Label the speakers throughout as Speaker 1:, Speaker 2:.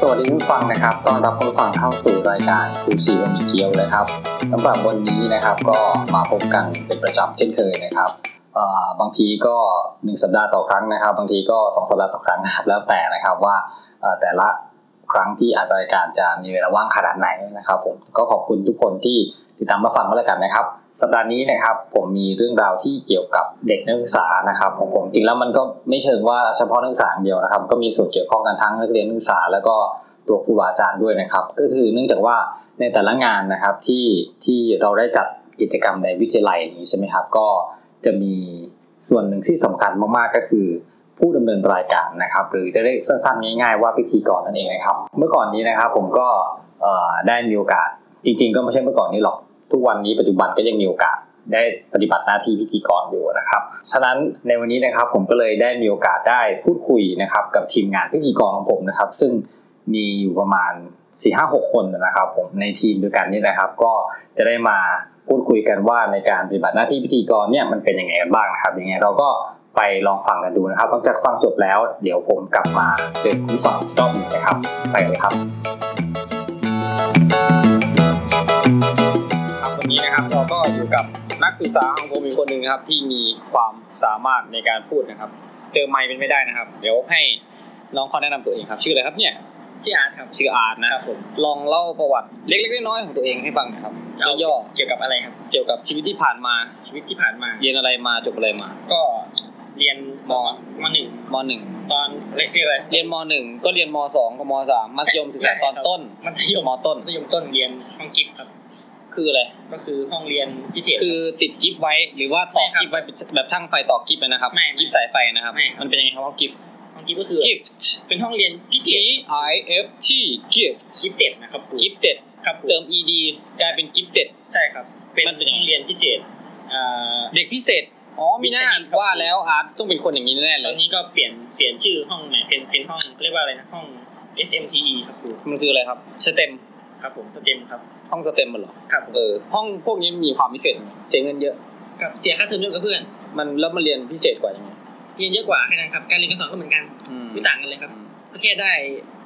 Speaker 1: สวัสดีผู้ฟังนะครับ ต้อนรับผู้ฟังเข้าสู่รายการคูซีวันเกียวเลยครับสำหรับวันนี้นะครับก็มาพบกันเป็นประจำเช่นเคยนะครับเอ่อบางทีก็หนึ่งสัปดาห์ต่อครั้งนะครับ บางทีก็สองสัปดาห์ต่อครั้งนะครับแล้วแต่นะครับว่าเอ่อแต่ละครั้งที่อัดรายการจะมีเวลาว่างขนาดไหนนะครับ ผมก็ขอบคุณทุกคนที่ติดตามรับฟังก็แล้วกันนะครับ สัปดาห์นี้นะครับผมมีเรื่องราวที่เกี่ยวกับเด็กนักศึกษานะครับของผมจริงแล้วมันก็ไม่เชิงว่าเฉพาะนักศึกษาอย่างเดียวนะครับ ก็มีส่วนเกี่ยวข้องกันทั้งนักเรียนนักศึกษาแล้วก็ตัวครูบาอาจารย์ด้วยนะครับ ก็คือเนื่องจากว่าในแต่ละงานนะครับที่ที่เราได้จัดกิจกรรมในวิทยาลัยนี้ใช่ไหมครับ ก็จะมีส่วนหนึ่งที่สำคัญมากๆก็คือ ผู้ดำเนินรายการนะครับ หรือจะได้สั้นๆง่ายๆว่าพิธีกรนั่นเองนะครับ เมื่อก่อนนี้นะครับผมก็เอ่อได้มีโอกาสจริงๆ ก็ไม่ใช่เมื่อก่อนนี้หรอก ทุกวันนี้ปัจจุบันก็ยังมีโอกาสได้ปฏิบัติหน้าที่พิธีกรอยู่นะครับ ฉะนั้นในวันนี้นะครับผมก็เลยได้มีโอกาสได้พูดคุยนะครับกับทีมงานพิธีกรของผมนะครับ ซึ่งมีอยู่ประมาณ4ี่ห้าหกคนนะครับ ผมในทีมด้วยกันนี่นะครับ ก็จะได้มาพูดคุยกันว่าในการปฏิบัติหน้าที่พิธีกรเนี่ยมันเป็นยังไงกันบ้างนะครับยังไงเราก็ไปลองฟังกันดูนะครับหลังจากฟังจบแล้ว เดี๋ยวผมกลับมาเจอคุณผู้ฟังอีกรอบหนึงนะครับ ไปเลยครับ ครับวันนี้นะครับเราก็อยู่กับนักศึกษาของผมอีกคนหนึ่งนะครับ ที่มีความสามารถในการพูดนะครับ เจอไมค์เป็นไม่ได้นะครับ เดี๋ยวให้น้องเขาแนะนำตัวเองครับ ชื่ออะไรครับเนี่ย
Speaker 2: พี่อาร์ตครับ
Speaker 1: ชื่ออาร์ตนะครับ
Speaker 2: ผม
Speaker 1: ลองเล่าประวัติเล็กๆน้อยๆของตัวเองให้ฟังหน่อยครับย่อ
Speaker 2: เกี่ยวกับอะไรครับ
Speaker 1: ๆเกี่ยวกับชีวิตที่ผ่านมา
Speaker 2: ชีวิตที่ผ่านมา
Speaker 1: เรียนอะไรมาจบอะไรมา
Speaker 2: ก็เรียน
Speaker 1: ม
Speaker 2: มหนึ่ง
Speaker 1: มหนึ่ง
Speaker 2: ตอนเรียกอะไร
Speaker 1: เรียนมหนึ่งก็เรียนมสองกับมสามมัธยมศึกษาตอนต้น
Speaker 2: มัธยม
Speaker 1: มต้น
Speaker 2: มัธยมต้นเรียนห้องกิฟต์ครับ
Speaker 1: คืออะไร
Speaker 2: ก็คือห้องเรียนพิเศษ
Speaker 1: คือติดกิ๊บไว้หรือว่าต่อกิ๊บไว้แบบช่างไฟต่อกิ๊บนะครับ
Speaker 2: ไม่ไม่
Speaker 1: กิ๊บสายไฟนะครับ
Speaker 2: ไม่ครับ
Speaker 1: มันเป็นยังไงครับว่ากิ๊บ
Speaker 2: ห้องกิฟต์ก็คือ
Speaker 1: gift
Speaker 2: เป็นห้องเรียนพิเศ
Speaker 1: G
Speaker 2: ษ
Speaker 1: I F T gift
Speaker 2: กิฟเต็ดนะครับครู
Speaker 1: gifted
Speaker 2: ครับครู
Speaker 1: เติม ed กลายเป็น gifted
Speaker 2: ใช่ครับ เป็น
Speaker 1: มันเป็นยังไง
Speaker 2: ห้องเรียนพิเศษอ่า
Speaker 1: เด็กพิเศษ อ๋อมีหน้า
Speaker 2: มีแต่นี้ครับ
Speaker 1: ว่าแล้วอาร์ตต้องเป็นคนอย่างนี้แน่เล
Speaker 2: ตอย นนี้ก็เปลี่ยนเปลี่ยนชื่อห้องใหม่เป็นเป็นห้องเรียกว่าอะไรนะห้อง SMTE ครับครู
Speaker 1: มันคืออะไรครับสเต็ม
Speaker 2: ครับผมเต็มครับ
Speaker 1: ห้องสเต็มมันเหรอ
Speaker 2: ครับผม
Speaker 1: เออ ห้องพวกนี้มีความพิเศษยังไงเสียเงินเยอะ
Speaker 2: ครับเสียค่าเทอมเยอะกับเพื่อน
Speaker 1: มันแล้วมันเรียนพิเศษกว่ายังไง
Speaker 2: เรียนเยอะกว่าแค่นั้นครับ การเรียนการสอนก็เหมือนกัน
Speaker 1: อืม
Speaker 2: ไม่ต่างกันเลยครับ ก็แค่ได้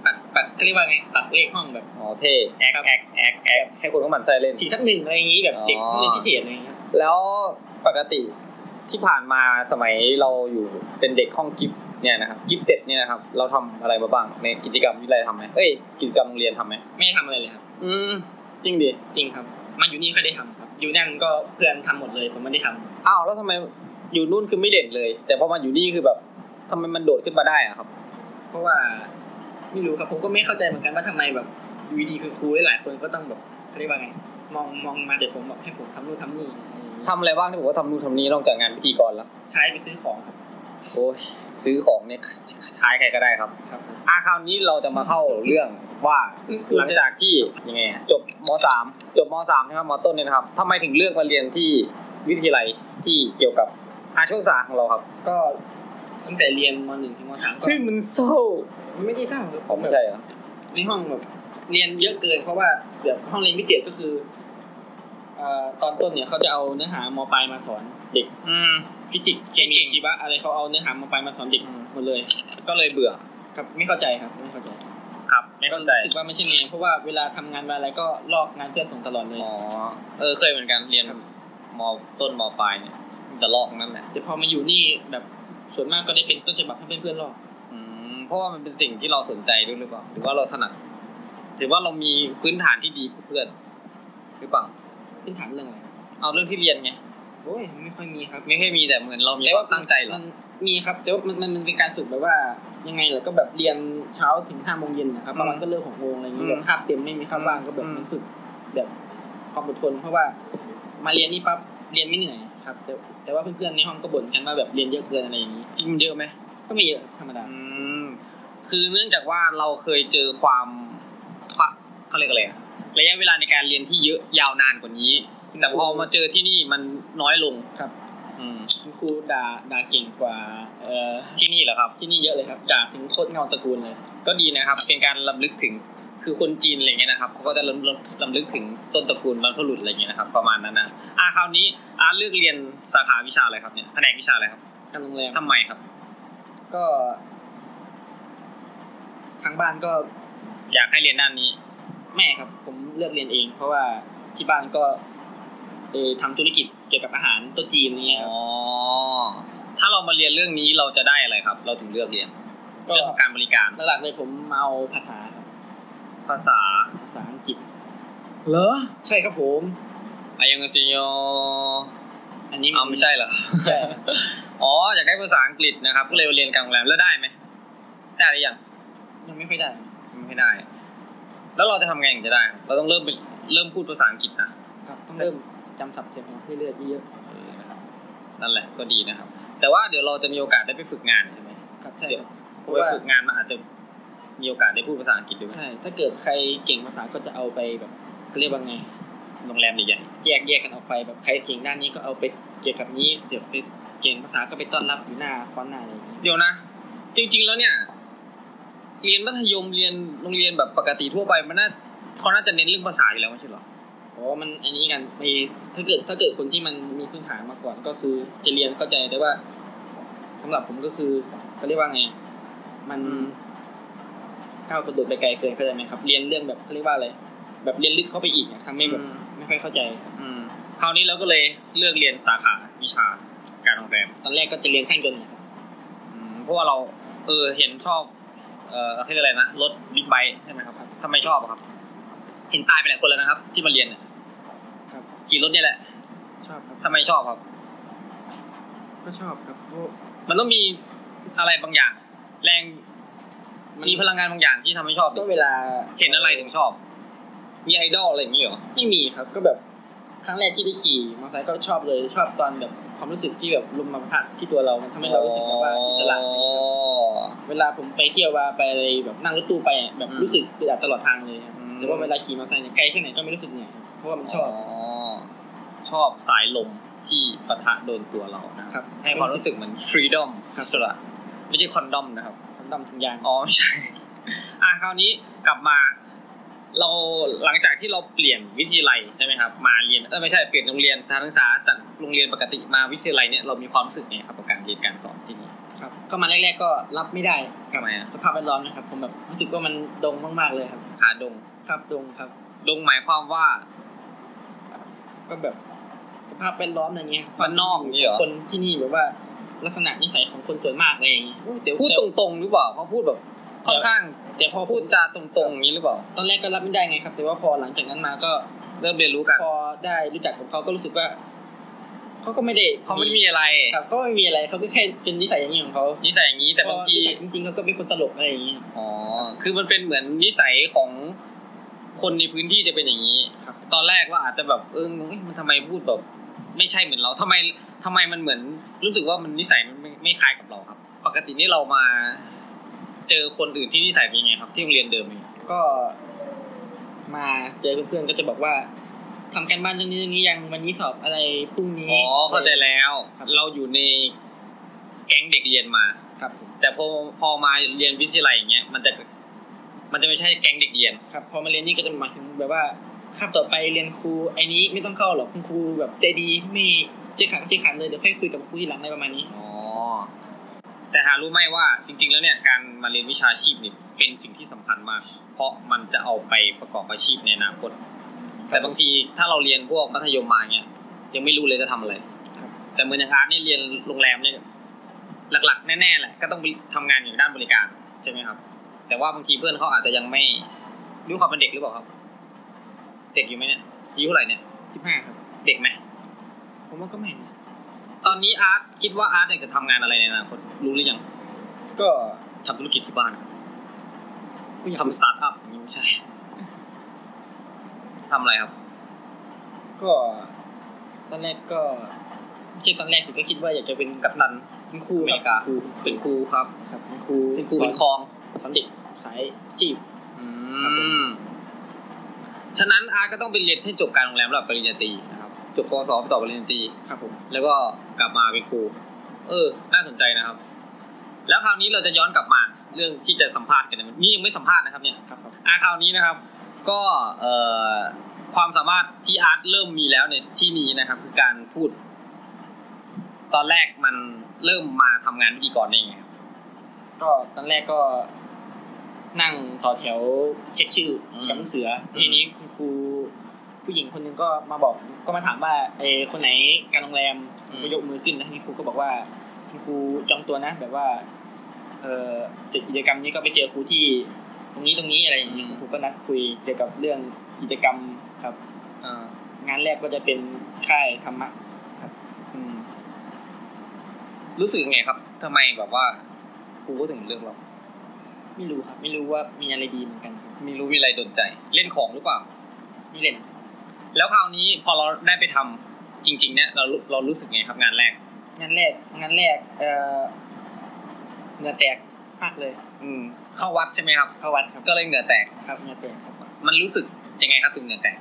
Speaker 2: ปัดปัดเขาเรียกว่าไงปัดเลขห้องแบบ
Speaker 1: อ๋อเท่
Speaker 2: แอคแอคแอคแอค
Speaker 1: ให้คนเขาหมั่นไส้เล่น
Speaker 2: สี่ทับหนึ่งอะไรอย่างนี้แบบเด็กเรียนพิเศษอะไรอย่างเงี้ยครับ
Speaker 1: แล้วปกติที่ผ่านมาสมัยเราอยู่เป็นเด็กห้องกิฟต์เนี่ยนะครับกิฟเต็ดเนี่ยนะครับ เราทำอะไรมาบ้างในกิจกรรมวิทยาลัยทำไหมเอ้ยกิจกรรมโรงเรียนทำไหม
Speaker 2: ไม่ได้ทำอะไรเลยครับ
Speaker 1: อืมจริงดิ
Speaker 2: จริงครับมาอยู่นี่ก็ได้ทำครับ อยู่นั่นก็เพื่อนทำหมดเลยผมไม่ได้ทำ
Speaker 1: อ้าวแล้วทำไมอยู่นู่นคือไม่เด่นเลย แต่พอมาอยู่นี่คือแบบทำไมมันโดดขึ้นมาได้อะครับ
Speaker 2: เพราะว่าไม่รู้ครับผมก็ไม่เข้าใจเหมือนกันว่าทำไมแบบอยู่ดีๆคือครูหลายๆคนก็ต้องแบบเขาเรียกว่าไง มองมองมาแต่ผมแบบให้ผมทำนู่นทำนี่
Speaker 1: ทำอะไรบ้างที่บอกว่าทำนู่นทำนี้นอกจากงานพิธีกรแล้ว
Speaker 2: ใช้ไปซื้อของครับ
Speaker 1: โอ้ยซื้อของเนี่ยใช้ใครก็ได้ครับ
Speaker 2: ครับผม
Speaker 1: อ่ะคราวนี้เราจะมาเข้าเรื่องว่าหลังจากที่ยังไงอะจบมสามจบมสามใช่ไหมมต้นเนี่ยนะครับทำไมถึงเลือกมาเรียนที่วิทยาลัยที่เกี่ยวกับอาชีวศึกษาของเราครับ
Speaker 2: ก็ตั้งแต่เรียนมหนึ่งถึงมสามก็
Speaker 1: เฮ้ยมันเศร้า
Speaker 2: ไม่ได้สร้างครับ
Speaker 1: ผมไม่ใช่เหรอ
Speaker 2: ในห้องแบบเรียนเยอะเกิน เพราะว่าแบบห้องเรียนพิเศษก็คือเอ่อตอนต้นเนี่ยเขาจะเอาเนื้อหามปลายมาสอน เด็ก
Speaker 1: อืม
Speaker 2: ฟิสิกส์เคมี
Speaker 1: เก่งๆ
Speaker 2: ชีวะอะไรเขาเอาเนื้อหามปลายมาสอนเด็กหมดเลย
Speaker 1: ก็เลยเบื่อ
Speaker 2: ครับไม่เข้าใจครับไม่เข้าใจ
Speaker 1: ครับ ไม่เข้าใจ
Speaker 2: รู้สึกว่าไม่ใช่แนวเพราะว่าเวลาทำงานมาอะไรก็ลอกงานเพื่อนส่งตลอดเลย
Speaker 1: อ๋อ เออ เคยเหมือนกัน เรียน
Speaker 2: ครับ
Speaker 1: มต้นมปลายเนี่ยแต่ลอกนั่นแหละ
Speaker 2: แต่พอมาอยู่นี่แบบส่วนมากก็ได้เป็นต้นฉบับให้เพื่อนๆลอก
Speaker 1: อืมเพราะว่ามันเป็นสิ่งที่เราสนใจด้วยหรือเปล่า หรือว่าเราถนัด หรือว่าเรามีพื้นฐานที่ดีกว่าเพื่อน หรือเปล่า
Speaker 2: พื้นฐานเรื่องอะไรครับ
Speaker 1: เอาเรื่องที่เรียนไง
Speaker 2: โอ้ยไม่ค่อยมีครับ
Speaker 1: ไม่ใช่มีแต่เหมือนเรามีความตั้งใจเหรอ
Speaker 2: มันมีครับแต่ว่ามันมันมันเป็นการฝึกแบบว่ายังไงเหรอก็แบบเรียนเช้าถึงห้าโมงเย็นนะครับ
Speaker 1: อืม
Speaker 2: บางวันก็เลิกหกโมงอะไรอย่างเงี้
Speaker 1: อืม
Speaker 2: ยแบบคาบเต็มไม่มีคาบว่างก็แบบ
Speaker 1: อืม
Speaker 2: มันฝึกแบบความอดทนเพราะว่า มาเรียนนี่ปั๊บเรียนไม่เหนื่อยครับ แต่แต่ว่าเพื่อนๆในห้องก็บ่นกันว่าแบบเรียนเยอะเกินอะไรอย่างนี้
Speaker 1: จริงเยอะไหม
Speaker 2: ก็ไม่เยอะธรรมดา
Speaker 1: อืม คือเนื่องจากว่าเราเคยเจอความความเขาเรียกอะไรอะระยะเวลาในการเรียนที่เยอะยาวนานกว่านี้ แต่พอมาเจอที่นี่มันน้อยลง
Speaker 2: ครับ
Speaker 1: อืม
Speaker 2: คุณครูด่าด่าเก่งกว่า เอ่อ
Speaker 1: ที่นี่เหรอครับ
Speaker 2: ที่นี่เยอะเลยครับด่าถึงโคตรเงาตระกูลเลย
Speaker 1: ก็ดีนะครับ เป็นการลำลึกถึง คือคนจีนอะไรเงี้ยนะครับเขาก็จะลำลำลำลึกถึงต้นตระกูลบรรพบุรุษอะไรเงี้ยนะครับ ประมาณนั้นนะอ่าคราวนี้อาร์ตเลือกเรียนสาขาวิชาอะไรครับเนี่ยแผนกวิชาอะไรครับ
Speaker 2: ทำโรงแรม
Speaker 1: ทำไมครับ
Speaker 2: ก็ ทางบ้านก็
Speaker 1: อยากให้เรียนด้านนี้ ไม่ครับ ผมเลือกเรียนเอง เพราะว่าที่บ้านก็เออทำธุรกิจเกี่ยวกับอาหารโต๊ะจีนนี่ครับ
Speaker 2: อ๋อถ้าเรามาเรียนเรื่องนี้เราจะได้อะไรครับ เราถึงเลือกเรียน
Speaker 1: ก็
Speaker 2: เรื่องของการบริการ
Speaker 1: หลักๆเลยผมเอาภาษาครับ
Speaker 2: ภาษา
Speaker 1: ภาษาอังกฤษ
Speaker 2: เหรอ
Speaker 1: ใช่ครับผม
Speaker 2: อายังซิโย
Speaker 1: อันนี้น
Speaker 2: อ้าวไม่ใช่เหรอ
Speaker 1: ใช่
Speaker 2: อ๋ออยากได้ภาษาอังกฤษนะครับก็เลยเรียนกลางโรงแรมแล้วได้ไหมได้หรือยัง
Speaker 1: ยังไม่ค่อยได้
Speaker 2: ไม่ได้ แล้วเราจะทำไงถึงจะได้ เราต้องเริ่มเป็นเริ่มพูดภาษาอังกฤษนะ
Speaker 1: ครับต้องเริ่มจำศัพท์เสียงหัวให้เลือดเยอะ
Speaker 2: เออนะครับนั่นแหละก็ดีนะครับ แต่ว่าเดี๋ยวเราจะมีโอกาสได้ไปฝึกงานใช่ไหม
Speaker 1: ๆครับใช่ครับเพ
Speaker 2: เพ
Speaker 1: ราะ
Speaker 2: ราะว่า
Speaker 1: ว่า
Speaker 2: ฝึกงานมันอาจจะมีโอกาสได้พูดภาษาอังกฤษด้วยไหม
Speaker 1: ใช่ ถ้าเกิดใครเก่งภาษาก็จะเอาไปแบบเขาเรียกว่าไง
Speaker 2: โรงแรมใหญ่
Speaker 1: แยกแยกกันออกไปแบบใครเก่งด้านนี้ก็เอาไปเกี่ยวกับนี้เดี๋ยวไปเก่งภาษาก็ไปต้อนรับอยู่หน้าฟอนต์หน้าอะไรอย่างนี้
Speaker 2: ๆเดี๋ยวนะ จริง ๆ แล้วเนี่ย เรียนมัธยมเรียนโรงเรียนแบบปกติทั่วไปมันน่าเขาน่าจะเน้นเรื่องภาษาอยู่แล้วไม่ใช่เหรอ
Speaker 1: เพราะว่ามันอันนี้กันไปถ้าเกิดถ้าเกิดคนที่มันมีพื้นฐานมาก่อนก็คือจะเรียนเข้าใจได้ว่าสำหรับผมก็คือเขาเรียกว่าไง มันก้าวกระโดดไปไกลเกินเข้าใจไหมครับ เรียนเรื่องแบบเขาเรียกว่าอะไรแบบเรียนลึกเข้าไปอีกอะทำให้แบบ
Speaker 2: อืม
Speaker 1: ไม่ค่อยเข้าใจ
Speaker 2: อืมคราวนี้เราก็เลยเลือกเรียนสาขาวิชาการโรงแรม
Speaker 1: ตอนแรกก็จะเรียนช่างยนต์นะครับ
Speaker 2: อืมเพราะว่าเรา เออเห็นชอบ เอ่อเขาเรียกอะไรนะรถบิ๊กไบค์ใช่ไหมครับทำไมชอบอะครับ เห็นตายไปหลายคนแล้วนะครับ ที่มาเรียนเนี่ย
Speaker 1: ครับ
Speaker 2: ขี่รถเนี่ยแหละ
Speaker 1: ชอบครับ
Speaker 2: ทำไมชอบครับ
Speaker 1: ก็ชอบครับเพราะ
Speaker 2: มันต้องมีอะไรบางอย่าง แรงมันมีพลังงานบางอย่างที่ทำให้ชอบดิ
Speaker 1: ก็เวลา
Speaker 2: เห็นอะไรถึงชอบ มีไอดอลอะไรอย่างนี้เหรอ
Speaker 1: ไม่มีครับก็แบบครั้งแรกที่ได้ขี่มอเตอร์ไซค์ก็ชอบเลยชอบตอนแบบความรู้สึกที่แบบลมมาปะทะที่ตัวเรามันทำให้เรารู้สึกแบบว่าอิสระอะไรเงี้ยเวลาผมไปเที่ยวว่าไปอะไรแบบนั่งรถตู้ไปอะแบบ
Speaker 2: อืม
Speaker 1: รู้สึกอึดอัดตลอดทางเลยครับ
Speaker 2: อืม
Speaker 1: แต่ว่าเวลาขี่มอเตอร์ไซค์เนี่ยไกลแค่ไหนก็ไม่รู้สึกเหนื่อยครับเพราะว่ามันชอบ
Speaker 2: ชอบสายลมที่ปะทะโดนตัวเรานะครับให้ความรู้สึกเหมือนฟรีดอม
Speaker 1: ครับ
Speaker 2: อิสระไม่ใช่คอนดอมนะครับ
Speaker 1: ทำดำทุกอย่าง
Speaker 2: อ๋อไม่ใช่ อ่ะคราวนี้กลับมา เราหลังจากที่เราเปลี่ยนวิทยาลัยใช่ไหมครับ มาเรียนเออไม่ใช่เปลี่ยนโรงเรียนสถานศึกษาจากโรงเรียนปกติมาวิทยาลัยเนี่ยเรามีความรู้สึกไงครับกับการเรียนการสอนที่นี่
Speaker 1: ครับก็มาแรกๆก็รับไม่ได้
Speaker 2: ทำไมอ่ะ
Speaker 1: สภาพแวดล้อมนะครับผมแบบรู้สึกว่ามันดงมากๆเลยครับ
Speaker 2: หาดง
Speaker 1: ครับดงครับ
Speaker 2: ดงหมายความว่า
Speaker 1: ก็แบบสภาพแวดล้อมอะไรเงี้ย
Speaker 2: บ้านนอกอย่างเงี้ยเหรอ
Speaker 1: คนที่นี่แบบว่า ลักษณะนิสัยของคนส่วนมากอะไรอย่างเงี้ยเดี๋ยว
Speaker 2: พูด
Speaker 1: แต่
Speaker 2: ตรงๆหรือเปล่าเขาพูดแบบค่อนข้าง
Speaker 1: แต่พอพู
Speaker 2: พู
Speaker 1: ด
Speaker 2: ด
Speaker 1: จา
Speaker 2: จาตรงๆอย่างนี้หรือเปล่า
Speaker 1: ตอนแรกก็รับไม่ได้ไงครับ แต่ว่าพอหลังจากนั้นมาก็
Speaker 2: เริ่มเรียนรู้กัน
Speaker 1: พอได้รู้จักกับเขาก็รู้สึกว่าเขาก็ไม่ได้
Speaker 2: เขาไม่มีอะไร
Speaker 1: ครับก็ไม่มีอะไรเขาก็แค่เป็นนิสัยอย่างนี้ของเขา
Speaker 2: นิสัยอย่างนี้แต่บางที
Speaker 1: เพระจริงๆเขาก็เป็นคนตลกอะไรอย่างเงี้ย
Speaker 2: อ๋อ คือมันเป็นเหมือนนิสัยของคนในพื้นที่จะเป็นอย่างนี้
Speaker 1: ครับ
Speaker 2: ตอนแรกว่าอาจจะแบบเอองงเอ๊ะมันทำไมพูดแบบ ไม่ใช่เหมือนเราทำไมทำไมมันเหมือน รู้สึกว่ามันนิสัยมันไม่ไม่คล้ายกับเราครับ ปกตินี่เรามา เจอคนอื่นที่นิสัยเป็นยังไงครับ ที่โรงเรียนเดิมเนี่ย
Speaker 1: ก็มาเจอเพื่อนๆก็จะบอกว่าทำกันบ้านเรื่องนี้เรื่องนี้ยังวันนี้สอบอะไรพรุ่งนี้
Speaker 2: อ๋อเข้าใจแล้ว
Speaker 1: ครับ
Speaker 2: เราอยู่ในแก๊งเด็กเรียนมา
Speaker 1: ครับผม
Speaker 2: แต่พอพอมาเรียนวิทยาลัยอย่างเงี้ยมันจะมันจะไม่ใช่แก๊งเด็กเรียน
Speaker 1: ครับพอมาเรียนนี่ก็จะหมายถึงแบบว่าคาบต่อไปเรียนครูไอ้นี้ไม่ต้องเข้าหรอกคุณครูแบบใจดีไม่เจ๊ขันเจ๊ขันเลยเดี๋ยวค่อยคุยกับครูทีหลังในประมาณนี้
Speaker 2: อ๋อ แต่หารู้ไหมว่าจริง ๆ แล้วเนี่ยการมาเรียนวิชาชีพเนี่ยเป็นสิ่งที่สำคัญมาก เพราะมันจะเอาไปประกอบอาชีพในอนาคต แต่บางทีถ้าเราเรียนพวกมัธยมมาเนี่ยยังไม่รู้เลยจะทำอะไร
Speaker 1: ครับ
Speaker 2: แต่เหมือนอย่างอาร์ตเนี่ยเรียนโรงแรมเนี่ยหลักๆ แน่ๆแหละก็ต้องไปทำงานอยู่ด้านบริการใช่ไหมครับ แต่ว่าบางทีเพื่อนเขาอาจจะยังไม่รู้ความเป็นเด็กหรือเปล่าครับ เด็กอยู่ไหมเนี่ยอายุเท่าไหร่เนี่ย
Speaker 1: สิบห้าครับ
Speaker 2: เด็กไหม
Speaker 1: ผมว่าก็ไม่นะ
Speaker 2: ตอนนี้อาร์ตคิดว่าอาร์ตเนี่ยจะทำงานอะไรในอนาคตรู้หรือยัง
Speaker 1: ก็
Speaker 2: ทำธุรกิจที่บ้านครับทำสตาร์ทอัพอย่างนี้ไม่ใช่ ทำอะไรครับ
Speaker 1: ก็ ตอนแรกก็ไม่ใช่ตอนแรกสิก็คิดว่าอยากจะเป็น
Speaker 2: กัปตัน
Speaker 1: เป็นครู
Speaker 2: อเมริกา
Speaker 1: ครู
Speaker 2: เป็นครูครับ
Speaker 1: ครับเป็นครู
Speaker 2: เป็นครูเป็นคลอง
Speaker 1: สอนเด็กสายอาชีพ
Speaker 2: อืมฉะนั้นอาร์ตก็ต้องไปเรียนให้จบการโรงแรมระดับปริญญาตรีนะครับ จบปวสไปต่อปริญญาตรี
Speaker 1: ครับผม
Speaker 2: แล้วก็กลับมาเป็นครู เออ น่าสนใจนะครับ แล้วคราวนี้เราจะย้อนกลับมาเรื่องที่จะสัมภาษณ์กันนะนี่ยังไม่สัมภาษณ์นะครับเนี่ย
Speaker 1: ครับผม
Speaker 2: อาคราวนี้นะครับ ก็เอ่อความสามารถที่อาร์ตเริ่มมีแล้วในที่นี้นะครับ คือการพูด ตอนแรกมันเริ่มมาทำงานพิธีกรได้ไงครับ
Speaker 1: ก็ตอนแรกก็ นั่งต่อแถวเช็คชื่ออ
Speaker 2: ม
Speaker 1: กับลูกเสืออ
Speaker 2: ม
Speaker 1: ทีนี้คุณครูผู้หญิงคนหนึงก็มาบอกก็มาถามว่าเออคนไหนการโรงแรมก็ยกมือขึ้นแล้วทีนี้ครูก็บอกว่าคุณครูจองตัวนะ แบบว่าเออเสร็จกิจกรรมนี้ก็ไปเจอครูที่ ตรงนี้ตรงนี้อะไรอย่างเงี้ยครูก็นัดคุยเกี่ยวกับเรื่องกิจกรรมครับ
Speaker 2: อ่าง
Speaker 1: านแรกก็จะเป็นค่ายธรรมะ
Speaker 2: อืมรู้สึกไงครับทำไมแบบว่าครูก็ถึงเลือกเรา
Speaker 1: ไม่รู้ครับ ไม่รู้ว่ามีอะไรดีเหมือนกันครับ
Speaker 2: มีรู้มีอะไรโดนใจ เล่นของหรือเปล่า
Speaker 1: ไม่เล่น
Speaker 2: แล้วคราวนี้พอเราได้ไปทำจริง ๆ เนี่ยเรารู้เรารู้สึกไงครับงานแรก
Speaker 1: งานแรกงานแรกเอ่อเหงื่อแตกมากเลย
Speaker 2: อืม เข้าวัดใช่ไหมครับ
Speaker 1: เข้าวัดครับ
Speaker 2: ก็เลยเหงื่อแตก
Speaker 1: ครับเหงื่อแตกครับ
Speaker 2: มันรู้สึกยังไงครับถึงเหงื่อแตก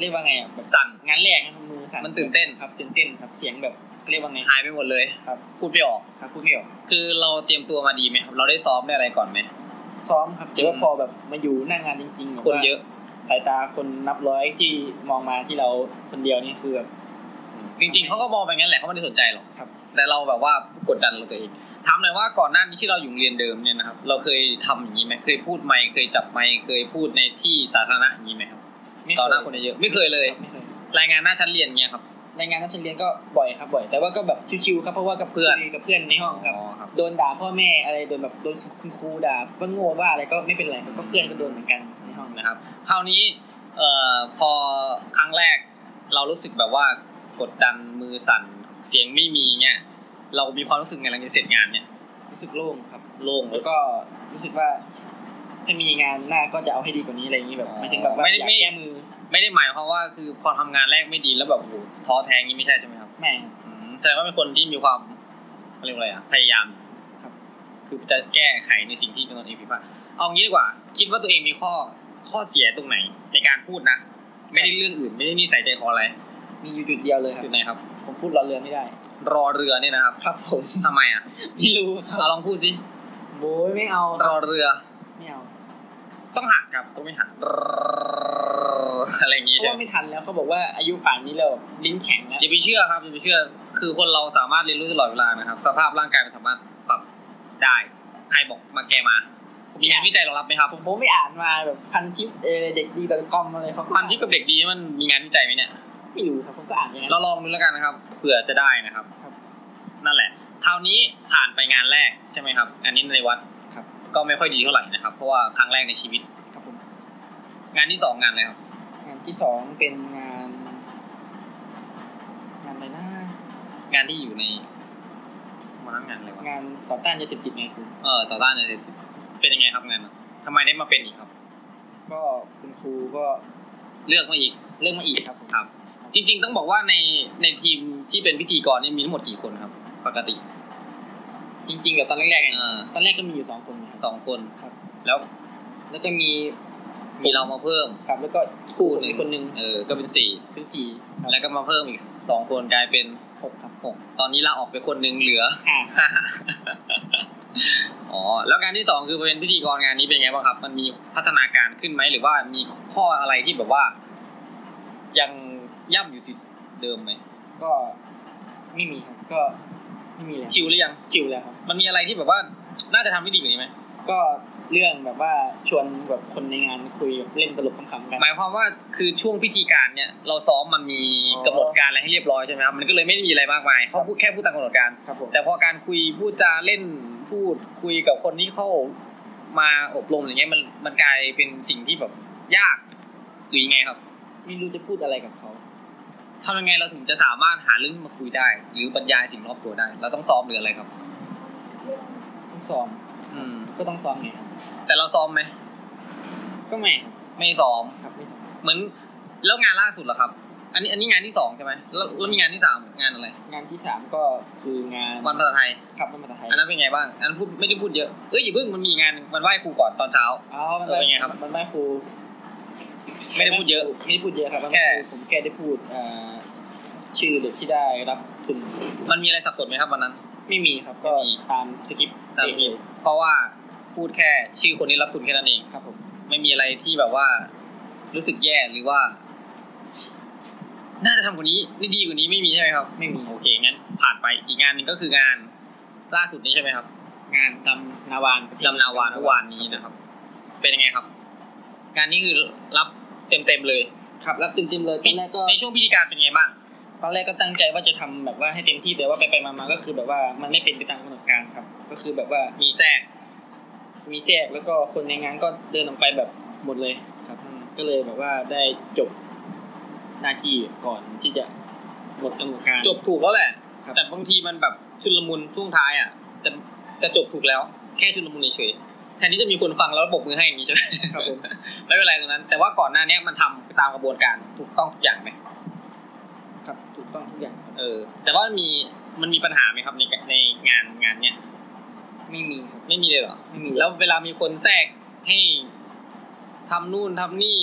Speaker 1: เรียกว่าไงอ่ะแบบ
Speaker 2: สั่น
Speaker 1: งานแรกนะมือสั่น
Speaker 2: มันตื่นเต้น
Speaker 1: ครับตื่นเต้นครับเสียงแบบเรียกว่าไง
Speaker 2: หายไปหมดเลย
Speaker 1: ครับ
Speaker 2: พูดไม่ออก
Speaker 1: ครับพูดไม่ออก
Speaker 2: คือเราเตรียมตัวมาดีไหมครับเราได้ซ้อมได้อะไรก่อนไหม
Speaker 1: ซ้อมครับแต่ว่า
Speaker 2: อืม
Speaker 1: พอแบบมาอยู่หน้างานจริงๆแบบ
Speaker 2: คน
Speaker 1: ว่า
Speaker 2: เยอะ
Speaker 1: สายตาคนนับร้อยที่มองมาที่เราคนเดียวนี่คือแบบ
Speaker 2: จริง ๆเขาก็มองไปงั้นแหละเขาไม่ได้สนใจหรอก
Speaker 1: ครับ
Speaker 2: แต่เราแบบว่ากดดันเราตัวเองถามหน่อยว่าก่อนหน้านี้ที่เราอยู่โรงเรียนเดิมเนี่ยนะครับ เราเคยทำอย่างนี้ไหมเคยพูดไหมค์เคยจับไมค์เคยพูดในที่สาธารณะอย่างนี้ไหมครับ
Speaker 1: ไม่เคย
Speaker 2: ต่อหน้าคนเยอะๆไม่เคยเลย
Speaker 1: รับไม่เคย
Speaker 2: รายงานหน้าชั้นเรียนเงี้ยครับ
Speaker 1: ในงานนักเรียนก็บ่อยครับบ่อย แต่ว่าก็แบบชิวๆครับเพราะว่ากับเพื่อนกับเพื่อนในห้องครับ
Speaker 2: อ๋อครับ
Speaker 1: โดนด่าพ่อแม่อะไรโดนแบบโดนคุณครูด่าว่าโง่ว่าอะไรก็ไม่เป็นไรครับก็เพื่อนก็โดนเหมือนกันในห้องนะ
Speaker 2: นะครับ คราวนี้เอ่อพอครั้งแรก เรารู้สึกแบบว่ากดดันมือสั่นเสียงไม่มีเนี่ยเรามีความรู้สึกไงหลังจากเสร็จงานเนี่ย
Speaker 1: รู้สึกโล่งครับ
Speaker 2: โล่งเล
Speaker 1: แล้
Speaker 2: ยว
Speaker 1: ก็รู้สึกว่าถ้ามีงานหน้าก็จะเอาให้ดีกว่านี้อะไรอย่างนี้แบบหมายถึงแบบว่า
Speaker 2: ไม่
Speaker 1: อยาก
Speaker 2: ไม่
Speaker 1: แก้มือ
Speaker 2: ไม่ได้หมายความว่าคือพอทำงานแรกไม่ดีแล้วแบบโอ้โหท้อแท้งี้ไม่ใช่ใช่ไหมครับ
Speaker 1: แม่
Speaker 2: อืมแสดงว่าเป็นคนที่มีความเขาเรียกว่าอะไรอ่ะพยายาม
Speaker 1: ครับ
Speaker 2: คือจะแก้ไขในสิ่งที่ตัวเองผิดพลาดเอางี้ดีกว่า คิดว่าตัวเองมีข้อข้อเสียตรงไหน ในการพูดนะ ไม่ได้เรื่องอื่น ไม่ได้นิสัยใจคออะไร
Speaker 1: มีอยู่จุดเดียวเลยครับ
Speaker 2: จุดไหนครับ
Speaker 1: ผมพูดรอเรือไม่ได้
Speaker 2: รอเรือเนี่ยนะครับ
Speaker 1: ครับผม
Speaker 2: ทำไมอ่ะ
Speaker 1: ไม่รู้ครับ
Speaker 2: เราลองพูดสิ
Speaker 1: โบยไม่เอา
Speaker 2: รอเรือ
Speaker 1: ไม่เอา
Speaker 2: ต้องหักครับต้องไม่หัก อะไรอย่าง
Speaker 1: เพ
Speaker 2: งี้
Speaker 1: ราะ
Speaker 2: ใช่
Speaker 1: ว่า
Speaker 2: ไหม
Speaker 1: ไม่ทันแล้วเขาบอกว่าอายุป่านนี้แล้วลิ้นแข็งแล้ว
Speaker 2: อย่าไปเชื่อครับอย่าไปเชื่อ คือคนเราสามารถเรียนรู้ตลอดเวลานะครับ สภาพร่างกายมันสามารถปรับได้ ใครบอกมาแกมา มีงานวิจัยรองรับไหมครับ
Speaker 1: ผมผมไม่อ่านมาแบบพันทิปเออเด็กดีดอทคอมอะไรเขาก็
Speaker 2: พันที่กับเด็กดีมันมีงานวิจัยไหมเนี่ย
Speaker 1: ไม่รู้ครับผมก็อ่านอย่างนั้น
Speaker 2: เราลองดูแล้วกันนะครับ เผื่อจะได้นะครับ
Speaker 1: ครับ
Speaker 2: นั่นแหละ คราวนี้ผ่านไปงานแรกใช่ไหมครับ อันนี้ในวัด
Speaker 1: ครับ
Speaker 2: ก็ไม่ค่อยดีเท่าไหร่นะครับ เพราะว่าครั้งแรกในชีวิต
Speaker 1: ครับผม
Speaker 2: งานที่สองงานอะไรครับ
Speaker 1: งานที่สองเป็นงานงานอะไรนะ
Speaker 2: งานที่อยู่ในมันงานอะไรวะ
Speaker 1: งานต่อต้านยาเสพติดไงคุณ
Speaker 2: เออต่อต้านยาเสพติดเป็นยังไงครับงานนั้นทำไมได้มาเป็นอีกครับ
Speaker 1: ก็คุณครูก็
Speaker 2: เลือกมาอีก
Speaker 1: เรื่องมาอีกครับผม
Speaker 2: ครับ จริง ๆ ต้องบอกว่าในในทีมที่เป็นพิธีกรเนี่ยมีทั้งหมดกี่คนครับ ปกติ
Speaker 1: จริงๆกับตอนแรกๆไง
Speaker 2: เออ
Speaker 1: ตอนแรกก็มีอยู่สองคนนะครับ
Speaker 2: สองคน
Speaker 1: ครับ
Speaker 2: แล้ว
Speaker 1: แล้วก็มี
Speaker 2: มีเรามาเพิ่ม
Speaker 1: ครับ แล้วก็คู่หนึ่งคนหนึ่ง
Speaker 2: เออก็เป็นสี่
Speaker 1: เป็นสี่ครับ
Speaker 2: แล้วก็มาเพิ่มอีกสองคนกลายเป็น
Speaker 1: หกครับ
Speaker 2: หกตอนนี้ลาออกไปคนหนึ่งเหลือ
Speaker 1: อ่า
Speaker 2: อ๋อแล้วงานที่สองคือเป็นพิธีกรงานนี้เป็นไงบ้างครับ มันมีพัฒนาการขึ้นไหมหรือว่ามีข้ออะไรที่แบบว่า ยังย่ำอยู่ที่เดิมไหม
Speaker 1: ก็ไม่มีครับก็ไม่มีแล้ว
Speaker 2: ชิวหรือยัง
Speaker 1: ชิวแล้วครับ
Speaker 2: มันมีอะไรที่แบบว่า น่าจะทำได้ดีกว่านี้ไหม
Speaker 1: ก็เรื่องแบบว่าชวนแบบคนในงานคุยแบบเล่นตลกขำๆกัน
Speaker 2: หมายความว่าคือช่วงพิธีการเนี่ย เราซ้อมมันมี
Speaker 1: อ๋อ
Speaker 2: กำหนดการอะไรให้เรียบร้อยใช่ไหมครับมันก็เลยไม่ได้มีอะไรมากมายเขาพูดแค่พูดตามกำหนดการ
Speaker 1: ครับผม
Speaker 2: แต่พอการคุยพูดจาเล่นพูดคุยกับคนที่เข้ามาอบรมอะไรเงี้ยมันมันกลายเป็นสิ่งที่แบบยากหรือยังไงครับ
Speaker 1: ไม่รู้จะพูดอะไรกับเขา
Speaker 2: ทำยังไงเราถึงจะสามารถหาเรื่องมาคุยได้ หรือบรรยายสิ่งรอบตัวได้ เราต้องซ้อมหรืออะไรครับ
Speaker 1: ต้องซ้อม
Speaker 2: อืม
Speaker 1: ก็ต้องซ้อมไงครับ
Speaker 2: แต่เราซ้อมไหม
Speaker 1: ก็ไม่
Speaker 2: ไม่ซ้อม
Speaker 1: ครับไม่ท
Speaker 2: เหมือนแล้วงานล่าสุดเหรอครับ อันนี้อันนี้งานที่สองใช่ไหมแล้วแล้วมีงานที่สามงานอะไร
Speaker 1: ำงานที่สามก็คืองาน
Speaker 2: วันภาษาไทย
Speaker 1: ขับวันภาษาไทย
Speaker 2: อันนั้นเป็นไงบ้างอันนั้นพูดไม่ได้พูดเยอะเอ้ยอย่าเพิ่งมันมีงานมันไหว้ครูก่อนตอนเช้า
Speaker 1: อ๋อมัน
Speaker 2: เออเป็นไงครับ
Speaker 1: มันไม่ครู
Speaker 2: ไม่ได้พูดเยอะ
Speaker 1: ไม่ได้พูดเยอะครับมัน
Speaker 2: แค่
Speaker 1: ไม่ครูผมแค่ได้พูดอ่าชื่อเด็กที่ได้รับทุน
Speaker 2: มันมีอะไรสับสนไหมครับวันนั้น
Speaker 1: ไม่มีครับก็
Speaker 2: ไม่มี
Speaker 1: ตามสคริปต์
Speaker 2: ตามทีมเพราะว่าพูดแค่ชื่อคนที่รับทุนแค่นั้นเอง
Speaker 1: ครับผม
Speaker 2: ไม่มีอะไรที่แบบว่ารู้สึกแย่หรือว่า น่าจะทำกว่านี้นี่ดีกว่านี้ไม่มีใช่ไหมครับ
Speaker 1: ไม่มี
Speaker 2: โอเคงั้นผ่านไปอีกงานหนึ่งก็คืองานล่าสุดนี้ใช่ไหมครับ
Speaker 1: งานจำนาวาน
Speaker 2: จำนาวานเมื่อวานนี้นะครับ เป็นยังไงครับ งานนี้คือรับเต็มๆเลย
Speaker 1: ครับรับเต็มๆเลยตอนแรกก็
Speaker 2: ในช่วงพิธีการเป็นไงบ้าง
Speaker 1: ตอนแรกก็ตั้งใจว่าจะทำแบบว่าให้เต็มที่แต่ว่าไปไปๆมาๆก็คือแบบว่ามันไม่เป็นไปตามกำหนดการครับ ก็คือแบบว่า
Speaker 2: มีแทรก
Speaker 1: มีแทรกแล้วก็คนในงานก็เดินออกไปแบบหมดเลยครับ ก็เลยแบบว่าได้จบหน้าที่ก่อนที่จะหมดกำหนดการ
Speaker 2: จบถูกแล้วแหละ
Speaker 1: ครับ
Speaker 2: แต่บางทีมันแบบชุลมุนช่วงท้ายอ่ะ แต่แต่จบถูกแล้ว แค่ชุลมุนเฉยๆแทนที่จะมีคนฟังแล้วปรบมือให้อย่างนี้ใช่ไหม
Speaker 1: ครับผม
Speaker 2: ไม่เป็นไรตรงนั้น แต่ว่าก่อนหน้านี้มันทำตามกระบวนการถูกต้องทุกอย่างไหม
Speaker 1: ครับถูกต้องทุกอย่างครับ
Speaker 2: เออ แต่ว่ามีมันมีปัญหาไหมครับในในงานงานเนี้ย
Speaker 1: ไม่มีครับ
Speaker 2: ไม่มีเลยเหรอ
Speaker 1: ไม่มี
Speaker 2: แล้วเวลามีคนแทรกให้ทำนู่นทำนี่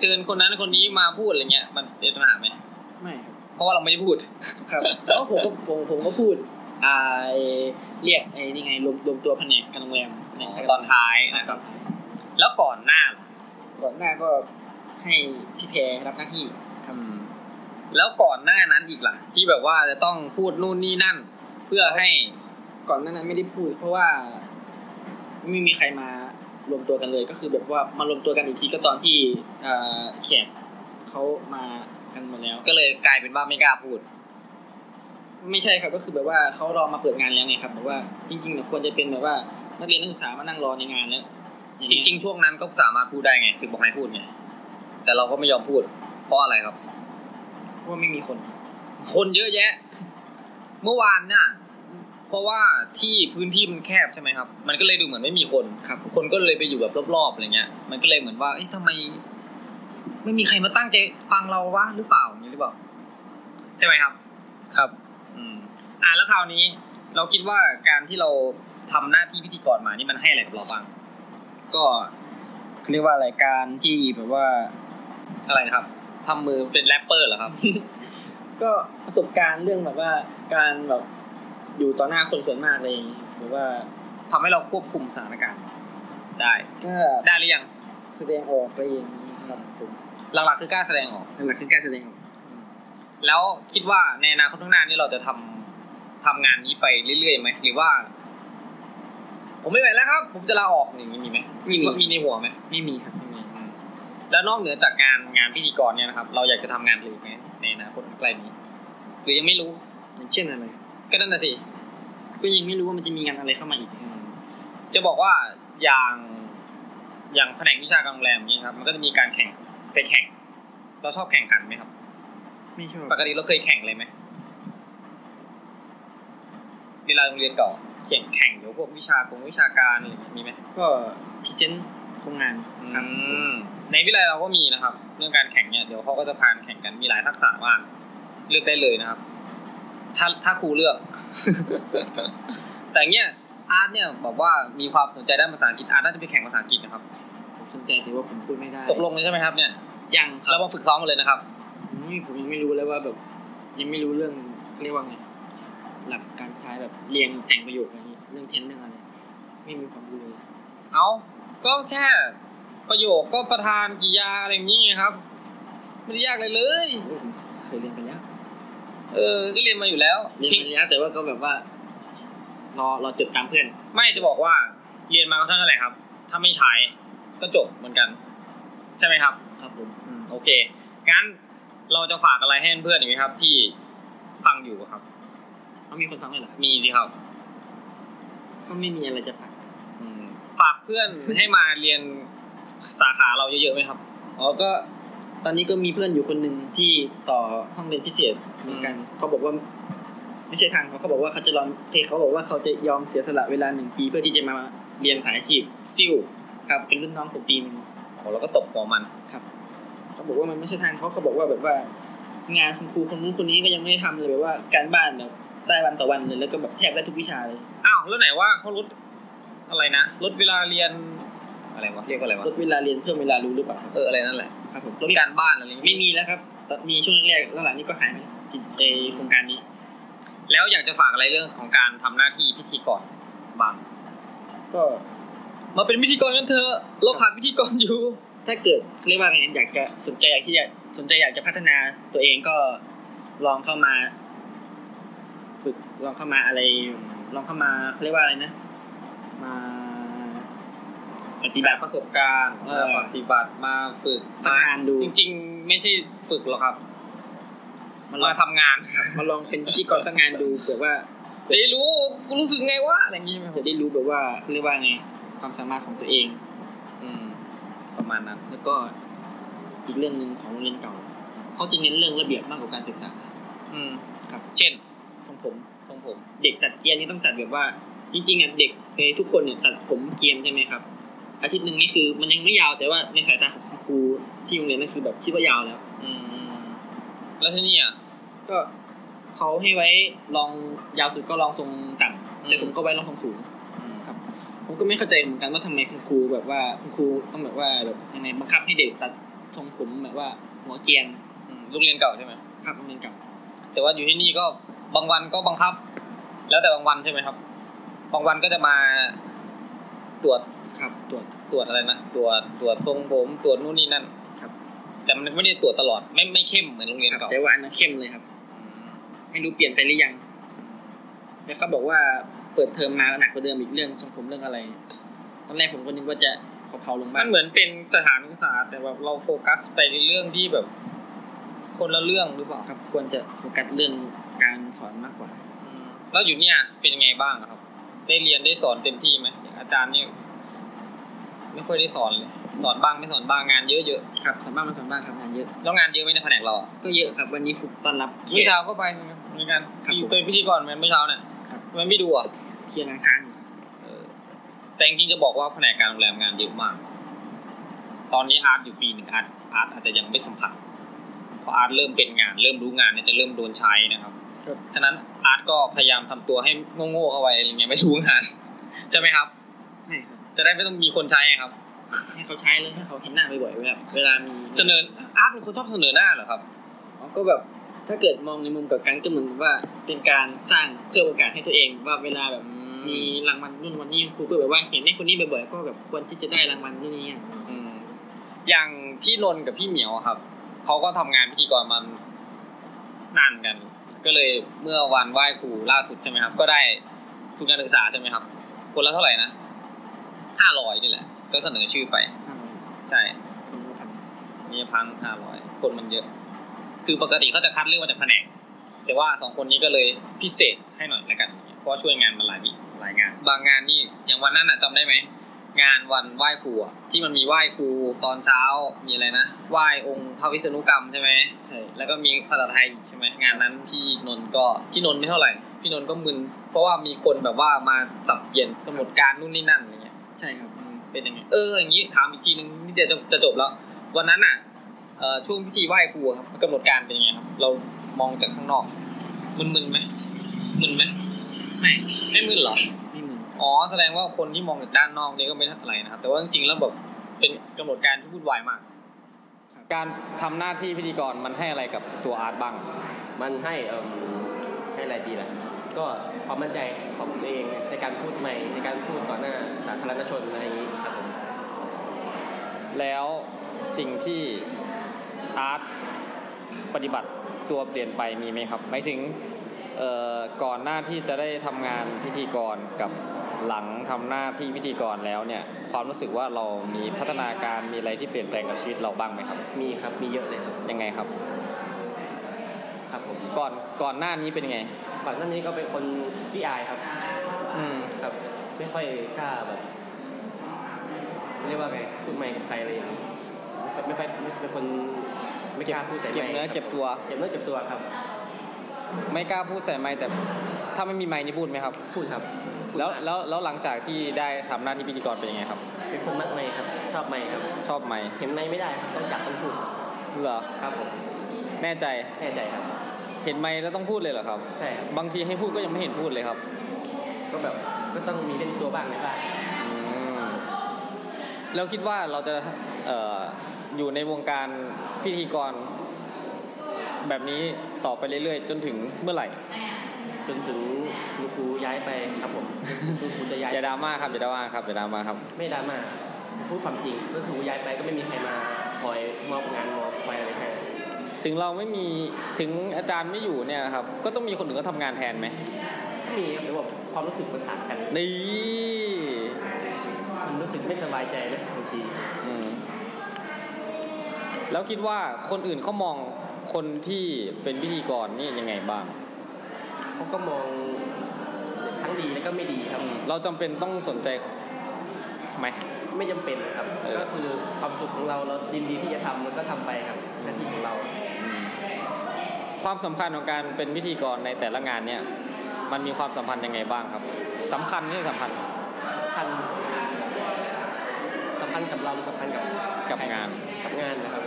Speaker 2: เชิญคนนั้นคนนี้มาพูดอะไรเงี้ย มันเป็นปัญหาไหม
Speaker 1: ไม่ครับ
Speaker 2: เพราะว่าเราไม่ได้พูด
Speaker 1: ครับแล้วผมก็ผมผมก็พูดอ่าไอ้เรียกไอ้นี่ไงรวมรวมตัวแผนกการโรงแรมแผก
Speaker 2: ตอนท้าย
Speaker 1: นะ
Speaker 2: นะ
Speaker 1: ค
Speaker 2: ค
Speaker 1: รั
Speaker 2: รับ
Speaker 1: บ
Speaker 2: แล้วก่อนหน้า
Speaker 1: ก่อนหน้าก็ให้พี่แพรรับหน้าที่ท
Speaker 2: แล้วก่อนหน้านั้นอีกล่ะ ที่แบบว่าจะต้องพูดนู่นนี่นั่น เพื่อให้
Speaker 1: ำก่อนหน้านั้นไม่ได้พูด เพราะว่า ไม่มีใครมารวมตัวกันเลย ก็คือแบบว่ามารวมตัวกันอีกทีก็ตอนที่อ่าแขกเขามากันหมดแล้ว
Speaker 2: ก็เลยกลายเป็นว่าไม่กล้าพูด
Speaker 1: ไม่ใช่ครับก็คือแบบว่าเขารอมาเปิดงานแล้วไงครับแบบว่าจริงๆเนี่ยควรจะเป็นแบบว่านักเรียนนักศึกษามานั่งรอในงานแล้วอย่า
Speaker 2: จ
Speaker 1: เย
Speaker 2: ริง ๆ ช่วงนั้นก็สามารถพูดได้ไงถึงบอกให้พูดไงแต่เราก็ไม่ยอมพูด เพราะอะไรครับ
Speaker 1: เพราะว่าไม่มีคน
Speaker 2: คนเยอะแยะ เมื่อวานน่ะ เพราะว่าที่พื้นที่มันแคบใช่ไหมครับ มันก็เลยดูเหมือนไม่มีคนครับ คนก็เลยไปอยู่แบบรอบๆอะไรเงี้ย มันก็เลยเหมือนว่าเอ๊ะทำไม ไม่มีใครมาตั้งใจฟังเราวะหรือเปล่าอย่างนี้หรือเปล่าใช่ไหมครับ ครับ อืม อ่าแล้วคราวนี้ เราคิดว่าการที่เราทำหน้าที่พิธีกรมานี่มันให้อะไรกับเราบ้าง
Speaker 1: ก็เขาเรียกว่าอะไรการที่แบบว่า
Speaker 2: อะไรนะครับทำมือเป็นแรปเปอร์เหรอครับ
Speaker 1: ก็ประสบการณ์เรื่องแบบว่า การแบบอยู่ต่อหน้าคนส่วนมากอะไรอย่างงี้หรือว่า
Speaker 2: ทำให้เราควบคุมสถานการณ์ได้
Speaker 1: ก็
Speaker 2: ได้หรือยัง
Speaker 1: แสดงออกไปอย่างนี้ครับผม
Speaker 2: หลักๆคือกล้าแสดงออก
Speaker 1: นั่นแหละคือการแสดงออก
Speaker 2: แล้วคิดว่าในอนาคตข้างหน้านี่เราจะทำทำงานนี้ไปเรื่อยๆไหมหรือว่า ผมไม่ไหวแล้วครับ ผมจะลาออกอย่างนี้มีไหมคิดว่ามีในหัวไหม
Speaker 1: ไม่มีครับไม่มี
Speaker 2: อืมแล้วนอกเหนือจากงานงานพิธีกรเนี่ยนะครับ เราอยากจะทำงานอื่นไหมในอนาคตอันใกล้นี้ หรือยังไม่รู้
Speaker 1: อย่างเช่นอะไร
Speaker 2: ก็นั่นน่ะสิ
Speaker 1: ก็ยังไม่รู้ว่ามันจะมีงานอะไรเข้ามาอีก
Speaker 2: อืมจะบอกว่าอย่างอย่างแผนกวิชาการโรงแรมนี้ยครับ มันก็จะมีการแข่งไปแข่ง เราชอบแข่งขันไหมครับ
Speaker 1: ไม่ชอบ
Speaker 2: ปกติเราเคยแข่งเลยไหมเวลาโรงเรียนเก่าแข่งแข่งเดี๋ยวพวกวิชาของวิชาการอะไรอย่างเงี้ยมีไหม
Speaker 1: ก็พรีเซนต์โครงงานครับ
Speaker 2: ในวิทยาลัยเราก็มีนะครับ เรื่องการแข่งเนี่ยเดี๋ยวเขาก็จะพานแข่งกันมีหลายทักษะมากเลือกได้เลยนะครับ ถ้าถ้าครูเลือก แต่เนี่ยอาร์ตเนี่ยบอกว่ามีความสนใจด้านภาษาอังกฤษอาร์ตน่าจะไปแข่งภาษาอังกฤษนะครับ
Speaker 1: ผมสนใจแต่ว่าผมพูดไม่ได้
Speaker 2: ตกลงเลยใช่ไหมครับ เนี่ย
Speaker 1: ยังครั
Speaker 2: เรา
Speaker 1: บ
Speaker 2: มาฝึกซ้อมกันเลยนะครับ
Speaker 1: อืมผมยังไม่รู้เลยว่าแบบ ยังไม่รู้เรื่องเขาเรียกว่าไงหลักการใช้แบบเรียงแต่งประโยคอะไรอย่างงี้เรื่องเทนเรื่องอะไรไม่มีความรู้เลย
Speaker 2: เอาก็แค่ประโยคก็ประธานกิริยาอะไรอย่างนี้ครับ ไม่ได้ยากเลยเลย
Speaker 1: เคยเรียนไปแล้ว
Speaker 2: เออ ก็เรียนมาอยู่แล้ว
Speaker 1: เรียนไปแล้วแต่ว่าก็แบบว่า รอรอจดตามเพื่อน
Speaker 2: ไม่จะบอกว่า เรียนมาก็เท่านั้นแหละครับ ถ้าไม่ใช้ก็จบเหมือนกัน ใช่ไหมครับ
Speaker 1: ครับผม
Speaker 2: อืม โอเค งั้นเราจะฝากอะไรให้เพื่อนๆอีกไหมครับ ที่ฟังอยู่ครับ
Speaker 1: เขามีคนฟังด้วยเหรอครับ
Speaker 2: มีสิครับ
Speaker 1: ก็ไม่มีอะไรจะฝาก
Speaker 2: อืมฝากเพื่อนให้มาเรียนสาขาเราเยอะๆไหมครับ
Speaker 1: อ๋อก็ตอนนี้ก็มีเพื่อนอยู่คนหนึ่งที่ต่อห้องเรียนพิเศษเหมือนกันเขาบอกว่า ไม่ใช่ทางเขาเขาบอกว่าเขาจะลองเทเขาบอกว่าเขาจะยอมเสียสละเวลาหนึ่งปี เพื่อที่จะมาเรียนสายอาชีพ
Speaker 2: ซิ่ว
Speaker 1: ครับ เป็นรุ่นน้องผมปีหนึง
Speaker 2: โอ้เราก็ตบหัวมัน
Speaker 1: เขาบอกว่ามันไม่ใช่ทางเขาเขาบอกว่าแบบว่างานคุณครูคนนู้นคนนี้ก็ยังไม่ได้ทำเลยแบบว่าการบ้านแบบได้วันต่อวันเลยแล้วก็แบบแทบได้ทุกวิชาเลย
Speaker 2: อ้าวแล้วไหนว่าเขาลดอะไรนะลดเวลาเรียนอะไรวะเรียกว่าอะไรวะ
Speaker 1: ลดเวลาเรียนเพิ่มเวลารู้หรือเปล่าครับ
Speaker 2: เอออะไรนั่นแหละ
Speaker 1: ครับผม
Speaker 2: ลดการบ้านอะไรอย่าง
Speaker 1: ไม่
Speaker 2: งี้
Speaker 1: มีแล้วครับตอนมีช่วงแรกๆแล้วหลังนี้ก็หายไปจิตใจโครงการนี้
Speaker 2: แล้วอยากจะฝากอะไรเรื่องของการทำหน้าที่พิธีกรบ้าง
Speaker 1: ก็
Speaker 2: มาเป็นพิธีกรกันเถอะเราขาดพิธีกรอยู่
Speaker 1: ถ้าเกิดเรียกว่าไงอยากจะสนใจอยากที่จะสนใจอยากจะพัฒนาตัวเองก็ลองเข้ามาฝึกลองเข้ามาอะไรลองเข้ามาเขาเรียกว่าอะไรนะ มา
Speaker 2: ปฏิบัติประสบการณ์
Speaker 1: เออ
Speaker 2: ปฏิบัติมาฝึก
Speaker 1: สัง
Speaker 2: มา
Speaker 1: งานดู
Speaker 2: จริงๆ ไม่ใช่ฝึกหรอกครับ
Speaker 1: มั
Speaker 2: มัน น
Speaker 1: ลอ
Speaker 2: มาง ทำงาน
Speaker 1: มาลองเป็นพิธีกรสังงานดูเผื่อว่า
Speaker 2: จะได้รู้กูรู้สึกไงวะอะไรอย่างงี้ไหม
Speaker 1: จะได้รู้แบบว่าเขาเรียกว่าไงความสามารถของตัวเอง
Speaker 2: อืม ประมาณนั้น
Speaker 1: แล้วก็อีกเรื่องหนึ่งของโรงเรียนเก่าเขาจะเน้นเรื่องระเบียบมากกว่าการศึกษา
Speaker 2: อืม
Speaker 1: ครับ
Speaker 2: เช่น
Speaker 1: ของผม
Speaker 2: ทรงผม
Speaker 1: เด็กตัดเกรียนนี่ต้องตัดแบบว่า จริงๆอ่ะเด็กเอ่อทุกคนเนี่ยตัดผมเกรียนใช่ไหมครับ อาทิตย์หนึ่งนี่คือมันยังไม่ยาวแต่ว่าในสายตาของคุณครูที่โรงเรียนนั่นคือแบบคิดว่ายาวแล้ว
Speaker 2: อืม แล้วที่นี่อ่ะ
Speaker 1: ก็เขาให้ไว้ลองยาวสุดก็ลองทรง
Speaker 2: อื
Speaker 1: ต่ำ
Speaker 2: ม
Speaker 1: แต่ผมก็ไว้ลองทรงสูง ครับ ผมก็ไม่เข้าใจเหมือนกันว่าทำไมคุณครูแบบว่าคุณครูต้องแบบว่าแบบยังไงบังคับให้เด็กตัดทรงผมแบบว่าหัวเกรียน
Speaker 2: อืมลูกเรียนเก่าใช่ไหม
Speaker 1: ครับโรงเรียนเก่า
Speaker 2: แต่ว่าอยู่ที่นี่ก็บางวันก็บังคับ แล้วแต่บางวันใช่ไหมครับ บางวันก็จะมาตรวจ
Speaker 1: ครับตรวจ
Speaker 2: ตรวจอะไรนะตรวจตรวจทรงผมตรวจนู่นนี่นั่น
Speaker 1: ครับ
Speaker 2: แต่มันไม่ได้ตรวจตลอดไม่ไม่เข้มเหมือนโรงเรียน
Speaker 1: ครับ
Speaker 2: เก่า
Speaker 1: แต่ว่าอันนั้นเข้มเลยครับ ไม่รู้เปลี่ยนไปหรือยัง แล้วเขาบอกว่าเปิดเทอมมาหนักกว่าเดิมอีกเรื่องทรงผมเรื่องอะไร ตอนแรกผมก็นึกว่าจะเผาๆลงบ้า
Speaker 2: มัน นเหมือนเป็นสถานศึกษาแต่แบบเราโฟกัสไปในเรื่องที่แบบ คนละเรื่องหรือเปล่า
Speaker 1: ครับควรจะโฟกัสเรื่องการสอนมากกว่า
Speaker 2: อืมแล้วอยู่เนี่ยเป็นยังไงบ้างอะครับ ได้เรียนได้สอนเต็มที่ไหมอาจารย์นี่ไม่ค่อยได้สอนเลยสอนบ้างไม่สอนบ้างงานเยอะ
Speaker 1: ครับสอนบ้างมาสอนบ้างครับงานเยอะ
Speaker 2: ๆแล้วงานเยอะไหมในแผนกเราอะ
Speaker 1: ก็เยอะครับวันนี้ผมต้อนรับเคลี
Speaker 2: เมื่อย
Speaker 1: ร์
Speaker 2: เช้าก็ไปเหมือนกัน
Speaker 1: ครับผม
Speaker 2: เป็นพิธีกรเหมือนเมื่อเช้าเนี่ย
Speaker 1: ครับ
Speaker 2: ทำไมันไม่ดูอ่ะ
Speaker 1: เคลียร์งานค้างอยู่
Speaker 2: เออแต่จริงๆจะบอกว่าแผนกการโรงแรมงานเยอะมาก ตอนนี้อาร์ตอยู่ปีหนึ่งอาร์ตอาร์ตอาจจะยังไม่สัมผัสเพราะอาร์ตเริ่มเป็นงาน เริ่มรู้งานเนี่ยจะเริ่มโดนใช้นะครับ
Speaker 1: ครับ
Speaker 2: ฉะนั้นอาร์ตก็พยายามทำตัวให้โง่ๆเอาไว้อะไรเงี้ยไม่รู้งานใช่ไหมครับ
Speaker 1: ไม่ครับ
Speaker 2: จะได้ไม่ต้องมีคนใช้ไงครับ
Speaker 1: ให้เขาใช้เลยให้เขาเห็นหน้าบ่อยๆเวลาเวลามี
Speaker 2: เสนออาร์ตเป็นคนชอบเสนอหน้าเหรอครับ
Speaker 1: เขาก็แบบถ้าเกิดมองในมุมกับกันก็เหมือนว่าเป็นการสร้างเพิ่มโอกาสให้ตัวเองว่าเวลาแบบมีรางวัลนู่นวันนี้ครูก็แบบว่าเห็นไอ้คนนี้บ่อยๆก็แบบควรที่จะได้รางวัลนู่นนี่อย่างนี้
Speaker 2: อืมอย่างพี่นนท์กับพี่เหมียวอะครับเขาก็ทำงานพิธีกรมันนานกัน ก็เลยเมื่อวันไหว้ครูล่าสุดใช่ไหมครับ ก็ได้ทุนการศึกษาใช่ไหมครับ คนละเท่าไหร่นะห้าร้อยนี่แหละ ก็เสนอชื่อไป
Speaker 1: ห้าร้อย
Speaker 2: ใช่
Speaker 1: คนละพัน
Speaker 2: มีพันห้าร้อยคนมันเยอะ คือปกติเขาจะคัดเลือกมาจากแผนก แต่ว่าสองคนนี้ก็เลยพิเศษให้หน่อยแล้วกัน เพราะว่าช่วยงานมาหลายวิหลายงาน บางงานนี่อย่างวันนั้นน่ะจำได้ไหม งานวันไหว้ครูอะที่มันมีไหว้ครูตอนเช้ามีอะไรนะไหว้องค์พระวิษณุกรรมใช่ไหม
Speaker 1: ใช่
Speaker 2: แล้วก็มีภาษาไทยอีกใช่ไหมงานนั้นพี่นนท์ก็พี่นนท์ไม่เท่าไหร่พี่นนท์ก็มึนเพราะว่ามีคนแบบว่ามาสับเปลี่ยนกำหนดการนู่นนี่นั่นอะไรเงี้ย
Speaker 1: ใช่ครับ
Speaker 2: อืมเป็นยังไงเอออย่างนี้ถามอีกทีนึงนี่เดี๋ยวจะจะจบแล้ว วันนั้นอ่ะเอ่อช่วงพิธีไหว้ครูอะครับกำหนดการเป็นยังไงครับ เรามองจากข้างนอกมึนๆไหมมึนไหม
Speaker 1: ไม่
Speaker 2: ไม่มึนเหรอ
Speaker 1: ไม่เหมือน
Speaker 2: อ๋อแสดงว่าคนที่มองจากด้านนอกนี่ก็ไม่เท่าไหร่นะครับ แต่ว่าจริงๆแล้วแบบเป็นกำหนดการที่วุ่นวายมาก การทำหน้าที่พิธีกรมันให้อะไรกับตัวอาร์ตบ้าง
Speaker 3: มันให้เอิ่มให้อะไรดีล่ะ ก็ความมั่นใจของตัวเองในการพูดใหม่ในการพูดต่อหน้าสาธารณชนอะไรอย่างนี้ครับผม
Speaker 4: แล้วสิ่งที่อาร์ตปฏิบัติตัวเปลี่ยนไปมีไหมครับหมายถึงเอ่อก่อนหน้าที่จะได้ทำงานพิธีกรกับหลังทำหน้าที่พิธีกรแล้วเนี่ยความรู้สึกว่าเรามีพัฒนาการมีอะไรที่เปลี่ยนแปลงกับชีวิตเราบ้างไหมครับ
Speaker 3: มีครับมีเยอะเลยครับ
Speaker 4: ยังไงครับ
Speaker 3: ครับผม
Speaker 4: ก่อนก่อนหน้านี้เป็นยังไง
Speaker 3: ก่อนหน้านี้ก็เป็นคนที่อายครับ
Speaker 4: อืม
Speaker 3: ครับ ไม่ค่อยกล้าแบบเรียกว่าไงพูดใหม่กับใครอะไรอย่างนี้ไม่ค่อยไม่เป็นคนไม่กล้าพูดใส่ไมค์
Speaker 4: เก็บเนื้อ
Speaker 3: ครับ
Speaker 4: เก็บตัว
Speaker 3: เก็บเนื้อเก็บตัวครับ
Speaker 4: ไม่กล้าพูดใส่ไมค์แต่ถ้าไม่มีไมค์นี่พูดไหมครับ
Speaker 3: พูดครับพูด
Speaker 4: แล้ว
Speaker 3: มาก
Speaker 4: แล้วแล้วหลังจากที่ได้ทำหน้าที่พิธีกรเป็นยังไงครับ
Speaker 3: เป็นคนมักไม่ครับ ชอบไม่ครับ
Speaker 4: ชอบไมค์
Speaker 3: เห็นไม่ไม่ได้ครับต้องจับต้องพูดครับ
Speaker 4: เหรอ
Speaker 3: ครับผม
Speaker 4: แน่ใจ
Speaker 3: แน่ใจครับ
Speaker 4: เห็นไมค์แล้วต้องพูดเลยเหรอครับ
Speaker 3: ใช่ครับ
Speaker 4: บางทีให้พูดก็ยังไม่เห็นพูดเลยครับ
Speaker 3: ก็แบบก็ต้องมีเล่นตัวบ้างนะบ้าง
Speaker 4: แล้วคิดว่าเราจะเอ่ออยู่ในวงการพิธีกร แบบนี้ต่อไปเรื่อยๆ จนถึงเมื่อไหร่
Speaker 3: จนถึงคุณครูย้ายไปครับผมคุณครูจะย้าย
Speaker 4: อย่าดราม่าครับอย่าดราม่าครับอย่าดราม่าครับ
Speaker 3: ไม่ดราม่าพูดความจริงก็คือครูย้ายไปก็ไม่มีใครมาคอยมอบงานมอบคอยอะไรให้
Speaker 4: ถึงเราไม่มีถึงอาจารย์ไม่อยู่เนี่ยนะครับ ก็ต้องมีคนอื่นก็ทำงานแทนไหม
Speaker 3: มีครับแต่ว่าความรู้สึกมันต่างกัน
Speaker 4: นี่
Speaker 3: มันรู้สึกไม่สบายใจนะบางที
Speaker 4: อืมแล้วคิดว่าคนอื่นเขามองคนที่เป็นพิธีกรนี่ยังไงบ้าง
Speaker 3: เขาก็มองทั้งดีแล้วก็ไม่ดีครับ
Speaker 4: เราจำเป็นต้องสนใจไหม
Speaker 3: ไม่จำเป็นครับ
Speaker 4: เออ
Speaker 3: ก็คือความสุขของเราเรายินดีที่จะทำแล้วก็ทำไปครับหน้าที่ของเรา
Speaker 4: ความสำคัญของการเป็นพิธีกรในแต่ละงานเนี่ย มันมีความสัมพันธ์ยังไงบ้างครับสำคัญไม่สำคัญ
Speaker 3: พันสำคัญกับเราสำคัญกับ
Speaker 4: กับงาน
Speaker 3: กับงานนะครับ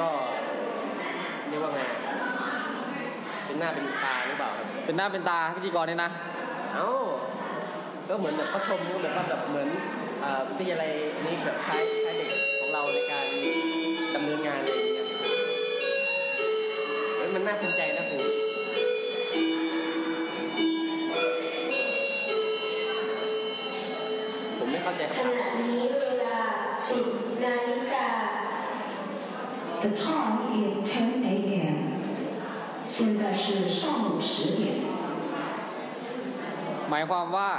Speaker 3: ก็เรียกว่าไงอะเป็นหน้าเป็นตาหรือเปล่าครับ
Speaker 4: เป็นหน้าเป็นตาพิธีกรเนี่ยนะ
Speaker 3: เอ้าก็เหมือนแบบเขาชมก็เหมือนว่าแบบเหมือนเอ่อวิทยาลัยนี้แบบใช้ใช้เด็กของเราในการดำเนินงานอะไรอย่างเงี้ยมันมันน่าภูมิใจนะผมผมไม่เข้าใจค
Speaker 5: ข
Speaker 3: รับ
Speaker 5: ณะนี้เวลา10นาฬิกา
Speaker 6: The time is 10 a.m. 现在是上午十点。
Speaker 4: หมายความว่า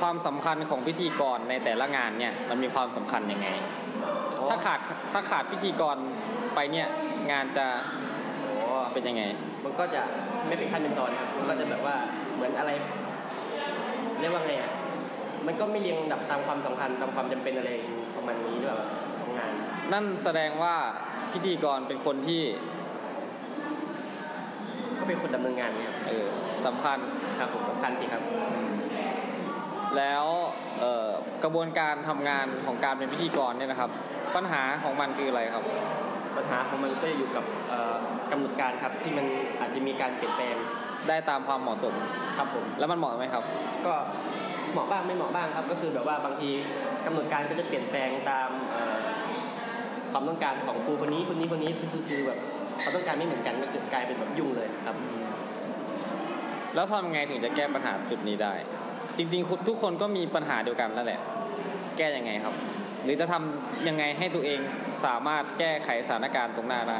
Speaker 4: ความสำคัญของพิธีกรในแต่ละงานเนี่ยมันมีความสำคัญยังไง ถ้าขาดถ้าขาดพิธีกรไปเนี่ยงานจะเป็นยังไง
Speaker 3: มันก็จะไม่เป็นขั้นเป็นตอนครับ มันก็จะแบบว่าเหมือนอะไรเรียกว่าไงอ่ะ มันก็ไม่เรียงลำดับตามความสำคัญตามความจำเป็นอะไรประมาณนี้ด้วยแบบของงาน
Speaker 4: นั่นแสดงว่าพิธีกรเป็นคนที่
Speaker 3: ก็เป็นคนดำเนินงานเนี่ยครับ
Speaker 4: เออสำคัญ
Speaker 3: ครับผมสำคัญสิครับ
Speaker 4: แล้วเอ่อกระบวนการทำงานของการเป็นพิธีกรเนี่ยนะครับ ปัญหาของมันคืออะไรครับ
Speaker 3: ปัญหาของมันก็จะอยู่กับเอ่อกำหนดการครับที่มันอาจจะมีการเปลี่ยนแปลง
Speaker 4: ได้ตามความเหมาะสม
Speaker 3: ครับผม
Speaker 4: แล้วมันเหมาะไหมครับ
Speaker 3: ก็เหมาะบ้างไม่เหมาะบ้างครับ ก็คือแบบว่าบางทีกำหนดการก็จะเปลี่ยนแปลงตามเอ่อความต้องการของครูคนนี้คนนี้คนนี้คือคือแบบความต้องการไม่เหมือนกันก็เกิดกลายเป็นแบบยุ่งเลยครับ
Speaker 4: แล้วทำยังไงถึงจะแก้ปัญหาจุดนี้ได้ จริงๆคุณทุกคนก็มีปัญหาเดียวกันนั่นแหละ แก้ยังไงครับ หรือจะทำยังไงให้ตัวเองสามารถแก้ไขสถานการณ์ตรงหน้าได้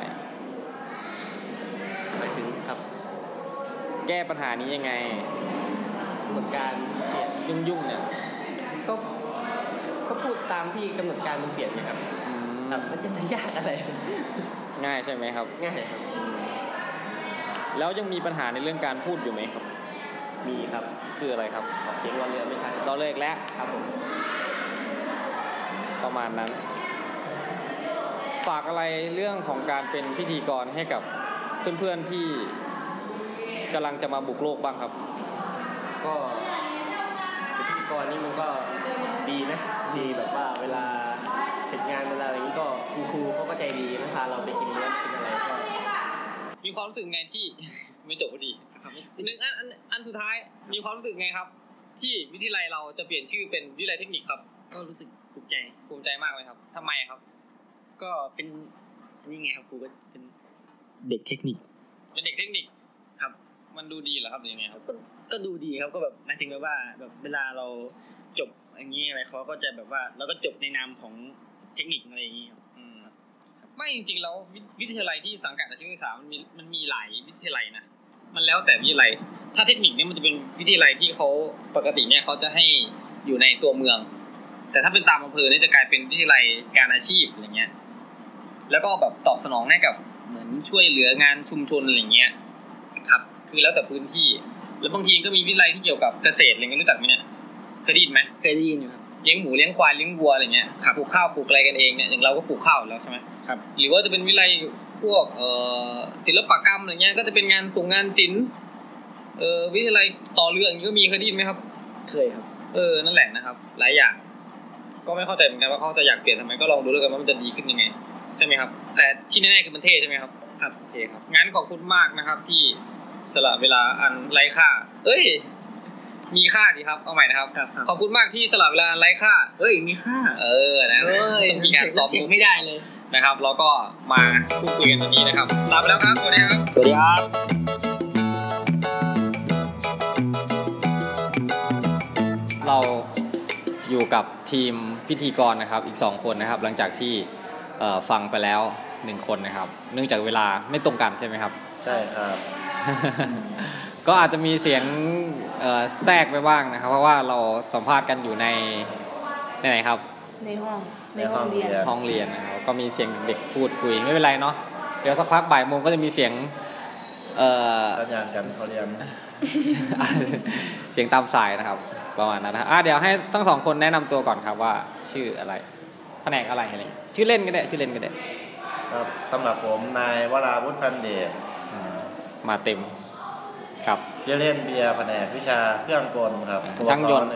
Speaker 3: หมายถึงครับ
Speaker 4: แก้ปัญหานี้ยังไง
Speaker 3: กำหนดการเปลี่ยน
Speaker 4: ยุ่งๆเนี่ย
Speaker 3: ก็ก็พูดตามที่กำหนดการมันเปลี่ยนนะครับครับมันจะยากอะไร
Speaker 4: ง่ายใช่ไหมครับ
Speaker 3: ง่ายครับ
Speaker 4: แล้วยังมีปัญหาในเรื่องการพูดอยู่ไหมครับ
Speaker 3: มีครับ
Speaker 4: คืออะไรครับ
Speaker 3: ออกเสียงรอเรือไม่ทัน
Speaker 4: ตอนเลิกแล้ว
Speaker 3: ครับผม
Speaker 4: ประมาณนั้น ฝากอะไรเรื่องของการเป็นพิธีกรให้กับเพื่อนๆที่กำลังจะมาบุกโลกบ้างครับ
Speaker 3: ก็พิธีกรนี่มันก็ดีนะดีแบบว่าเวลาเสร็จงานเวลาอะไรอย่างนี้ก็ครูครูเขาก็ใจดีนะพาเราไปกินเลี้ยงกินอะไรก็
Speaker 2: มีความรู้สึกไง ที่ ไม่จบพอดีนะครับหนึ่งอันอันอันสุดท้ายมีความรู้สึกไงครับ ที่วิทยาลัยเราจะเปลี่ยนชื่อเป็นวิทยาลัยเทคนิคครับ ก็รู้สึกภูมิใจภูมิใจมากเลยครับทำไมครับ ก็เป็นนี่ไงครับครูเป็น
Speaker 1: เด็กเทคนิค
Speaker 2: เป็นเด็กเทคนิคครับ มันดูดีเหรอครับหรือยังไงครับ
Speaker 1: ก็ดูดีครับก็แบบหมายถึงแบบว่าแบบเวลาเราจบอย่างนี้อะไรเขาก็จะแบบว่าเราก็จบในนามของเทคนิคอะไรอย่างนี้ครับ
Speaker 2: อืมไม่จริงๆแล้ววิวิทยาลัยที่สังกัดอาชีวศึกษามันมีมันมีหลายวิทยาลัยนะมันแล้วแต่วิทยาลัย ถ้าเทคนิคเนี่ยมันจะเป็นวิทยาลัยที่เขาปกติเนี่ยเขาจะให้อยู่ในตัวเมือง แต่ถ้าเป็นตามอำเภอเนี่ยจะกลายเป็นวิทยาลัยการอาชีพอะไรเงี้ย แล้วก็แบบตอบสนองให้กับเหมือนช่วยเหลืองานชุมชนอะไรเงี้ยครับ คือแล้วแต่พื้นที่ แล้วบางทีก็มีวิทยาลัยที่เกี่ยวกับเกษตรอะไรเงี้ยรู้จักไหมเนี่ยเคยได้ยินไหม
Speaker 1: เคยได้ยินอยู่ครับ
Speaker 2: เลี้ยงหมูเลี้ยงควายเลี้ยงวัวอะไรเงี้ยปลูกข้าวปลูกอะไรกันเองเนี่ยอย่างเราก็ปลูกข้าวอยู่แล้วใช่ไหม
Speaker 1: ครับ
Speaker 2: หรือว่าจะเป็นวิไลพวกเอ่อศิลปกรรมอะไรเงี้ยก็จะเป็นงานส่งงานศิลป์เอ่อวิทยาลัยต่อเรืออย่างนี้ก็มีเคยได้ยินไหมครับ
Speaker 1: เคยครับ
Speaker 2: เออนั่นแหละนะครับ หลายอย่าง ก็ไม่เข้าใจเหมือนกันว่าเขาจะอยากเปลี่ยนทำไมก็ลองดูแล้วกันว่ามันจะดีขึ้นยังไง ใช่ไหมครับ แต่ที่แน่ๆคือมันเท่ใช่ไหมครับครับโอเคครับงั้นขอบคุณมากนะครับ ที่สละเวลาอันไร้ค่า เอ้ย มีค่าสิครับเอาใหม่นะครับ
Speaker 1: ครับครับ
Speaker 2: ขอบคุณมากที่สละเวลาอันไร้ค่า
Speaker 1: เอ้ยมีค่า
Speaker 2: เออนะต้อง มีการซ้อม
Speaker 1: เสีย
Speaker 2: มุ
Speaker 1: ง
Speaker 2: ก
Speaker 1: ไม่ได้เลย
Speaker 2: นะครับแล้วก็มาพูดคุยกันวันนี้นะครับลาไปแล้วครับ สวัสดีครับ
Speaker 1: สวัสดีครับ
Speaker 4: เราอยู่กับทีมพิธีกรนะครับอีก 2 คนนะครับ หลังจากที่เอ่อฟังไปแล้ว 1 คนนะครับ เนื่องจากเวลาไม่ตรงกันใช่ไหมครับ
Speaker 3: ใช่ครับ
Speaker 4: ก็อาจจะมีเสียงเอ่อแทรกไปบ้างนะครับ เพราะว่าเราสัมภาษณ์กันอยู่ในในไหนครับ
Speaker 7: ในห้องในห้องเรียน
Speaker 4: ห้องเรียนนะครับก็มีเสียงเด็กพูดคุยไม่เป็นไรเนาะเดี๋ยวสักพักบ่ายโมงก็จะมีเสียงเอ่อ
Speaker 8: สัญญาณกันเขาเรียน
Speaker 4: เสียงตามสายนะครับ ประมาณนั้นนะครับอ่ะเดี๋ยวให้ทั้งสองคนแนะนำตัวก่อนครับว่าชื่ออะไรแผนกอะไรอะไรอย่างงี้ชื่อเล่นก็ได้ชื่อเล่นก็ได้
Speaker 8: ครับสำหรับผมนายวราวุฒิพันเดชอ่า
Speaker 4: มาเต็มครับ
Speaker 8: เชื่อเล่นเบียร์แผนกวิชาเครื่องกลครับตัว
Speaker 4: ช่างยนต์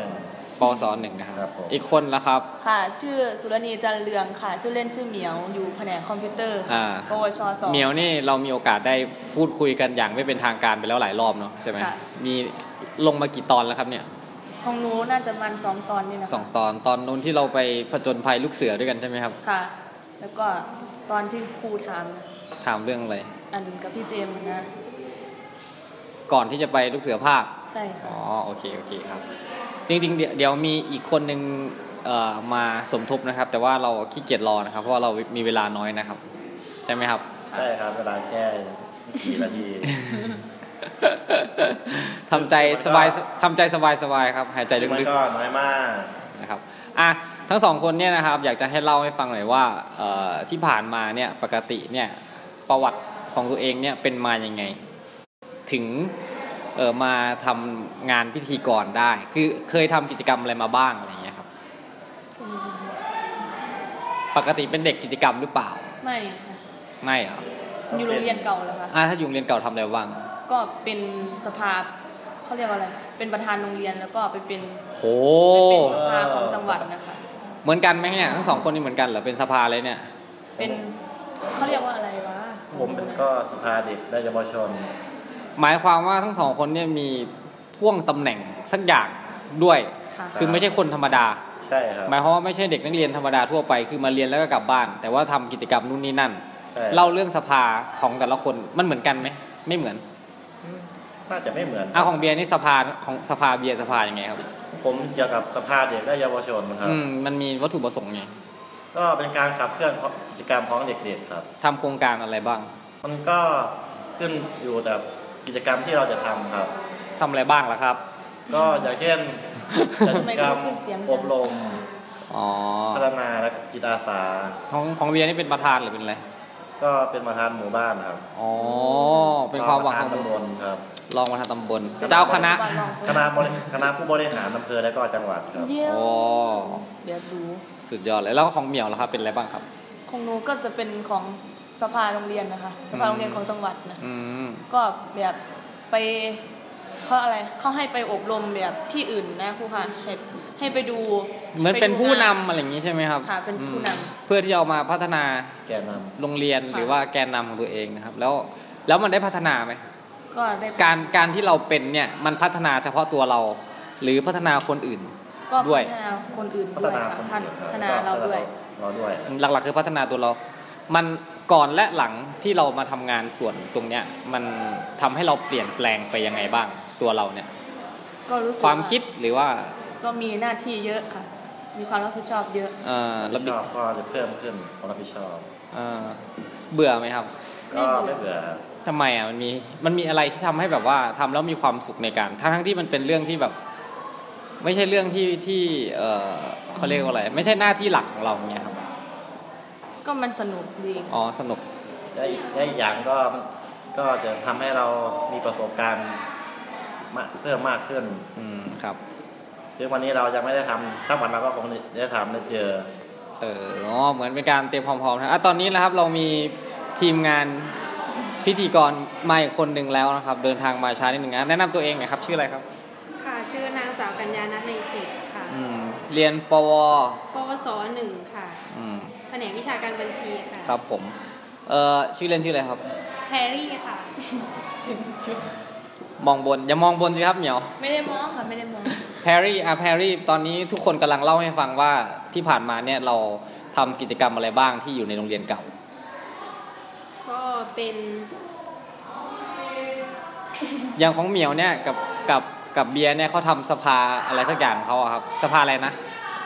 Speaker 8: ปหง
Speaker 4: ปศหนึ่งนะครับ
Speaker 8: ครับผม
Speaker 4: อีกคนละครับ
Speaker 7: ค่ะ ชื่อสุรณีจันเรืองค่ะ ชื่อเล่นชื่อเหมียว อยู่แผนกคอมพิวเตอร์
Speaker 4: อ่า
Speaker 7: ปวชสอง
Speaker 4: เหมียวนี่เรามีโอกาสได้พูดคุยกันอย่างไม่เป็นทางการไปแล้วหลายรอบเนาะใช่ไหม
Speaker 7: ค่ะ
Speaker 4: มีลงมากี่ตอนแล้วครับเนี่ย
Speaker 7: ของหนูน่าจะประมันสองตอนนี่นะ
Speaker 4: สองตอนตอนนู้นที่เราไปผจญภัยลูกเสือด้วยกันใช่ไหมครับ
Speaker 7: ค่ะ แล้วก็ตอนที่ครูถาม
Speaker 4: ถามเรื่องอะไร
Speaker 7: อันกับพี่เจมส์นะ
Speaker 4: ก่อนที่จะไปลูกเสือภาค
Speaker 7: ใช่ค่ะ
Speaker 4: อ๋อโอเคโอเคครับจริงๆเดี๋ยวเดี๋ยวมีอีกคนหนึ่งเอ่อมาสมทบนะครับ แต่ว่าเราขี้เกียจรอนะครับ เพราะว่าเรามีเวลาน้อยนะครับ ใช่ไหมครับ
Speaker 8: ใช่ครับเวลาแก้กี่นา ที
Speaker 4: ทำใจสบายทำใจสบายสบายครับหายใจ
Speaker 8: มัน
Speaker 4: ลึกๆ
Speaker 8: ก็น้อยมาก
Speaker 4: นะครับอ่ะทั้งสองคนเนี่ยนะครับอยากจะให้เล่าให้ฟังหน่อยว่าเอ่อที่ผ่านมาเนี่ยปกติเนี่ยประวัติของตัวเองเนี่ยเป็นมาอย่างไง ถึงเออมาทำงานพิธีกรได้ คือเคยทำกิจกรรมอะไรมาบ้างอะไรอย่างเงี้ยครับปกติเป็นเด็กกิจกรรมหรือเปล่า
Speaker 7: ไม่ค่ะ
Speaker 4: ไม่เหรอ
Speaker 7: อยู่โรงเรียนเก่าแล้วค่ะ
Speaker 4: อ่ะถ้าอยู่โรงเรียนเก่าทำอะไรบ้าง
Speaker 7: ก็เป็นสภาเขาเรียกว่าอะไร เป็นประธานโรงเรียนแล้วก็ไปเป็น
Speaker 4: โห
Speaker 7: เป็นสภาของจังหวัดนะคะ
Speaker 4: เหมือนกันไหมเนี่ยทั้งสองคนนี่เหมือนกันเหรอเป็นสภาเลยเนี่ย
Speaker 7: เป็นเขาเรียกว่าอะไรวะ
Speaker 8: ผมเป็นก็สภาเด็กและเยาวชน
Speaker 4: หมายความว่าทั้งสองคนเนี่ยมีพ่วงตำแหน่งสักอย่างด้วย
Speaker 7: ค่ะ
Speaker 4: คือไม่ใช่คนธรรมดา
Speaker 8: ใช่ครับ
Speaker 4: หมายความว่าไม่ใช่เด็กนักเรียนธรรมดาทั่วไป คือมาเรียนแล้วก็กลับบ้าน แต่ว่าทำกิจกรรมนู่นนี่นั่น
Speaker 8: ใช่
Speaker 4: เล่าเรื่องสภาของแต่ละคนมันเหมือนกันไหม ไม่เหมือน
Speaker 8: น่าจะไม่เหมือน
Speaker 4: อ่ะของเบียร์นี่สภาของสภาเบียร์สภายังไงครับ
Speaker 8: ผมเกี่ยวกับสภาเด็กและเยาวชนครับ
Speaker 4: อืมมันมีวัตถุประสงค์ไง
Speaker 8: ก็เป็นการขับเคลื่อนกิจกรรมของเด็กๆครับ
Speaker 4: ทำโครงการอะไรบ้าง
Speaker 8: มันก็ขึ้นอยู่กับกิจกรรมที่เราจะทำครับ
Speaker 4: ทำอะไรบ้างล่ะครับ
Speaker 8: ก็อย่างเช่ นกิจกรรมอบรม
Speaker 4: อ๋อ
Speaker 8: พัฒนาและจิตอาสา
Speaker 4: ของของเบียร์นี่เป็นประธานหรือเป็นอะไร
Speaker 8: ก็เป็นประธานหมู่บ้านครับ
Speaker 4: อ๋อ เป็นความหวังของ
Speaker 8: ตำบลครับ
Speaker 4: รองประธานตำบล เจ้าคณะ
Speaker 7: บ้านลอง
Speaker 8: คณะบริคณะผู้บริหารอำเภอและก็จังหวัดครับ
Speaker 7: เยี่ยม
Speaker 4: โอ้
Speaker 7: เดี๋ยวดู
Speaker 4: สุดยอดเลยแล้วของเหมียวล่ะครับเป็นอะไรบ้างครับ
Speaker 7: ของหนูก็จะเป็นของสภาโรงเรียนนะคะสภาโรงเรียนของจังหวัดนะ
Speaker 4: อืม
Speaker 7: ก็แบบไปเขาอะไรเขาให้ไปอบรมแบบที่อื่นนะครูค่ะให้ให้ไปดู
Speaker 4: เหมือนเป็น
Speaker 7: ไดู
Speaker 4: ผู้นำ
Speaker 7: งา
Speaker 4: อะไรอย่างนี้ใช่ไหมครับ
Speaker 7: ค่ะเป็นผู้นำ
Speaker 4: อืมเพื่อที่เอามาพัฒนา
Speaker 8: แกนนำ
Speaker 4: โรงเรียนหรือว่าแกนนำของตัวเองนะครับ แล้วแล้วมันได้พัฒนาไหม
Speaker 7: ก็ได้
Speaker 4: การการที่เราเป็นเนี่ยมันพัฒนาเฉพาะตัวเรา หรือพัฒนาคนอื่น
Speaker 7: ก็
Speaker 4: ด้ว
Speaker 7: พั
Speaker 4: ย
Speaker 7: ฒนาคนอื่น
Speaker 8: พั
Speaker 7: ด้
Speaker 8: ฒ
Speaker 7: วย
Speaker 8: นา
Speaker 7: ค่ะ
Speaker 8: คน
Speaker 7: พั
Speaker 8: อื่น
Speaker 7: ฒนาเราด้วย
Speaker 8: เราด้วยครับ
Speaker 4: หลักๆคือพัฒนาตัวเรา มันก่อนและหลังที่เรามาทำงานส่วนตรงเนี้ยมันทำให้เราเปลี่ยนแปลงไปยังไงบ้างตัวเราเนี่ย
Speaker 7: ก็รู้สึก
Speaker 4: ความคิดหรือว่า
Speaker 7: ก็มีหน้าที่เยอะค่ะ มีความรับผิดชอบเยอะ
Speaker 4: เอ่อ
Speaker 8: รั
Speaker 4: ระ
Speaker 8: บ
Speaker 4: เบี
Speaker 8: ผิด
Speaker 4: ย
Speaker 8: ช
Speaker 4: บ
Speaker 8: อบก็จะเพิ่มขึ้นความรับผิดชอบ
Speaker 4: เอ่อเบื่อไหมครับ
Speaker 8: ก็ไม่เบื่อครับ
Speaker 4: ทำไมอ่ะมันมีมันมีอะไรที่ทำให้แบบว่าทำแล้วมีความสุขในการทั้งทั้งที่มันเป็นเรื่องที่แบบ ไม่ใช่เรื่องที่ที่เออเขาเรียกว่าอะไร ไม่ใช่หน้าที่หลักของเราอย่างเงี้ยครับ
Speaker 7: ก็มันสนุกดี
Speaker 4: อ๋อสนุก
Speaker 8: และอีกและอีกอย่างก็ก็จะทำให้เรามีประสบการณ์มากเพิ่มมากขึ้น
Speaker 4: อืมครับ
Speaker 8: ซึ่งวันนี้เรายังไม่ได้ทำถ้าวันเราก็คงได้ทำได้เจอ
Speaker 4: เอออ๋อเหมือนเป็นการเตรียมพร้อมๆนะอ่ะตอนนี้นะครับเรามีทีมงานพิธีกรมาอีกคนหนึ่งแล้วนะครับ เดินทางมาช้านิดหนึ่งนะแนะนำตัวเองหน่อยครับชื่ออะไรครับ
Speaker 9: ค่ะ ชื่อนางสาวกัญญาณในจิตค่ะ
Speaker 4: อืมเรียนปว
Speaker 9: ปวสหนึ่งค่ะ
Speaker 4: อืม
Speaker 9: แผนกวิชาการบัญชีค่ะ
Speaker 4: ครับผมเออชื่อเล่นชื่ออะไรครับ
Speaker 9: แฮร์รี่ค่ะ
Speaker 4: มองบนอย่ามองบนสิครับเหมียว
Speaker 7: ไม่ได้มองค่ะไม่ได้มอง
Speaker 4: แพรรี่อ่ะแพรรี่ ตอนนี้ทุกคนกำลังเล่าให้ฟังว่าที่ผ่านมาเนี่ยเราทำกิจกรรมอะไรบ้างที่อยู่ในโรงเรียนเก่า
Speaker 9: ก็เป็น
Speaker 4: อย่างของเหมียวเนี่ยกับกับกับเบียร์เนี่ยเขาทำสภาอะไรสักอย่างเขาอะครับ สภาอะไรนะ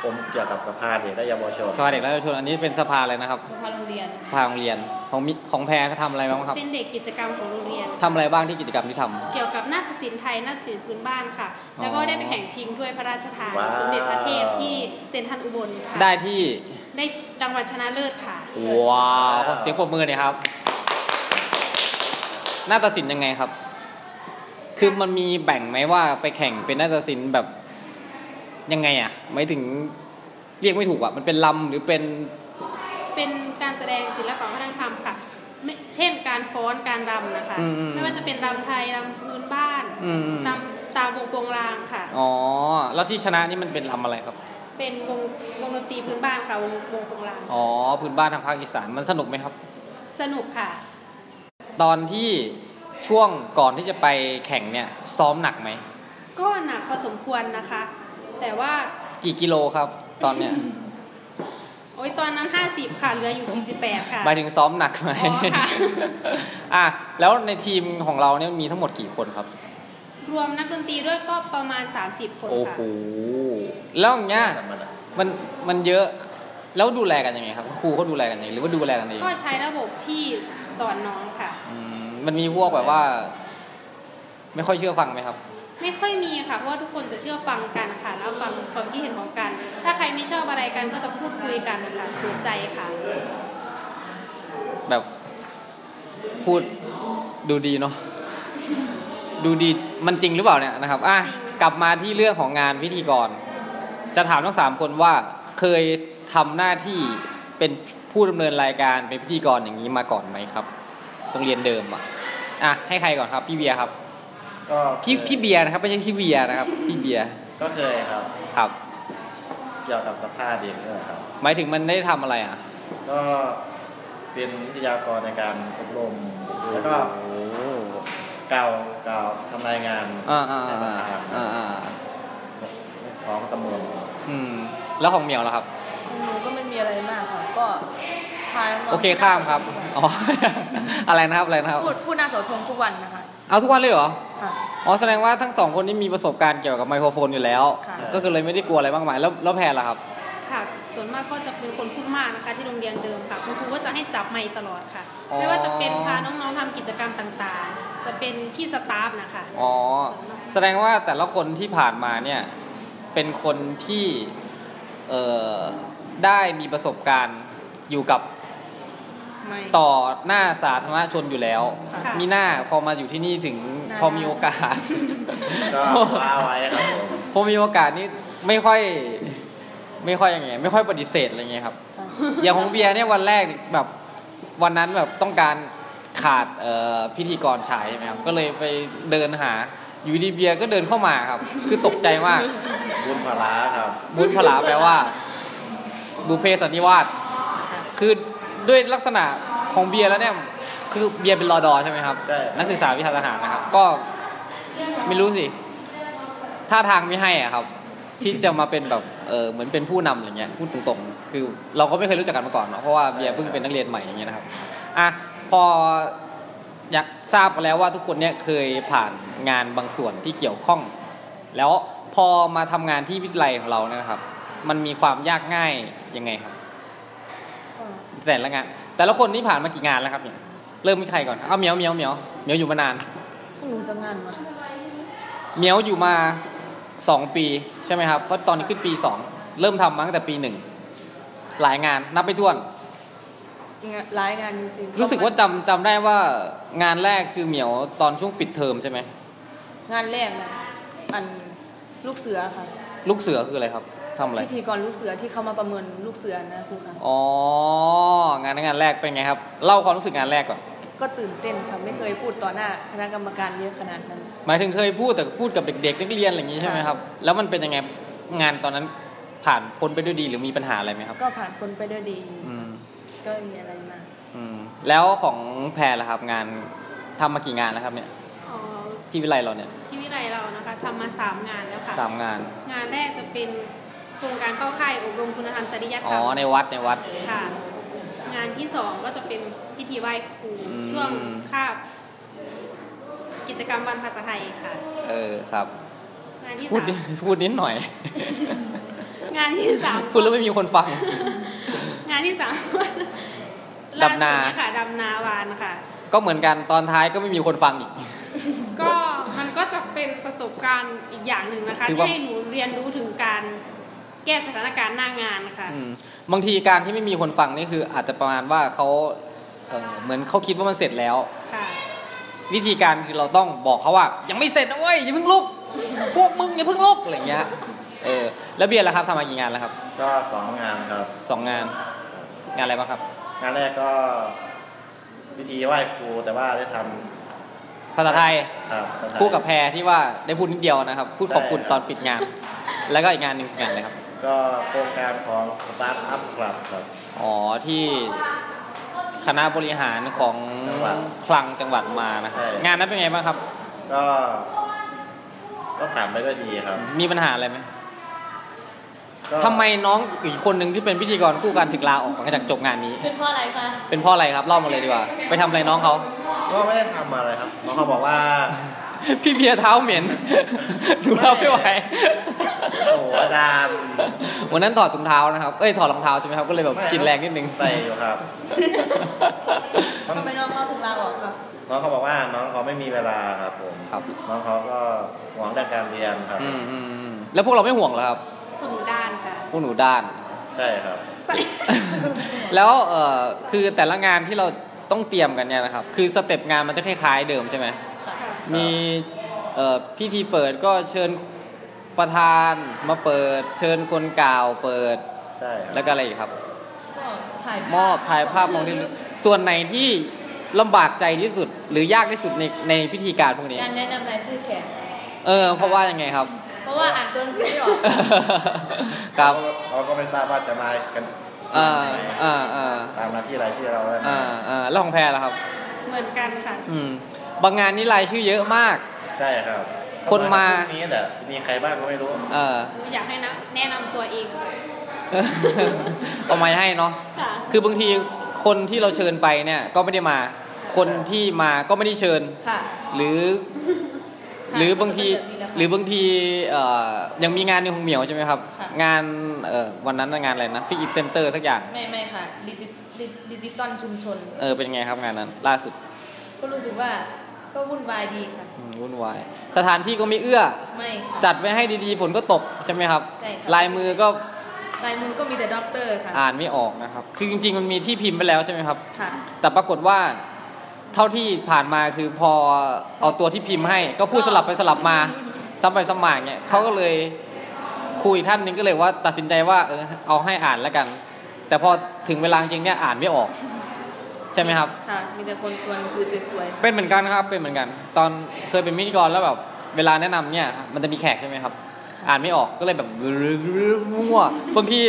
Speaker 8: ผมเกี่ยวกับสภาเด็กและเยาวชน
Speaker 4: สภาเด็กและเยาวชนอันนี้เป็นสภาอะไรนะครับ
Speaker 7: สภาโรงเรียน
Speaker 4: สภาโรงเรียนของมิของแพรเขาทำอะไรบ้างครับ
Speaker 9: เป็นเด็กกิจกรรมของโรงเรียน
Speaker 4: ทำอะไรบ้างที่กิจกรรมที่ทำ
Speaker 9: เกี่ยวกับนาฏศิลป์ไทยนาฏศิลป์พื้นบ้านค่ะ แล้วก็
Speaker 4: อ๋อ
Speaker 9: ได้ไปแข่งชิงถ้วยพระราชทาน
Speaker 8: ว้าว
Speaker 9: สมเด็จพระเทพที่เซนทรันอุบลค่ะ
Speaker 4: ได้ที่
Speaker 9: ได้รางวัลชนะเลิศค่ะ
Speaker 4: ว้าวขอเสียงปรบมือหน่อยครับนาฏศิลป์ยังไงครับ คือมันมีแบ่งไหมว่าไปแข่งเป็นนาฏศิลป์แบบยังไงอ่ะไม่ถึงเรียกไม่ถูกอ่ะมันเป็นลำหรือเป็น
Speaker 9: เป็นการแสดงศิลปะวัฒนธรรมค่ะไม่เช่นการฟ้อนการรำนะคะ
Speaker 4: อืมอืม
Speaker 9: ไม่ว่าจะเป็นรำไทยรำพื้นบ้าน
Speaker 4: อืมอืม
Speaker 9: รำตามวงโปงรางค่ะ
Speaker 4: อ๋อแล้วที่ชนะนี่มันเป็นลำอะไรครับ
Speaker 9: เป็นวงวงดนตรีพื้นบ้านค่ะวงวงโปงราง
Speaker 4: อ๋อพื้นบ้านทางภาคอีสานมันสนุกไหมครับ
Speaker 9: สนุกค่ะ
Speaker 4: ตอนที่ช่วงก่อนที่จะไปแข่งเนี่ย ซ้อมหนักไหม
Speaker 9: ก็หนักพอสมควรนะคะ แต่ว่า
Speaker 4: กี่กิโลครับ ตอนเนี้ย
Speaker 9: โอ๊ยตอนนั้น 50 ค่ะเหลืออยู่ 48 ค่ะ
Speaker 4: หมายถึงซ้อมหนักไหม
Speaker 9: อ๋อค่ะ
Speaker 4: อ่ะแล้วในทีมของเราเนี่ยมีทั้งหมดกี่คนครับ
Speaker 9: รวมนักดนตรีด้วยก็ประมาณ 30 คน
Speaker 4: โอ้โห
Speaker 9: ค่ะ
Speaker 4: แล้วอย่างเงี้ยมันมันเยอะแล้วดูแลกันยังไงครับครูเขาดูแลกันยังไงหรือว่าดูแลกันเอง
Speaker 9: ก็ใช้ระบบที่สอนน้องค่ะ
Speaker 4: อืมมันมีพวกแบบว่า ไม่ค่อยเชื่อฟังไหมครับ
Speaker 9: ไม่ค่อยมีค่ะ เพราะว่าทุกคนจะเชื่อฟังกันค่ะ แล้วฟังความคิดเห็นของกัน ถ้าใครไม่ชอบอะไรกันก็จะพูดคุยกันค่ะสนใจค่ะ
Speaker 4: แบบพูดดูดีเนาะ ดูดีมันจริงหรือเปล่าเนี่ยนะครับอ่ะกลับมาที่เรื่องของงานพิธีกร จะถามทั้งสามคนว่าเคยทำหน้าที่เป็นผู้ดำเนินรายการเป็นพิธีกรอย่างนี้มาก่อนไหมครับโรงเรียนเดิมอ่ะอ่ะให้ใครก่อนครับ พี่เบียร์ครับ
Speaker 8: ก็
Speaker 4: พี่พี่เบียร์นะครับไม่ใช่พี่เวียร์นะครับ พี่เบียร์
Speaker 8: ก็เคยครับ
Speaker 4: ครับ
Speaker 8: เกี่ยวกับสภาเด็กนี่แหละครับ
Speaker 4: หมายถึงมันได้ทำอะไรอ่ะ
Speaker 8: ก็เป็นวิทยากรในการอบรม แล้วก็กล่าวกล่าวทำรายงาน
Speaker 4: อ่าอ่า
Speaker 8: ในส
Speaker 4: อ่า
Speaker 8: ภา
Speaker 4: อ่าอ่า
Speaker 8: ของตำรวจ
Speaker 4: อืม แล้วของเหมียวล่ะครับ
Speaker 7: ของหนูก็ไม่มีอะไรมากค่ะ ก็พาน้องๆ
Speaker 4: โอเคข้ามครับ อ๋ อ อะไรนะครับ อะไรนะครับ
Speaker 7: พูดพูดหน้าเสาธงทุกวันนะคะ
Speaker 4: เอาทุกวันเลยเหรอ
Speaker 7: ค่ะ
Speaker 4: อ๋อ แสดงว่าทั้งสองคนนี่มีประสบการณ์เกี่ยวกับไมโครโฟนอยู่แล้ว
Speaker 7: ค่ะ
Speaker 4: ก็คือเลยไม่ได้กลัวอะไรมากมาย แล้วแล้วแพรล่ะครับ
Speaker 9: ค่ะ ส่วนมากก็จะเป็นคนพูดมากนะคะ ที่โรงเรียนเดิมค่ะ คุณครูก็จะให้จับไมค์ตลอดค่ะ
Speaker 4: อ๋อ
Speaker 9: ไม่ว่าจะเป็นพาน้องๆทำกิจกรรมต่างๆ จะเป็นที่สตาฟนะคะ
Speaker 4: อ๋อ แสดงว่าแต่ละคนที่ผ่านมาเนี่ย เป็นคนที่เอ่อได้มีประสบการณ์อยู่กับ
Speaker 7: ไม่
Speaker 4: ต่อหน้าสาธารณชนอยู่แล้ว
Speaker 7: ค่ะ
Speaker 4: มีหน้าพอมาอยู่ที่นี่ถึงพอมีโอกาส
Speaker 8: ก็ว้าไว้ครับผม
Speaker 4: ผมมีโอกาสนี่ไม่ค่อยไม่ค่อยอย่างเงี้ยไม่ค่อยปฏิเสธอะไรเงี้ยครับ อย่างของเบียร์เนี่ยวันแรกแบบวันนั้นแบบต้องการขาดเอ่อพิธีกรชายใช่ไหมครับก็เลยไปเดินหาอยู่ดีเบียร์ก็เดินเข้ามาครับ คือตกใจมาก
Speaker 8: บุญพลาครับ
Speaker 4: บุญพลาแปลว่า บุพเพสันนิวาสคือด้วยลักษณะของเบียร์แล้วเนี่ยคือเบียร์เป็นรอดอใช่ไหมครับ
Speaker 8: ใช่
Speaker 4: นักศึกษาวิชาทหารนะครับ ก็ไม่รู้สิ ท่าทางไม่ให้อ่ะครับ ที่จะมาเป็นแบบเออเหมือนเป็นผู้นำอะไรเงี้ยพูดตรงๆ คือเราก็ไม่เคยรู้จักกันมาก่อนเนาะเพราะว่าเบียร์เพิ่งเป็นนักเรียนใหม่อย่างเงี้ยนะครับอ่ะพออยากทราบกันแล้วว่าทุกคนเนี่ยเคยผ่านงานบางส่วนที่เกี่ยวข้อง แล้วพอมาทำงานที่วิทยาลัยของเราเนี่ยนะครับ มันมีความยากง่ายยังไงครับ แต่ละงาน แต่ละคนนี่ผ่านมากี่งานแล้วครับเนี่ยเริ่มมีใครก่อนเอาเหมียวเหมียวเหมียวเหมียวอยู่มานาน
Speaker 7: พวกหนูจะงานมา
Speaker 4: เหมียวอยู่มาสองปีใช่ไหมครับ เพราะตอนนี้ขึ้นปีสองเริ่มทำมาตั้งแต่ปีหนึ่งหลายงานนับไปถ้วน
Speaker 7: งานร้ายงานจริงๆ
Speaker 4: รู้สึกว่าจำจำได้ว่างานแรกคือเหมียวตอนช่วงปิดเทอมใช่ไหม
Speaker 7: งานแรกนะอันลูกเสือค่ะ
Speaker 4: ลูกเสือคืออะไรครับทำอะไร
Speaker 7: พิธีกรลูกเสือที่เขามาประเมินลูกเสือนะครูค่ะ
Speaker 4: อ๋องานนั้นงานแรกเป็นไงครับเล่าความรู้สึกงานแรกก่อน
Speaker 7: ก็ตื่นเต้นค่ะ ไม่เคยพูดต่อหน้าคณะกรรมการเยอะขนาดนั้น
Speaker 4: หมายถึงเคยพูดแต่พูดกับเด็กๆนักเรียนอะไรอย่างนี้ใช่ไหมครับ แล้วมันเป็นยังไงงานตอนนั้นผ่านพ้นไปด้วยดีหรือมีปัญหาอะไรไหมครับ
Speaker 7: ก็ผ่านคนไปด้วยดี
Speaker 4: อืม
Speaker 7: ก็ไม่มีอะไรมาก
Speaker 4: อืมแล้วของแพรล่ะครับงานทำมากี่งานแล้วครับเนี่ย
Speaker 9: อ๋อ
Speaker 4: ที่วิไลเราเนี่ย
Speaker 9: ที่วิไลเรานะคะทำมา 3 งานแล้วค่ะ
Speaker 4: สามงาน
Speaker 9: งานแรกจะเป็นโครงการเข้าค่ายอบรมคุณธรรมจริยธร
Speaker 4: อ๋อ
Speaker 9: รม
Speaker 4: ในวัดในวัด
Speaker 9: ค่ะ งานที่สองก็จะเป็นพิธีไหว้ครู
Speaker 4: อืม
Speaker 9: ช่วงคาบกิจกรรมวันภาษาไทยค่ะ
Speaker 4: เออครับ
Speaker 9: งานที่
Speaker 4: พูด
Speaker 9: สาม
Speaker 4: นิดพูดนิดหน่อย
Speaker 9: งานที่สาม
Speaker 4: พูดแล้วไม่มีคนฟัง
Speaker 9: งานที่สาม
Speaker 4: ดำนา
Speaker 9: ล่สุเยค่ะดำนาวานค่ะ
Speaker 4: ก็เหมือนกันตอนท้ายก็ไม่มีคนฟังอีก
Speaker 9: ก็มันก็จะเป็นประสบการณ์อีกอย่างหนึ่งนะคะ
Speaker 4: คือ
Speaker 9: ที่
Speaker 4: ว่า
Speaker 9: ให้หนูเรียนรู้ถึงการแก้สถานการณ์หน้างานค่ะ
Speaker 4: อืมบางทีการที่ไม่มีคนฟังนี่คืออาจจะประมาณว่าเขาเอ่อเหมือนเขาคิดว่ามันเสร็จแล้ว
Speaker 9: ค่ะ
Speaker 4: วิธีการคือเราต้องบอกเขาว่า ยังไม่เสร็จนะเว้ยอย่าเพิ่งลุกพวกมึงอย่าเพิ่งลุกอะไรเงี้ยเออแล้วเบียร์ล่ะครับทำมากี่งานแล้วครับ
Speaker 8: ก็สองงานครับ
Speaker 4: สองงานงานอะไรบ้างครับ
Speaker 8: งานแรกก็พิธีไหว้ครูแต่ว่าได้ทำ
Speaker 4: ภาษาไทย
Speaker 8: ครับ
Speaker 4: คู่กับแพรที่ว่าได้พูดนิดเดียวนะครับ พูดขอบคุณตอนปิดงาน แล้วก็อีกงานหนึ่งงานอะไรครับ
Speaker 8: ก็โครงการของสตาร์ทอัพคลับครับ
Speaker 4: อ๋อที่คณะบริหารของ
Speaker 8: จังหวัด
Speaker 4: คลังจังหวัดมานะครับงานนั้นเป็นไงบ้างครับ
Speaker 8: ก็ก็ผ่านไปด้วยดีครับ
Speaker 4: มีปัญหาอะไรไหม
Speaker 8: ก็
Speaker 4: ทำไมน้องอีกคนหนึ่งที่เป็นพิธีกรคู่กันถึงลาออกหลังจากจบงานนี้
Speaker 10: เป็นเพราะอะไรคะ
Speaker 4: เป็นเพราะอะไรครับเล่ามาเลยดีกว่า ไปทำอะไรน้องเขา
Speaker 8: ก็ไม่ได้ทำอะไรครับน้องเขาบอกว่า
Speaker 4: พี่เพียเท้าเหม็น ดูแล้วไม่ไหว
Speaker 8: โอ้โหอาจารย์
Speaker 4: วันนั้นถอดถุงเท้านะครับ เอ้ยถอดรองเท้าใช่ไหมครับ ก็เลยแบบ
Speaker 8: ไม่ครับ
Speaker 4: กินแรงนิดนึง
Speaker 8: ใส่อยู่ครับ
Speaker 10: ทำไมน้องเขาถึงลาออกครับ
Speaker 8: น้องเขาบอกว่าน้องเขาไม่มีเวลาครับผม
Speaker 4: ครับ
Speaker 8: น้องเขาก็หวังแต่การเรียนครับ
Speaker 4: อืมอืมอืมแล้วพวกเราไม่ห่วงเหรอครับ
Speaker 9: คุณหนูด้านค่ะ
Speaker 4: พวกหนูด้าน
Speaker 8: ใช่ครับ
Speaker 4: แล้วเอ่อคือแต่ละงานที่เราต้องเตรียมกันเนี่ยนะครับ คือสเต็ปงานมันจะคล้ายๆเดิมใช่ไหม มีเอ่อพิธีเปิดก็เชิญประธานมาเปิด เชิญคนกล่าวเปิด
Speaker 8: ใช่ครับ
Speaker 4: แล้วก็อะไรอีกครับ
Speaker 10: ก็ถ่ายภาพ
Speaker 4: มอบถ่ายภาพมองที่ลึกส่วนไหนที่ลำบากใจที่สุด หรือยากที่สุดในในพิธีการพวกนี้
Speaker 10: การแนะนำรายชื่อแขก
Speaker 4: เออ เพราะว่ายังไงครับ
Speaker 10: เพราะว่าอ่านตัวหนังสือไม่ออก
Speaker 4: ครับ
Speaker 8: เขาก็ไม่ทราบว่าจะมากัน
Speaker 4: เอ่าอ่าอ่า
Speaker 8: ตามหน้าที่รายชื่อเราเลย
Speaker 4: อ่าอ่าแล้วของแพรล่ะครับ
Speaker 9: เหมือนกันค่ะ
Speaker 4: อืม บางงานนี่รายชื่อเยอะมาก
Speaker 8: ใช่ครับ
Speaker 4: คนมา
Speaker 8: พรุ่งนี้แต่มีใครบ้างก็ไม่รู้
Speaker 4: เออ
Speaker 9: หนูอยากให้นะแนะนำตัวเองค่ะ
Speaker 4: เอาไม้ให้เนาะ
Speaker 9: ค่ะ
Speaker 4: คือบางทีคนที่เราเชิญไปเนี่ยก็ไม่ได้มา คนที่มาก็ไม่ได้เชิญ
Speaker 10: ค่ะ
Speaker 4: หรือ
Speaker 10: ค่ะ
Speaker 4: หรือบางที
Speaker 10: ก็จะเกิดมีราคา
Speaker 4: หรือบางทีเอ่อยังมีงานในหงเหมียวใช่ไหมครับ
Speaker 10: ค่ะ
Speaker 4: งานเอ่อวันนั้นน่ะงานอะไรนะฟิกิตเซ็นเตอร์ทักอย่าง
Speaker 10: ไม่ไม่ค่ะดิจิดิดิจิตอลชุมชน
Speaker 4: เออเป็นไงครับงานนั้น ล่าสุด
Speaker 10: ก็รู้สึกว่าก็วุ่นวายดีค่ะ
Speaker 4: อืมวุ่นวาย สถานที่ก็ไม่เอื้อ
Speaker 10: ไม่ค่ะ
Speaker 4: จัดไว้ให้ดีๆฝนก็ตกใช่ไหมครับ
Speaker 10: ใช่ค่ะ
Speaker 4: ลายมือก็
Speaker 10: ลายมือก็มีแต่ด็อกเตอร์ค่ะ
Speaker 4: อ่านไม่ออกนะครับ คือจริงๆมันมีที่พิมพ์ไปแล้วใช่ไหมครับ
Speaker 10: ค่ะ
Speaker 4: แต่ปรากฏว่าเท่าที่ผ่านมาคือพอเอาตัวที่พิมพ์ให้ ก็พูดสลับไปสลับมาซ้ำไปซ้ำมาอย่างเนี่ยเขาก็เลยคุยท่านหนึงก็เลยว่าตัดสินใจว่าเออเอาให้อ่านแล้วกัน แต่พอถึงเวลาจริงเนี่ยอ่านไม่ออก ใช่ไหมครับ
Speaker 10: ค่ะ มีแต่คนตัวหนังสือสวย
Speaker 4: เป็นเหมือนกันครับเป็นเหมือนกัน ตอนเคยเป็นมิตรกรแล้วแบบเวลาแนะนำเนี่ยมันจะมีแขกใช่ไหมครับ อ่านไม่ออกก็เลยแบบมั่วบางที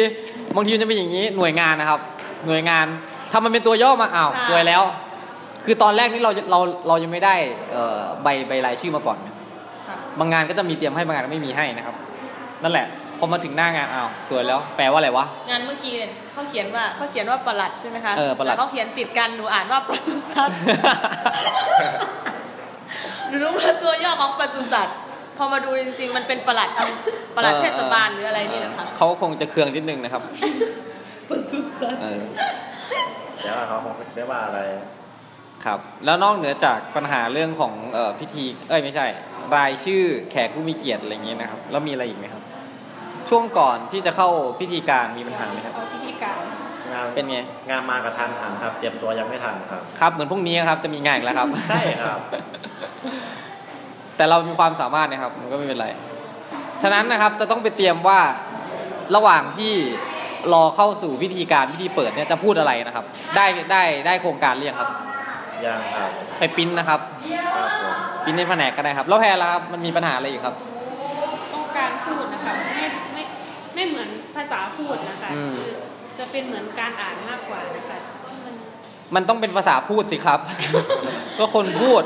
Speaker 4: บางทีมันจะเป็นอย่างนี้หน่วยงานนะครับ หน่วยงานทำมันเป็นตัวย่อมาอ้าวสวยแล้ว คือตอนแรกนี่เราเราเรายังไม่ได้เอ่อใบใบรายชื่อมาก่อนนะ
Speaker 10: ๆค่ะ
Speaker 4: บางงานก็จะมีเตรียมให้บางงานก็ไม่มีให้นะครับ นั่นแหละพอมาถึงหน้างานอ้าวสวยแล้ว แปลว่าอะไรว ะ
Speaker 10: งานเมื่อกี้เนี่ยเขาเขียนว่าเขาเขียนว่าประหลัดใช่ไหมคะ
Speaker 4: เออประหลัด
Speaker 10: แเขาเขียนติดกันหนูอ่านว่าปศุสัตว์ หนูรู้ว่าตัวย่อของปศุสัตว์ พอมาดูจริงๆ มันเป็นประหลัดอำประหลัดเทศบาลหรืออะไรนี่แหละค่ะ
Speaker 4: เขาคงจะเคืองนิดนึงนะครับ
Speaker 10: ปศุสัตว์
Speaker 4: เออ
Speaker 8: เดี๋ยวเขาคงไม่ว่าอะไร
Speaker 4: ครับแล้วนอกเหนือจากปัญหาเรื่องของเอ่อพิธีเอ้ยไม่ใช่ รายชื่อแขกผู้มีเกียรติอะไรอย่างเงี้ยนะครับแล้วมีอะไรอีกไหมครับ ช่วงก่อนที่จะเข้าพิธีการมีปัญหาไหมครับ
Speaker 9: เอาพิธีการ
Speaker 8: งาน
Speaker 4: เป็นไง
Speaker 8: งานมากับทันทันครับ เตรียมตัวยังไม่ทันครับ
Speaker 4: ครับ เหมือนพรุ่งนี้ครับจะมีงานอีกแล้วครับ
Speaker 8: ใช่ครับ
Speaker 4: แต่เรามีความสามารถนะครับมันก็ไม่เป็นไร ฉะนั้นนะครับจะต้องไปเตรียมว่าระหว่างที่รอเข้าสู่พิธีการพิธีเปิดเนี่ยจะพูดอะไรนะครับ ได้ได้ได้โครงการหรือยังครับ
Speaker 8: ยังครับ
Speaker 4: ไปปริ้นนะครับ
Speaker 8: ครับผม
Speaker 4: ปริ้นในแผนกก็ได้ครับ แล้วแพรละครับมันมีปัญหาอะไรอีกครับ
Speaker 9: ต้องการพูดนะคะไม่ไม่ไม่เหมือนภาษาพูดนะคะ
Speaker 4: อืม
Speaker 9: คือจะเป็นเหมือนการอ่านมากกว่านะคะมัน
Speaker 4: มันต้องเป็นภาษาพูดสิครับ ก็คนพูด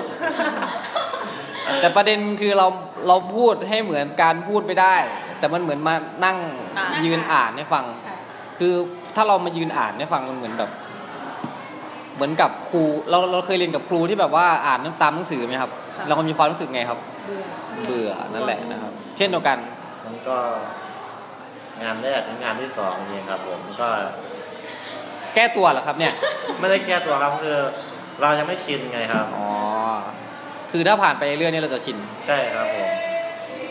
Speaker 4: แต่ประเด็นคือเราเราพูดให้เหมือนการพูดไปได้ แต่มันเหมือนมานั่งยืนอ่านให้ฟัง คือถ้าเรามายืนอ่านให้ฟังมันเหมือนแบบ เหมือนกับครูเราเราเคยเรียนกับครูที่แบบว่าอ่านตามหนังสือไหมครับ เรามีความรู้สึกไงครับ
Speaker 10: เบื่อ
Speaker 4: เบื่อนั่นแหละนะครับ เช่นเดียวกัน
Speaker 8: มันก็ งานแรกถึงงานที่สองเองครับผมก็
Speaker 4: แก้ตัวเหรอครับเนี่ย
Speaker 8: ไม่ได้แก้ตัวครับคือเรายังไม่ชินไงครับ
Speaker 4: อ๋อ คือถ้าผ่านไปเรื่อยๆเนี่ยเราจะชิน
Speaker 8: ใช่ครับผม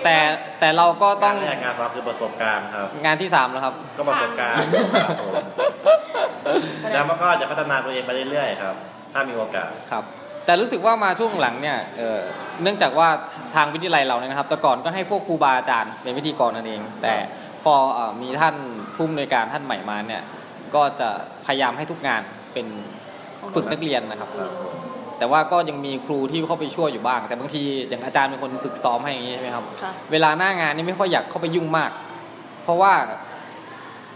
Speaker 4: แต่แต่เราก็ต้อง
Speaker 8: แรกงานครับคือประสบการณ์ครับ
Speaker 4: งานที่สามแล้วครับ
Speaker 8: ก็ประสบการณ์ครับผมแล้วมันก็จะพัฒนาตัวเองไปเรื่อยๆครับ ถ้ามีโอกาส
Speaker 4: ครับ แต่รู้สึกว่ามาช่วงหลังเนี่ยเอ่อเนื่องจากว่าทางวิทยาลัยเราเนี่ยนะครับแต่ก่อนก็ให้พวกครูบาอาจารย์เป็นพิธีกรนั่นเอง แต่พอเอ่อมีท่านผู้อำนวยการท่านใหม่มาเนี่ย ก็จะพยายามให้ทุกงานเป็นฝึกนักเรียนนะครับ แต่ว่าก็ยังมีครูที่เข้าไปช่วยอยู่บ้าง แต่บางทีอย่างอาจารย์เป็นคนฝึกซ้อมให้อย่างนี้ใช่ไหมครับ
Speaker 7: ค่ะ
Speaker 4: เวลาหน้างานนี่ไม่ค่อยอยากเข้าไปยุ่งมาก เพราะว่า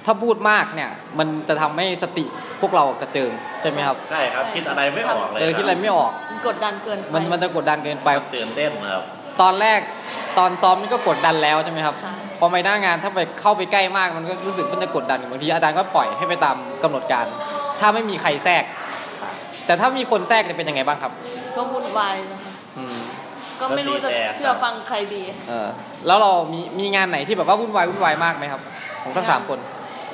Speaker 4: ถ้าพูดมากเนี่ย มันจะทำให้สติพวกเรากระเจิงใช่ไหมครับ
Speaker 8: ใช่ครับ คิดอะไรไม่ออกเลย
Speaker 4: เออคิดอะไรไม่ออก
Speaker 7: มันกดดันเกินไป
Speaker 4: มันมันจะกดดันเกินไป
Speaker 8: ตื่นเต้นครับ
Speaker 4: ตอนแรกตอนซ้อมนี่ก็กดดันแล้วใช่ไหมครับ พอไปหน้างานถ้าไปเข้าไปใกล้มากมันก็รู้สึกมันจะกดดันบางทีอาจารย์ก็ปล่อยให้ไปตามกำหนดการ ถ้าไม่มีใครแทรก แต่ถ้ามีคนแทรกเนี่ยเป็นยังไงบ้างครับ
Speaker 7: ก็วุ่นวายนะคะ
Speaker 4: อืม
Speaker 7: ก็ไม่รู้จะเชื่อฟังใครดี
Speaker 4: เออแล้วเรามีมีงานไหนที่แบบว่าวุ่นวายวุ่นวายมากไหมครับ ของทั้งสามคน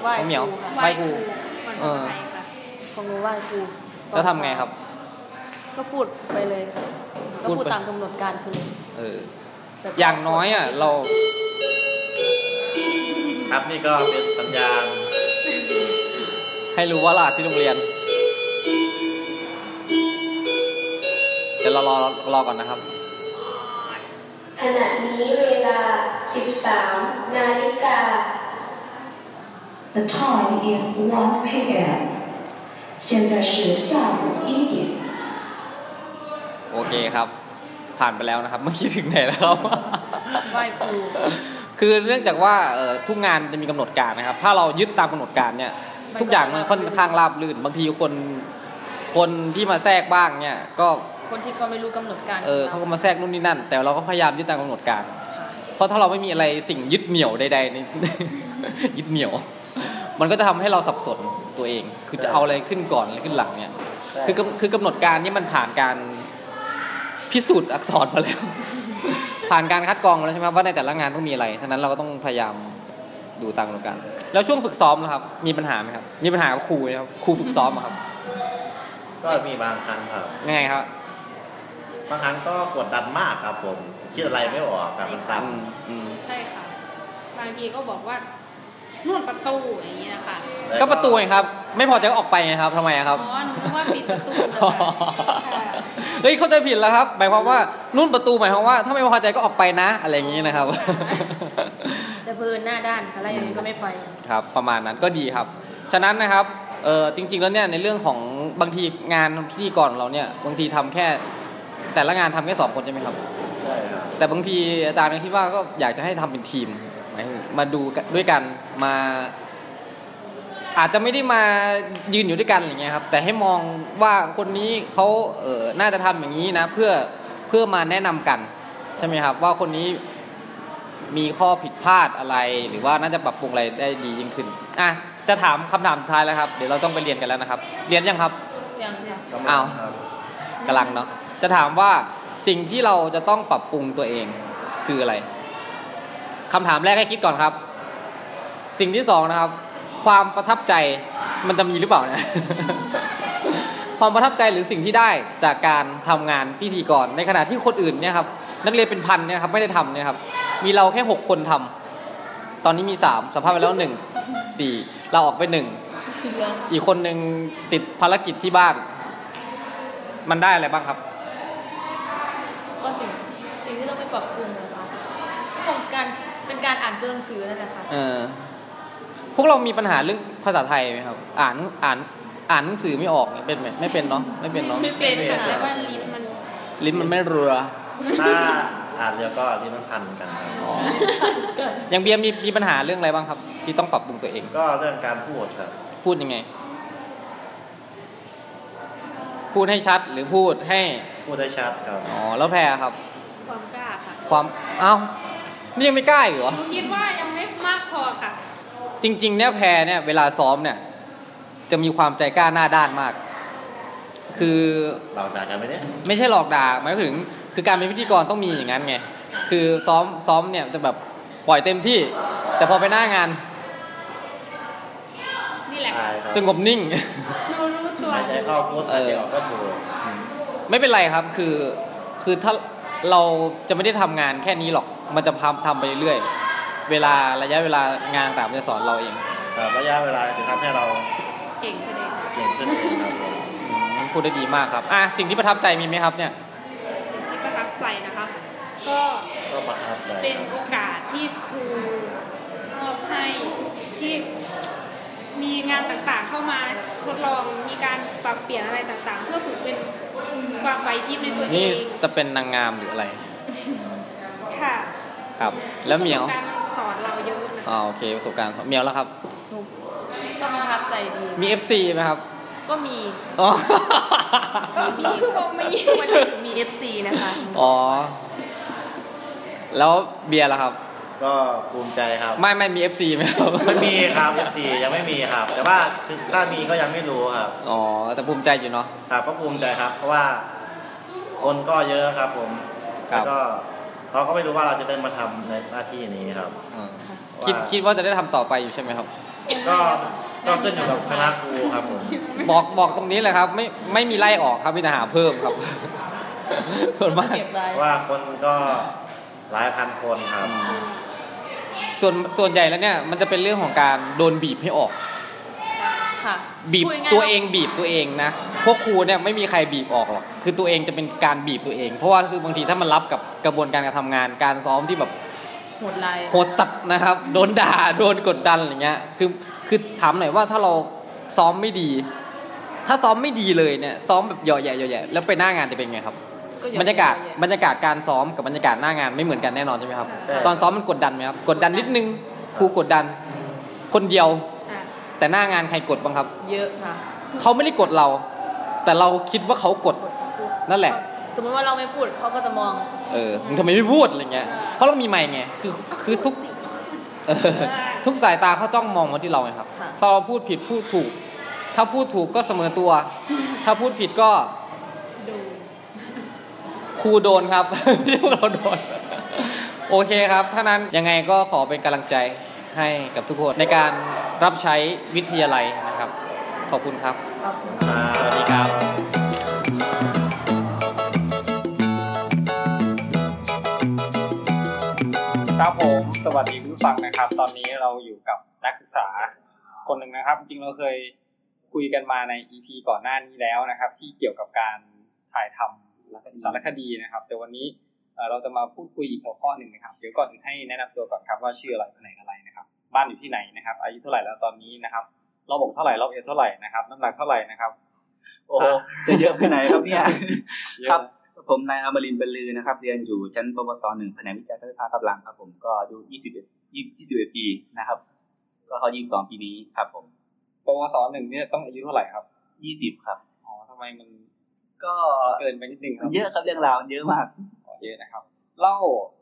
Speaker 7: ไหว้
Speaker 4: น้องเหมียว
Speaker 7: ครูค่ะ
Speaker 4: ไหว้ครู
Speaker 9: วัน
Speaker 4: เออ
Speaker 9: ไทยค่ะ
Speaker 7: ของหนูไหว้ครูตอน
Speaker 4: แล้วทำไงครับ
Speaker 7: ก็พูดไปเลยก็
Speaker 4: พู
Speaker 7: พู
Speaker 4: ด
Speaker 7: ด
Speaker 4: ไป
Speaker 7: ตามกำหนดการคุณเลย
Speaker 4: เออ อย่างน้อยอ่ะ เรา
Speaker 8: ครับนี่ก็เป็นสัญญาณ
Speaker 4: ให้รู้ว่าลาที่โรงเรียนเดี๋ยวเรารอรอก่อนนะครับ
Speaker 11: ขณะนี้เวลา 13 นาฬิกา
Speaker 6: The time is 1 p.m. 现在是下午一点。
Speaker 4: โอเคครับ ผ่านไปแล้วนะครับ เมื่อกี้ถึงไหนแล้วครับ
Speaker 7: ไหว้ครู
Speaker 4: คือเนื่องจากว่าเอ่อทุกงานจะมีกำหนดการนะครับ ถ้าเรายึดตามกำหนดการเนี่ย ทุกอย่างมันค่อนข้างราบรื่น บางทีคนคนที่มาแทรกบ้างเนี่ย ก็
Speaker 7: คนที่เขาไม่รู้กำหนดการ
Speaker 4: เออเขาก็มาแทรกนู่นนี่นั่น แต่เราก็พยายามยึดตามกำหนดการ เพราะถ้าเราไม่มีอะไรสิ่งยึดเหนี่ยวใดๆใน ยึดเหนี่ยว มันก็จะทำให้เราสับสนตัวเอง คือจะเอาอะไรขึ้นก่อนอะไรขึ้นหลังเนี่ย คือกำคือกำหนดการนี่มันผ่านการพิสูจน์อักษรมาแล้ว ผ่านการคัดกรองมาแล้วใช่ไหมครับว่าในแต่ละงานต้องมีอะไร ฉะนั้นเราก็ต้องพยายามดูตามกำหนดการ แล้วช่วงฝึกซ้อมนะครับ มีปัญหาไหมครับ มีปัญหากับครูไหมครับ ครูฝึกซ้อมอะครับ
Speaker 8: ก็มีบางครั้งครับ
Speaker 4: ยังไงครับ
Speaker 8: บางครั้งก็กดดันมากครับผม คิดอะไรไม่ออกครับมันตัน
Speaker 9: ใช่ค่ะ บางทีก็บอกว่านู่นประตูอย่างเงี้ยค่ะ
Speaker 4: ก็ประตูไงครับ ไม่พอใจก็ออกไปไงครับทำไมอะครับ
Speaker 9: อ๋อหนูนึกว่าปิดประตู
Speaker 4: อ๋อเฮ้ยเข้าใจผิดแล้วครับหมายความว่านุ่นประตูหมายความว่า ถ้าไม่พอใจก็ออกไปนะ อะไรอย่างนี้นะครับ
Speaker 7: จะเบินหน้าด้านอะไรอย่างนี้ก็ไม่ไป
Speaker 4: ครับประมาณนั้นก็ดีครับ ฉะนั้นนะครับเออจริง ๆแล้วเนี่ยในเรื่องของบางทีงานพิธีกรของเราเนี่ยบางทีทำแค่ แต่ละงานทำแค่สองคนใช่ไหมครับ
Speaker 8: ใช่ครับ
Speaker 4: แต่บางทีอาจารย์ก็คิดว่าก็อยากจะให้ทำเป็นทีมหมายถึงมาดูกันด้วยกันมา อาจจะไม่ได้มายืนอยู่ด้วยกันอะไรเงี้ยครับ แต่ให้มองว่าคนนี้เขาเออน่าจะทำอย่างนี้นะเพื่อเพื่อมาแนะนำกันใช่ไหมครับ ว่าคนนี้มีข้อผิดพลาดอะไร หรือว่าน่าจะปรับปรุงอะไรได้ดียิ่งขึ้นอ่ะจะถามคำถามสุดท้ายแล้วครับ เดี๋ยวเราต้องไปเรียนกันแล้วนะครับ เรียนยังครับ
Speaker 7: อย่างเดียว
Speaker 4: อ้าวกำลังเนาะจะถามว่าสิ่งที่เราจะต้องปรับปรุงตัวเองคืออะไรคำถามแรกให้คิดก่อนครับ สิ่งที่สองนะครับ ความประทับใจมันจะมีหรือเปล่านะ ความประทับใจหรือสิ่งที่ได้จากการทำงานพิธีกรในขณะที่คนอื่นเนี่ยครับนักเรียนเป็นพันเนี่ยครับไม่ได้ทำเนี่ยครับมีเราแค่หกคนทำตอนนี้มีสามสัมภาษณ์ไปแล้วหนึ่งสี่เราออกไปหนึ่ง อีกคนหนึ่งติดภารกิจที่บ้าน มันได้อะไรบ้างครับ
Speaker 7: ก็สิ่งสิ่งที่ต้องไปปรับปรุงนะคะก็คงการเป็นการอ่านตัวหนังสือนั่นแหละค่ะ
Speaker 4: เออ พวกเรามีปัญหาเรื่องภาษาไทยไหมครับ อ่านอ่านอ่านหนังสือไม่ออกเนี่ยเป็นไหมไม่เป็นเนาะไม่เป็นเนาะ
Speaker 9: ไม่เป็นค่ะแต่ว่าลิ้นมัน
Speaker 4: ลิ้นมันไม่เรือ
Speaker 8: ถ้าอ่านเดียวก็ที่มันพันกันครับ
Speaker 4: อย่างเบียร์มีมีปัญหาเรื่องอะไรบ้างครับ ที่ต้องปรับปรุงตัวเอง
Speaker 8: ก็เรื่องการพูดครับ
Speaker 4: พูดยังไง พูดให้ชัดหรือพูดให้
Speaker 8: พูดได้ชัดครับ
Speaker 4: อ๋อแล้วแพรครับ
Speaker 9: ความกล้าค่ะ
Speaker 4: ความเอ้านี่ยังไม่กล้าอีกเหรอ
Speaker 9: หนูคิดว่ายังไม่มากพอค่ะ
Speaker 4: จริงๆเนี่ยแพรเนี่ยเวลาซ้อมเนี่ย จะมีความใจกล้าหน้าด้านมาก คือ
Speaker 8: เราด่ากันไหมเนี่ย
Speaker 4: ไม่ใช่หลอกด่าหมายถึง คือการเป็นพิธีกรต้องมีอย่างนั้นไง คือซ้อมซ้อมเนี่ยจะแบบปล่อยเต็มที่ แต่พอไปหน้างาน
Speaker 8: อายครับ
Speaker 4: สงบนิ่ง
Speaker 8: หายใจเข้าพุทหายใจออกก็โท
Speaker 4: ไม่เป็นไรครับคือคือถ้าเราจะไม่ได้ทำงานแค่นี้หรอก มันจะทำทำไปเรื่อยๆเวลาระยะเวลางานต่างๆมันจะสอนเราเอง
Speaker 8: ครับระยะเวลาจะทำให้เรา
Speaker 9: เก่งขึ้นเอง
Speaker 8: เก่งขึ้นเองครับผม
Speaker 4: อืมพูดได้ดีมากครับอ่ะสิ่งที่ประทับใจมีไหมครับเนี่ย
Speaker 9: นี่ประทับใจนะคะ ก็
Speaker 8: ก็ประทับใจ
Speaker 9: เป็น
Speaker 8: ครับ
Speaker 9: โอกาสที่ครูมอบให้ที่มีงานต่างๆเข้ามาทดลองมีการปรับเปลี่ยนอะไรต่างๆ เพื่อฝึกเป็นความไหวพริบในตัวเอ
Speaker 4: นี่
Speaker 9: ง
Speaker 4: จะเป็นนางงามหรืออะไร
Speaker 9: ค่ะ
Speaker 4: ครับ แล้วเหมียว
Speaker 9: ประสบการณ์มันสอนเราเยอะนะ
Speaker 4: อ๋อโอเคประสบการณ์เหมียวแล้วครับ
Speaker 10: ก็ประทับใจดี
Speaker 4: มี FC ไหมครับ
Speaker 10: ก็มี
Speaker 4: อ๋อ
Speaker 10: มีคือบอกมีมันนี้มีเอฟซีนะคะ
Speaker 4: อ๋อแล้วเบียร์ล่ะครับ
Speaker 8: ก็ภูมิใจครับ
Speaker 4: ไม่ไม่มี FC ไหมครับ
Speaker 8: ไม่มีครับสียังไม่มีครับ แต่ว่าคือถ้ามีก็ยังไม่รู้ครับ
Speaker 4: อ๋อแต่ภูมิใจอยู่เนาะ
Speaker 8: ครับก็ภูมิใจครับ เพราะว่าคนก็เยอะครับ ผม
Speaker 4: ครั
Speaker 8: แล้
Speaker 4: บ
Speaker 8: วก็เขาก็ไม่รู้ว่าเราจะได้มาทำในหน้าที่นี้ครับ
Speaker 4: อ่าคิดคิดว่าจะได้ทำต่อไปอยู่ใช่ไหมครับ
Speaker 8: ก็ก็ขึ้นอยู่กับคณะครูครับผม
Speaker 4: บอกบอกตรงนี้เลยครับ ไม่ไม่มีไล่ออกครับมีแต่หาเพิ่มครับ ส่วนมาก
Speaker 10: เก็บไว้
Speaker 8: เพราะว่าคนก็หลายพันคนครับ
Speaker 4: ส่วนส่วนใหญ่แล้วเนี่ย มันจะเป็นเรื่องของการโดนบีบให้ออก
Speaker 10: ค่ะ
Speaker 4: บีบ
Speaker 10: พูดง่ายๆ
Speaker 4: ตัวเองบีบตัวเองนะพวกครูเนี่ยไม่มีใครบีบออกหรอกคือตัวเองจะเป็นการบีบตัวเอง เพราะว่าคือบางทีถ้ามันรับกับกระบวนการการทำงานการซ้อมที่แบบ
Speaker 10: โหดลาย
Speaker 4: โหดสัตว์นะครับ โดนด่าโดนกดดันอะไรเงี้ยคือคือถามหน่อยว่าถ้าเราซ้อมไม่ดี ถ้าซ้อมไม่ดีเลยเนี่ยซ้อมแบบเหย่อแหย่เหย่อแหย่แล้วไปหน้างานจะเป็นไงครับ บรรยากาศบรรยากาศการซ้อมกับบรรยากาศหน้างานไม่เหมือนกันแน่นอนใช่ไหมครับ ตอนซ้อมมันกดดันไหมครับกดดันนิดนึงครูกดดัน คนเดียว
Speaker 10: อ่ะ
Speaker 4: แต่หน้างานใครกดบ้างครับ
Speaker 10: เยอะค่ะ
Speaker 4: เขาไม่ได้กดเรา แต่เราคิดว่าเขากดนั่นแหละ
Speaker 10: สมมติว่าเราไม่พูดเขาก็จะมอง
Speaker 4: เออมึงทำไมไม่พูดอะไรเงี้ยเพราะเรามีไมค์ไงคือคือทุกเออทุกสายตาเขาต้องมองมาที่เราไงครับ
Speaker 10: ค่ะ
Speaker 4: ถ้าเราพูดผิดพูดถูก ถ้าพูดถูกก็เสมอตัว ถ้าพูดผิดก็ครูโดนครับ เราโดน โอเคครับถ้านั้นยังไงก็ขอเป็นกำลังใจให้กับทุกคนในการรับใช้วิทยาลัยนะครับ ขอบคุณครับ
Speaker 10: ขอบคุณ
Speaker 4: สวัสดีครับ
Speaker 2: ครับผมสวัสดีคุณผู้ฟังนะครับ ตอนนี้เราอยู่กับนักศึกษาคนหนึ่งนะครับ จริงๆเราเคยคุยกันมาใน EP ก่อนหน้านี้แล้วนะครับ ที่เกี่ยวกับการถ่ายทำสารคดีนะครับ แต่วันนี้เอ่อเราจะมาพูดคุยอีกหัวข้อหนึ่งนะครับเดี๋ยวก่อนอื่นให้แนะนำตัวก่อนครับว่าชื่ออะไรตำแหน่งอะไรนะครับ บ้านอยู่ที่ไหนนะครับ อายุเท่าไหร่แล้วตอนนี้นะครับเราบอกเท่าไหร่เราเอวเท่าไหร่นะครับน้ำหนักเท่าไหร่นะครับ
Speaker 12: โอ้โหจะเยอะไปไหนครับเนี่ย
Speaker 2: เยอะ
Speaker 12: ครับ ผมนายอมรินทร์บรรลือนะครับ เรียนอยู่ชั้นปวสหนึ่งแผนกวิจัยการไฟฟ้ากำลังครับ ผมก็อายุ21 21ปีนะครับ ก็เขา22ปีนี้ครับ ผม
Speaker 2: ปวสหนึ่งเนี่ยต้องอายุเท่าไหร่ครับ
Speaker 12: 20 ครับ
Speaker 2: อ๋อทำไมมัน
Speaker 12: ก็
Speaker 2: เกินไปนิดนึงค
Speaker 12: มั
Speaker 2: รั
Speaker 12: น
Speaker 2: บ
Speaker 12: เยอะครับเรื่องราวมันเยอะมาก
Speaker 2: เยอะนะครับเล่า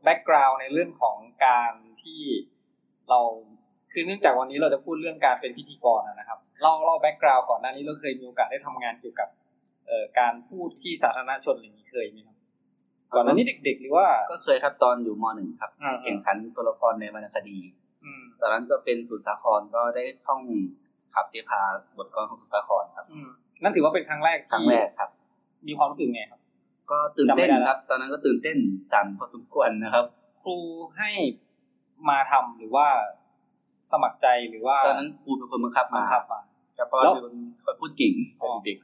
Speaker 2: แบ็กกราวน์ในเรื่องของการที่เราคือเนื่องจากวันนี้เราจะพูดเรื่องการเป็นพิธีกรอะนะครับเล่าเล่าแบ็กกราวน์ก่อนหน้านี้เราเคยมีโอกาสได้ทำงานเกี่ยวกับเอ่อการพูดที่สาธารณชนอะไรอย่างนี้เคยไหมครับก่อนหน้านี้เด็ก ๆ หรือว่า
Speaker 12: ก็เคยครับตอนอยู่มหนึ่งครับ
Speaker 2: อ่า
Speaker 12: แข่งขันตัวละครในวรรณคดี
Speaker 2: อืม
Speaker 12: ตอนนั้นก็เป็นสูตรสาครก็ได้ท่องขับเสพาบทกลอนของสูตรสาครครับ
Speaker 2: อืมนั่นถือว่าเป็นครั้งแรกที่
Speaker 12: ครั้งแรกครับ
Speaker 2: มีความรู้สึกไงครับ
Speaker 12: ก็ตื่นเต้น
Speaker 2: จำไม่ได้ละ
Speaker 12: ครับ ตอนนั้นก็ตื่นเต้นสั่นพอสมควรนะครับ
Speaker 2: ครูให้มาทำหรือว่าสมัครใจหรือว่า
Speaker 12: ตอนนั้นครูเป็นคนบังคับมา
Speaker 2: บังคับมา
Speaker 12: ครับเพราะว่าเป็นคนคอยพูดเก่ง
Speaker 2: อ๋อ
Speaker 12: เด็ก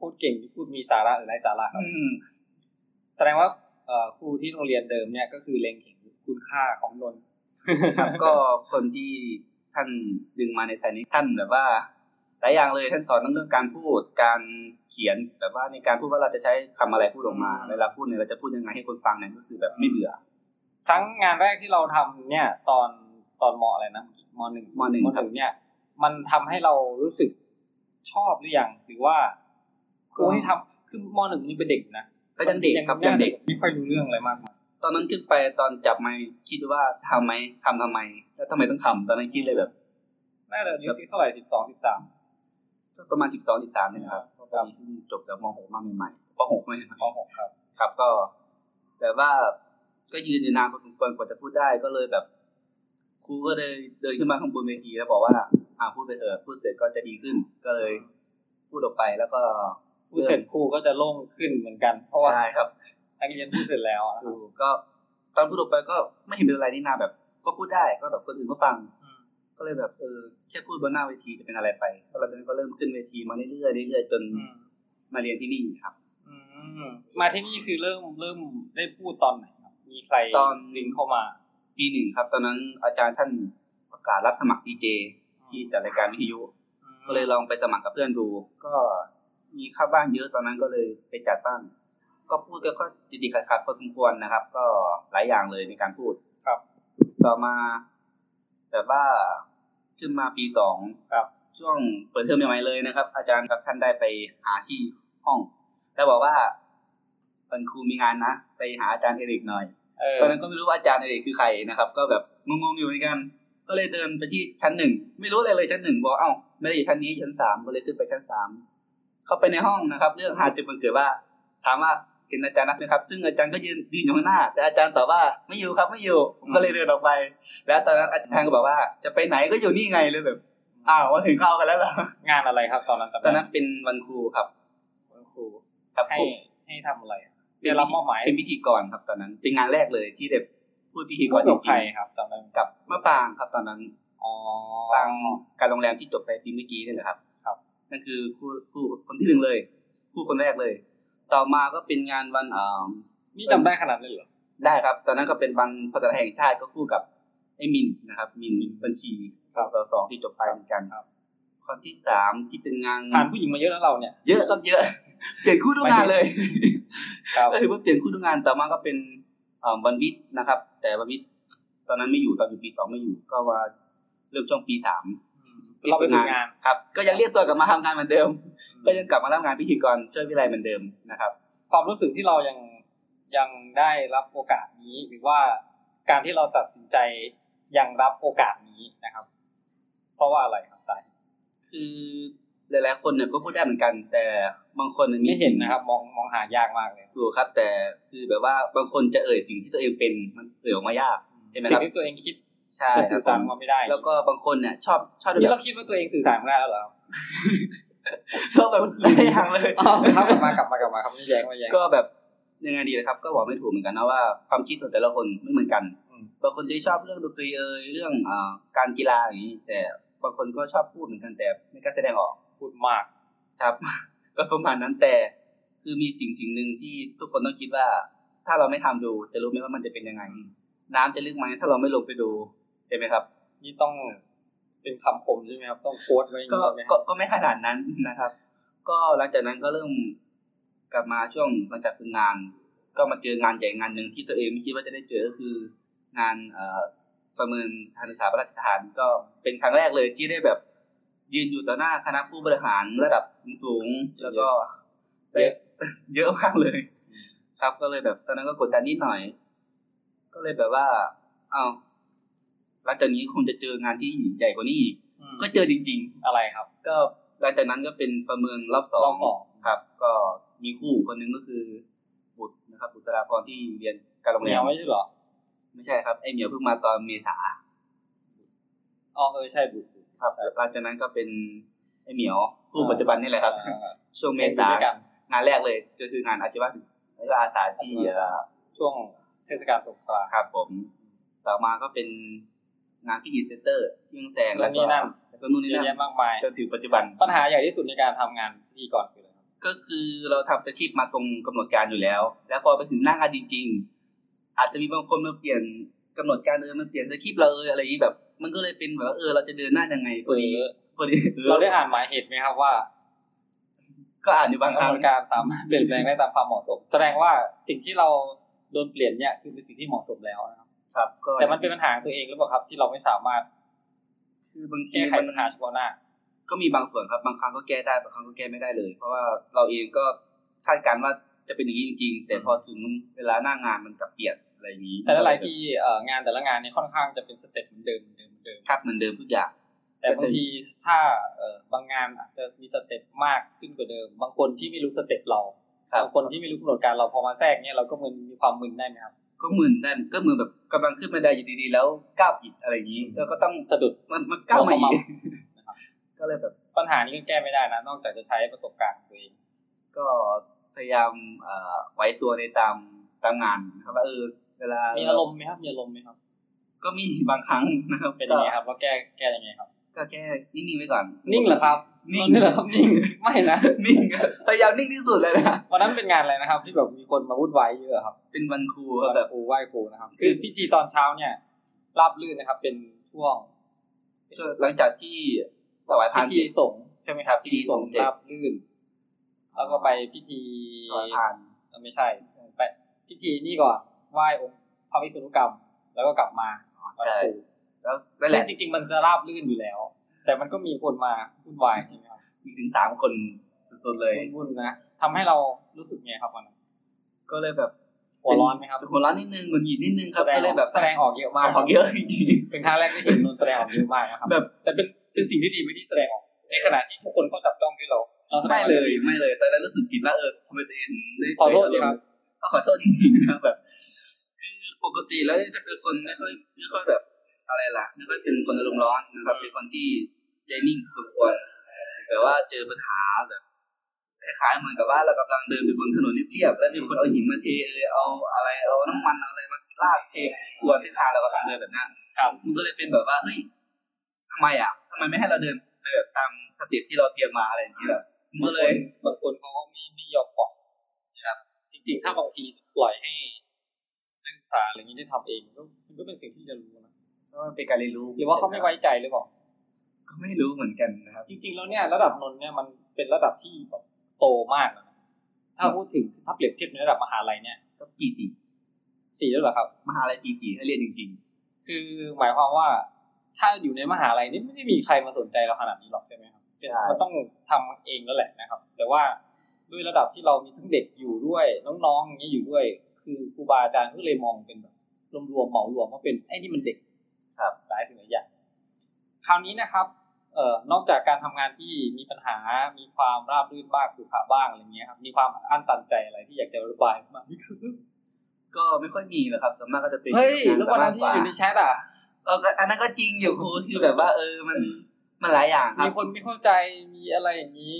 Speaker 2: พูดเก่งหรือพูดมีสาระหรือไร้สาระครับ
Speaker 12: อืม
Speaker 2: แสดงว่าเอ่อครูที่โรงเรียนเดิมเนี่ยก็คือเล็งเห็นคุณค่าของนนท์
Speaker 12: ครับก็คนที่ท่านดึงมาในสายนี้ท่านแบบว่าหลายอย่างเลยท่านสอนทั้งเรื่องการพูดการเขียนแบบว่าในการพูดว่าเราจะใช้คำอะไรพูดออกมาเวลาพูดเนี่ยเราจะพูดยังไงให้คนฟังเนี่ยรู้สึกแบบไม่เบื่อ
Speaker 2: ครั้งงานแรกที่เราทำเนี่ยตอนตอนมอะไรนะมหนึ่ง
Speaker 12: มหนึ่ง
Speaker 2: ม
Speaker 12: ครับ
Speaker 2: หนึ่งเนี่ย มันทำให้เรารู้สึกชอบหรือยังหรือว่าครูให้ทำคือมหนึ่งนี่เป็นเด็กนะ
Speaker 12: ก็ยังเด็กครับ
Speaker 2: ยั
Speaker 12: ยังงเด็
Speaker 2: เด็ก
Speaker 12: ก
Speaker 2: ไม่ค่อยรู้เรื่องอะไรมากมาย
Speaker 12: ตอนนั้นขึ้นไปตอนจับไมค์คิดว่าทำไหมทำทำไม แล้วทำไมต้องทำตอนนั้นคิดเลยแบบ
Speaker 2: น่าจะอายุสิเท่าไหร่สิบสองสิบสาม
Speaker 12: ก็ประมาณสิบสองสิบสามนี่ยนะครับก็เพิ่งจบจากมหกมาใหม่ๆปหกไม่
Speaker 2: มหกครับ
Speaker 12: ครับก็ แต่ว่าก็ยืนอยู่นานพอสมควรกว่าจะพูดได้ก็เลยแบบครูก็เลยเดินขึ้นมาข้างบนเวทีแล้วบอกว่า
Speaker 8: อ่าพูดไปเถอะพูดเสร็จก็จะดีขึ้น ก็เลย พูดออกไปแล้วก็
Speaker 2: พูดเสร็จครูก็จะโล่งขึ้นเหมือนกันเพราะว่า
Speaker 8: ใช่ครับ
Speaker 2: นักเรียนพูดเสร็จแล้วอะ
Speaker 8: ครูก็ตอนพูดออกไปก็ไม่เห็นเป็นไรนี่นาแบบ ก็พูดได้ก็แบบคนอื่นก็ฟัง ก็เลยแบบเออแค่พูดบนหน้าเวทีจะเป็นอะไรไปแล้วหลังจากนั้นก็เริ่มขึ้นเวทีมาเรื่อยๆเรื่อยๆจนมาเรียนที่นี่ครับ
Speaker 2: มาที่นี่คือเริ่มเริ่มได้พูดตอนไหนครับมีใคร
Speaker 8: ตอน
Speaker 2: ลิงก์เข้ามา
Speaker 8: ปีหนึ่งครับ ตอนนั้นอาจารย์ท่านประกาศรับสมัครดีเจที่จัดรายการวิทยุ ก็เลยลองไปสมัครกับเพื่อนดู ก็มีค่าบ้านเยอะตอนนั้นก็เลยไปจัดบ้าง ก็พูดก็ก็ติดๆขัดๆพอสมควรนะครับ ก็หลายอย่างเลยในการพูด
Speaker 2: ครับ
Speaker 8: ต่อมา แต่ว่าขึ้นมาปีสอง
Speaker 2: ครับ
Speaker 8: ช่วงเปิดเทอมใหม่ๆเลยนะครับ อาจารย์กับท่านได้ไปหาที่ห้อง แล้วบอกว่าเป็นครูมีงานนะไปหาอาจารย์เอริกหน่อย
Speaker 2: เออ
Speaker 8: ตอนนั้นก็ไม่รู้ว่าอาจารย์เอริกคือใครนะครับ ก็แบบงงๆอยู่เหมือนกัน ก็เลยเดินไปที่ชั้นหนึ่งไม่รู้อะไรเลยชั้นหนึ่งบอกเอ้าไม่ได้อยู่ชั้นนี้ชั้นสามก็เลยขึ้นไปชั้นสามเข้าไปในห้องนะครับ เรื่องหาจุดมันเกิดว่า ถามว่าเป็นอาจารย์นักไหมครับ ซึ่งอาจารย์ก็ยืนยืนอยู่ข้างหน้า แต่อาจารย์ตอบว่าไม่อยู่ครับไม่อยู่ผมก็เลยเดินออกไป แล้วตอนนั้นอาจารย์ก็บอกว่าจะไปไหนก็อยู่นี่ไงเลยแบบอ้าวมาถึงเข้ากันแล้วเหรอ
Speaker 2: งานอะไรครับ ตอนนั้นจำ
Speaker 8: ต
Speaker 2: ได้
Speaker 8: อน
Speaker 2: ไหม
Speaker 8: นั้นเป็นวันครูครับ
Speaker 2: วันครู
Speaker 8: ครับ
Speaker 2: ให้
Speaker 8: ครู
Speaker 2: ให้ทำอะไรอะเดี๋ยวรับมอบหมาย
Speaker 8: เป็นพิธีกรครับ ตอนนั้นเป็นงานแรกเลยที่เด็กพูดพิธีก
Speaker 2: พู
Speaker 8: ร
Speaker 2: ดกับ
Speaker 8: จงๆ
Speaker 2: ใครครับตอนนั้น
Speaker 8: กับมะปรางครับ ตอนนั้น
Speaker 2: อ๋อ
Speaker 8: ปรางการโรงแรมที่จบไปปีเมื่อกี้นี่แหละครับ
Speaker 2: ครับ
Speaker 8: นั่นคือครูครูคนที่หนึ่งเลยครูคนแรกเลย ต่อมาก็เป็นงานวันอ่า
Speaker 2: นี่จำได้ขนาดนั้นเลยเหรอ
Speaker 8: ได้ครับ ตอนนั้นก็เป็นวันภาษาไทยแห่งชาติก็คู่กับไอ้มินนะครับ มินบัญชีครับเราสองที่จบไปเหมือนกันครับคนที่สามที่เป็นงาน
Speaker 2: ผ่านผู้หญิงมาเยอะแล้วเราเนี่ย
Speaker 8: เยอะครับเยอะ เปลี่ยนคู่ทุกงานเลย
Speaker 2: ครับ
Speaker 8: ก็ถือว่าเปลี่ยนคู่ทุกงานต่อมาก็เป็นเอ่อวันวิทย์นะครับ แต่วันวิทย์ตอนนั้นไม่อยู่ตอนอยู่ปีสองไม่อยู่ ก็ว่าเริ่มช่วงปีสาม
Speaker 2: เราไปฝึกงาน
Speaker 8: ครับ ก็ยังเรียกตัวกลับมาทำงานเหมือนเดิม ก็ยังกลับมารับงานพิธีกรช่วยวิไลเหมือนเดิมนะครับ
Speaker 2: ความรู้สึกที่เรายังยังได้รับโอกาสนี้หรือว่าการที่เราตัดสินใจยังรับโอกาสนี้นะครับ เพราะว่าอะไรครับสาย
Speaker 8: คือหลายๆคนเนี่ยก็พูดได้เหมือนกัน แต่บางคน
Speaker 2: ไม่เห็นนะครับ มองมองหายากมากเลย
Speaker 8: ถูกครับ แต่คือแบบว่าบางคนจะเอ่ยสิ่งที่ตัวเองเป็นมันเอ่ยออกมายากใช่ไหมค
Speaker 2: สิ่
Speaker 8: รับ
Speaker 2: งที่ตัวเองคิด
Speaker 8: ใช่
Speaker 2: จะ
Speaker 8: ครั
Speaker 2: สื่
Speaker 8: บ
Speaker 2: อสาร
Speaker 8: ผม
Speaker 2: มาไม่ได้
Speaker 8: แล้วก็บางคนเนี่ยชอบชอบ
Speaker 2: นี่
Speaker 8: แบ
Speaker 2: เรา
Speaker 8: บ
Speaker 2: คิดว่าตัวเองสื่อสารไม่ได้แล้วเหรอ
Speaker 8: ชอบแบบหลายอย่างเลย
Speaker 2: อ้าวครับกลับมากลับมากลับมาครับไม่แย้งไม่แย้ง
Speaker 8: ก็แบบยังไงดีนะครับ ก็บอกไม่ถูกเหมือนกันนะว่าความคิดของแต่ละคนไม่เหมือนกัน
Speaker 2: อืม
Speaker 8: บางคนจะชอบเรื่องดนตรีเอ่ยเรื่องอ่าการกีฬาอย่างนี้ แต่บางคนก็ชอบพูดเหมือนกันแต่ไม่กล้าแสดงออก
Speaker 2: พูดมาก
Speaker 8: ครับ ก็ประมาณนั้นแต่คือมีสิ่งสิ่งหนึ่งที่ทุกคนต้องคิดว่า ถ้าเราไม่ทำดู จะรู้ไหมว่ามันจะเป็นยังไง น้ำจะลึกไหมถ้าเราไม่ลงไปดูใช่ไหมครับ
Speaker 2: นี่ต้องเป็นคำคมใช่ไหมครับ ต้องโค้ดไว้อย่าง
Speaker 8: ก็
Speaker 2: นี้ใช่ไหม
Speaker 8: ก็ก็ไม่ขนาดนั้นนะครับ ก็หลังจากนั้นก็เริ่มกลับมาช่วงหลังจากฝึกงาน ก็มาเจองานใหญ่งานหนึ่งที่ตัวเองไม่คิดว่าจะได้เจอก็คือ งานเอ่อประเมินสถานศึกษาพระราชทานก็เป็นครั้งแรกเลยที่ได้แบบ ยืนอยู่ต่อหน้าคณะผู้บริหารระดับสูงๆแล้วก็ได้ เยอะมากเลย ครับก็เลยแบบตอนนั้นก็กดดันนิดหน่อย ก็เลยแบบว่า เอาหลังจากนี้คงจะเจองานที่ใหญ่กว่านี้อีก ก็เจอจริง ๆ
Speaker 2: อะไรครับ
Speaker 8: ก็หลังจากนั้นก็เป็นประเมินรอบสอ
Speaker 2: รง อบสอง
Speaker 8: ครับ ก็มีคู่คนหนึงก็คือ บุตรนะครับ บุตราพรที่เรียนการโรง
Speaker 2: เห
Speaker 8: แร
Speaker 2: นีย
Speaker 8: ม
Speaker 2: วไม่ใช่เหรอ
Speaker 8: ไม่ใช่ครับไอเหมียวเพิ่งมาตอนเมษา
Speaker 2: อ๋อเออใช่บุตร
Speaker 8: ครับหลังจากนั้นก็เป็นไอเหมียวคู่ปัจจุบันนี่แหละครับ
Speaker 2: อ่า
Speaker 8: ช่วงเมษา
Speaker 2: ด้วยกัน
Speaker 8: งานแรกเลยก็คืองานอาชีวะแล้วก็อาสาที่เอ่อ
Speaker 2: ช่วงเทศกาลสงกรานต์
Speaker 8: ครับผม ต่อมาก็เป็นงานที่อีเซนเตอร์ที่เมืองแสง
Speaker 2: แล้
Speaker 8: แล้ว วก็
Speaker 2: นี่นั่น
Speaker 8: แล้วก็นู่นนี่
Speaker 2: เยอะ
Speaker 8: นั่
Speaker 2: แยะ
Speaker 8: น
Speaker 2: มากมาย
Speaker 8: จนถึงปัจจุบัน
Speaker 2: ปัญหาใหญ่ที่สุดในการทำงานพิธีกรคืออะไรครับ
Speaker 8: ก็คือเราทำสคริปต์มาตรงกำหนดการอยู่แล้ว แล้วพอไปถึงหน้างานจริง ๆ อาจจะมีบางคนมาเปลี่ยนกำหนดการเออมันเปลี่ยนสคริปต์เราเอออะไรอย่างนี้แบบ มันก็เลยเป็นแบบว่าเออเราจะเดินหน้ายังไงพอดีพอดี
Speaker 2: เราได้อ่านหมายเหตุไหมครับว่า
Speaker 8: ก็อ่านอยู่บางค
Speaker 2: กำ
Speaker 8: รั้
Speaker 2: ห
Speaker 8: ง
Speaker 2: นดการสาม ารถเปลี่ยนแปลงได้ตามความเหมาะสม แสดงว่าสิ่งที่เราโดนเปลี่ยนเนี่ยคือเป็นสิ่งที่เหมาะสมแล้วนะครับ
Speaker 8: ครับก็
Speaker 2: แต่มันเป็นปัญหาของตัวเองหรือเปล่าครับ ที่เราไม่สามารถ
Speaker 8: คือบางที
Speaker 2: แก้ไข
Speaker 8: มัน
Speaker 2: ปัญหาเฉพาะหน้า
Speaker 8: ก็มีบางส่วนครับ บางครั้งก็แก้ได้บางครั้งก็แก้ไม่ได้เลย เพราะว่าเราเองก็คาดการณ์ว่าจะเป็นอย่างนี้จริง ๆ แต่พอถึงเวลาหน้างานมันกลับเปลี่ยนอะไรอย่างนี้
Speaker 2: แต่ละรายที่เอ่องานแต่ละงานเนี่ยค่อนข้างจะเป็นสเต็ปเหมือนเดิมเหมือนเดิมเหมือนเดิม
Speaker 8: ครับเหมือนเดิมทุกอย่าง
Speaker 2: แต่บางทีถ้าเอ่อบางงานอาจจะมีสเต็ปมากขึ้นกว่าเดิม บางคนที่ไม่รู้สเต็ปเรา
Speaker 8: ครับ
Speaker 2: บางคนที่ไม่รู้กำหนดการเราพอมาแทรกเนี่ยเราก็มึนมีความมึนได้ไหมครับ
Speaker 8: ก็มึนได้ก็มือแบบกำลังขึ้นบันไดอยู่ดีๆ แล้วก้าวผิดอะไรอย่างนี้ แล้วก็ต้อง
Speaker 2: สะดุด
Speaker 8: มันมันก้าวมา
Speaker 2: หั
Speaker 8: อี
Speaker 2: วขมั
Speaker 8: ก
Speaker 2: บนะครับ
Speaker 3: ก็เลยแบบ
Speaker 2: ปัญหานี้ก็แก้ไม่ได้นะ นอกจากจะใช้ประสบการณ์ตัวเอง
Speaker 3: ก็พยายามเอ่อไว้ตัวในตามตามงานนะครับว่าเออเวลา
Speaker 2: มี
Speaker 3: มี
Speaker 2: อารมณ์ไหมครับมีอารมณ์ไหมครับ
Speaker 3: ก็มีบางครั้งนะครับ
Speaker 2: เป็นยังไงครับว่าแก้แก้ยังไงครับ
Speaker 3: ก็แก้นิ่งๆไว้ก่อน
Speaker 2: นิ่งเหรอครับ
Speaker 3: นิ่ง
Speaker 2: นิ่งเหรอครับนิ่งไม่นะ
Speaker 3: นิ่งพยายามนิ่งที่สุดเลยนะ
Speaker 2: วันนั้นเป็นงานอะไรนะครับ ที่แบบมีคนมาวุ่นวายเยอะครับ
Speaker 3: เป็นวันครู
Speaker 2: ค
Speaker 3: แบบ
Speaker 2: ครูไหว้ครูนะครับ คือพิธีตอนเช้าเนี่ยราบรื่นนะครับ เป็นช่วง
Speaker 3: หลังจากที่ถวายพา
Speaker 2: พิ
Speaker 3: น
Speaker 2: ธีสงฆ์ใช่ไหมครับพิธีสงฆ์ราบรื่น แล้วก็ไปพิธี
Speaker 3: ถวายพาน
Speaker 2: เอ่อไม่ใช่ไปพิธีนี่ก่อนไหว้องค์พระวิษณุกรรม แล้วก็กลับมาวันครู
Speaker 3: แล้วนั่
Speaker 2: นั่น
Speaker 3: นแห
Speaker 2: แห
Speaker 3: ละ
Speaker 2: ละจริงๆมันจะราบรื่นอยู่แล้ว แต่มันก็มีคนมาวุ่นวายใช่ไหมครับ
Speaker 3: มีถึงสามคนสุดๆเลย
Speaker 2: วุ่นๆนะทำให้เรารู้สึกไงครับวันนั้น
Speaker 3: ก็เลยแบบ
Speaker 2: หัวร้อนไหมครับ
Speaker 3: หัวร้อนนิดนึงหงุดหงิดนิดนึงครับ
Speaker 2: แสดง
Speaker 3: ก็เลยแบบ
Speaker 2: แสดงออกเยอะมาก
Speaker 3: ออกเยอะจริงๆ
Speaker 2: เป็นครั้งแรกที่เห็นนนท์แสดงออกเยอะมากนะครับ
Speaker 3: แบบ
Speaker 2: แต่เป็นเป็นสิ่งที่ดีไม่ที่แสดงออกในขณะที่ทุกคนก็จับจ้องที่เราเราแสด
Speaker 3: ไม่
Speaker 2: งออก
Speaker 3: เลยไม่เลยตอนนั้นรู้สึกผิดว่าเออทำไมตัวเองได้
Speaker 2: ขอโทษเลยครับ
Speaker 3: ก็ขอโทษจริงๆนะครับแบบคือปกติแล้วจะเป็นคนไม่ค่อยไม่ค่อยแบบอะไรล่ะไม่ค่อยเป็นคนอารมณ์ร้อนนะครับเป็นคนที่ใจนิ่งพอสมควรแต่ว่าเจอปัญหาแบบคล้ายๆเหมือนกับว่าเรากำลังเดินไปบนถนนเรียบๆแล้วมีคนเอาหินมาเทเอยเอาอะไรเอาน้ำมันเอาอะไรมาลาดเทกวนเส้นทางเรากำลังเดินแบบนั้นมันก็เลยเป็นแบบว่าเฮ้ย ทำไมอ่ะทำไมไม่ให้เราเดินแบบตามสเต็ปที่เราเตรียมมาอะไรอย่างเงี้ยแบบเมื่อเลย
Speaker 2: บางคนเขาก็ไม่ไม่ยอมปล่อยนะครับจริงๆ ถ้าบางทีปล่อยให้นักศึกษาอะไรอย่างนี้ได้ทำเองก็มันก็เป็นสิ่งที่เรียนรู้นะ
Speaker 3: ก็เป็นการเรียนรู้
Speaker 2: หรือว่าเขาไม่ไว้ใจหรือเปล่า
Speaker 3: ก็ไม่รู้เหมือนกันนะครับ
Speaker 2: จริงๆ แล้วเนี่ยระดับนนท์เนี่ยมันเป็นระดับที่แบบโตมากนะถ้าพูดถึงถ้าเปรียบเทียบในระดับมหาลัยเนี่ย
Speaker 3: ก็ปีสี่
Speaker 2: สี่แล้วเหรอครับ
Speaker 3: มหาลัยปีสี่ให้เรียนจริง
Speaker 2: คือหมายความว่า ถ้าอยู่ในมหาลัยนี่ไม่ได้มีใครมาสนใจเราขนาดนี้หรอกใช่ไหมครับมันต้องทำเองแล้วแหละนะครับ แต่ว่าด้วยระดับที่เรามีทั้งเด็กอยู่ด้วยน้องๆอย่างนี้ยอยู่ด้วย คือครูบาอาจารย์ก็เลยมองเป็นแบบรวมๆเหมารวมว่าเป็นไอ้นี่มันเด็ก
Speaker 3: ครับ
Speaker 2: หลายสิ่งหลายอย่างคราวนี้นะครับเอ่อนอกจากการทำงานที่มีปัญหา มีความราบรื่นบ้างคือขาบ้างอะไรเงี้ยครับ มีความอั้นตันใจอะไรที่อยากจะระบายมาก
Speaker 3: ๆ ก็ไม่ค่อยมีหรอกครับส่วนมากก็จะเป็น
Speaker 2: เฮ้ยแล้ววันนั้นที่
Speaker 3: งา
Speaker 2: อยู่ในแชทอ่ะ
Speaker 3: เออก็อันนั้นก็จริงอยู่ครูคือแบบว่า เออมันมันหลายอย่างครั
Speaker 2: มี
Speaker 3: บ
Speaker 2: คนไม่เข้าใจมีอะไรอย่างนี้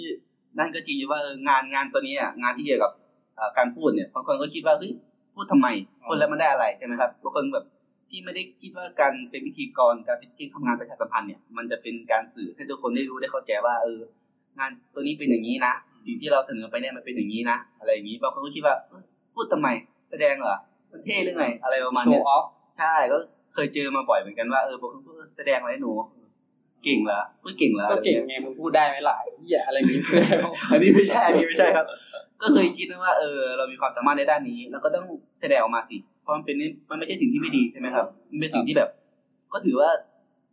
Speaker 3: นั่นก็จริงอยู่ว่าเอองานงานตัวนี้อ่ะงานที่เกี่ยวกับเอ่อการพูดเนี่ยบางคนก็คิดว่าเฮ้ยพูดทำไมพูดแล้วมันได้อะไรใช่ไหมครับบางคนแบบที่ไม่ได้คิดว่าการเป็นพิธีกรการเป็นที่ทำงานประชาสัมพันธ์เนี่ยมันจะเป็นการสื่อให้ทุกคนได้รู้ได้เข้าใจว่าเอองานตัวนี้เป็นอย่างนี้นะสิ่งที่เราเสนอไปเนี่ยมันเป็นอย่างนี้นะอะไรอย่างนี้บางคนก็คิดว่าเอ้ยพูดทำไม แสดงเหรอมันเท่หรือไงอะไรประมาณเนี้ย
Speaker 2: Show off
Speaker 3: ใช่ก็เคยเจอมาบ่อยเหมือนกันว่าเออบางคนก็แสดงอะไรหนู เก่งเหรอพูดเก่งเหรอ
Speaker 2: ก็
Speaker 3: อะไรอย่า
Speaker 2: เก่
Speaker 3: ย
Speaker 2: งไงมึงพูดได้ไหมล่ะไอ้เหี้ยอะไรอย่างนี้
Speaker 3: อันนี้ไม่ใช่ อันนี้ไม่ใช่ครับ ก็เคยคิดนะว่าเออเรามีความสามารถในด้านนี้ แล้วก็ต้องแสดงออกมาสิ เพราะมันเป็นมันไม่ใช่สิ่งที่ไม่ดีใช่ไหมครับ มันเป็นสิ่งที่แบบ ก็ถือว่า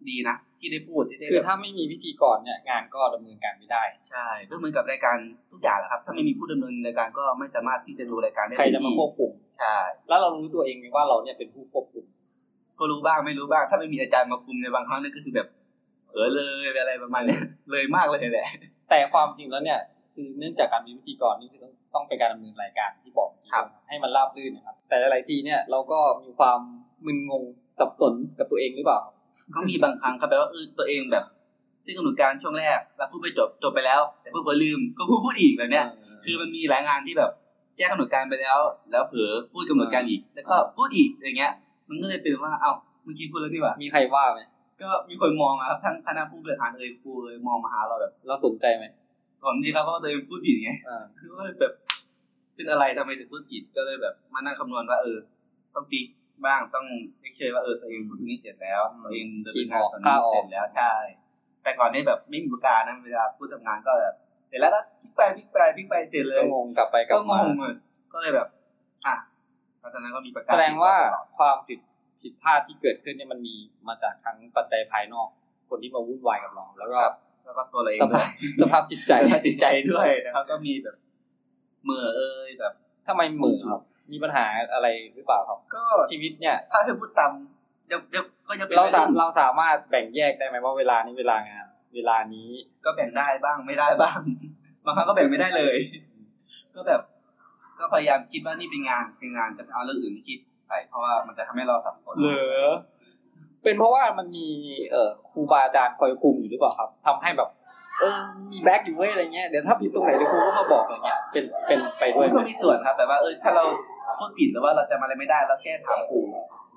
Speaker 3: ดีนะที่ได้พูดที่ได้
Speaker 2: คือ
Speaker 3: แบบ
Speaker 2: ถ้าไม่มีพิธีกรเนี่ย งานก็ดำเนินการไม่ได้
Speaker 3: ใช่ก็เหมือนกับรายการทุกอย่างแหละครับ ถ้าไม่มีผู้ดำเนินรายการก็ไม่สามารถที่จะดูรายการได้
Speaker 2: ใครจะมาควบคุม
Speaker 3: ใช่
Speaker 2: แล้วเรารู้ตัวเองไหมว่าเราเนี่ยเป็นผู้ควบคุม
Speaker 3: ก็รู้บ้างไม่รู้บ้าง ถ้าไม่มีอาจารย์มาคุมในบางครั้งนั่นก็คือแบบเออเลยอะไรประมาณเนี้ยเลยมากเลยแหละ
Speaker 2: แต่ความจริงแล้วเนี่ย คือเนื่องจากการมีพิธีกรนี่คือต้องต้องเป็นการดำเนินรายการที่บอกเมื่อกี้
Speaker 3: ครับ
Speaker 2: ให้มันราบรื่นนะครับ แต่หลายๆทีเนี่ยเราก็มีความมึนงงสับสนกับตัวเองหรือเปล่า
Speaker 3: ก็มีบางครั้งครับแปลว่าเออตัวเองแบบซึ่งกำหนดการช่วงแรกแล้วพูดไปจบจบไปแล้ว แต่พูดไปลืมก็พูดพูดอีกแบบเนี้ย คือมันมีหลายงานที่แบบแจ้งกำหนดการไปแล้ว แล้วเผลอพูดกำหนดการอีก แล้วก็พูดอีกอย่างเงี้ย มันก็เลยเป็นว่าเอ้าเมื่อกี้พูดแล้วนี่หว่า
Speaker 2: มีใครว่าไหม
Speaker 3: ก็มีคนมองอะครับทั้งคณะผู้บริหารเอ่ยครูเอ่ยมองมาหาเราแบบ
Speaker 2: เราสนใจไหม
Speaker 3: สอนดีครับเพราะว่าตัวเองพูดผิดไง
Speaker 2: อ่า
Speaker 3: คือว่าแบบเป็นอะไรทำไมถึงพูดผิดก็เลยแบบมานั่งคำนวณว่าเออ ต้องปีกบ้างต้องเช็คเชยว่าเออตัวเองพูดตรงนี้เสร็จแล้วตัวเองดำเนินงานตอนนี้เสร็จแล้วใช่แต่ก่อนนี่แบบไม่มีประการนะเวลาพูดทำงานก็แบบเสร็จแล้วนะพลิกไปพลิกไปพลิกไปเสร็จเลย
Speaker 2: ก็งงกลับไปกลับ
Speaker 3: ก็ง
Speaker 2: มาง
Speaker 3: เลยก็เลยแบบ อ่ะหลังจากนั้นก็มีประกาศ
Speaker 2: แสดงว่าความผิดผิดพลาดที่เกิดขึ้นเนี่ยมันมีมาจากทั้งปัจจัยภายนอก คนที่มาวุ่นวายกับเราแล้วก็
Speaker 3: แล้วก็ตัวเราเอง
Speaker 2: ส
Speaker 3: ด้
Speaker 2: ภา
Speaker 3: วย
Speaker 2: พสภาพจิตใจ
Speaker 3: ใจติดใจด้วยนะครับ ก็มีแบบเหมื่อเอ้ยแบบ
Speaker 2: ทำไมเหมือครับ มีปัญหาอะไรหรือเปล่าครับ
Speaker 3: ก็
Speaker 2: ชีวิตเนี่ย
Speaker 3: ถ้าให้พูดตามยังยังก็ยังเป็น
Speaker 2: เรา
Speaker 3: วัย
Speaker 2: สา
Speaker 3: รุ่น
Speaker 2: เราสามารถแบ่งแยกได้ไหมว่าเวลานี้เวลางาน เวลานี้
Speaker 3: ก็แบ่งได้บ้างไม่ได้บ้าง บางครั้งก็แบ่งไม่ได้เลย ก็แบบ ก็พยายามคิดว่านี่เป็นงานเป็นงานจะเอาเรื่องอื่นไม่คิดใส่เพราะว่ามันจะทำให้เราสับสน
Speaker 2: หรือเป็นเพราะว่ามันมีเอ่อครูบาอาจารย์คอยคุมอยู่หรือเปล่าครับทำให้แบบ เออมีแบ็กอยู่เว้ยอะไรเงี้ยเดี๋ยวถ้าผิดตรงไหนเดี๋ยวครูก็มาบอกอะไรเงี้ยเป็นเป็นไปด้วยไหม
Speaker 3: ก็มีส่วนครับ แต่ว่าเออถ้าเราพูดผิดหรือว่าเราจำอะไรไม่ได้เราแค่ถามครู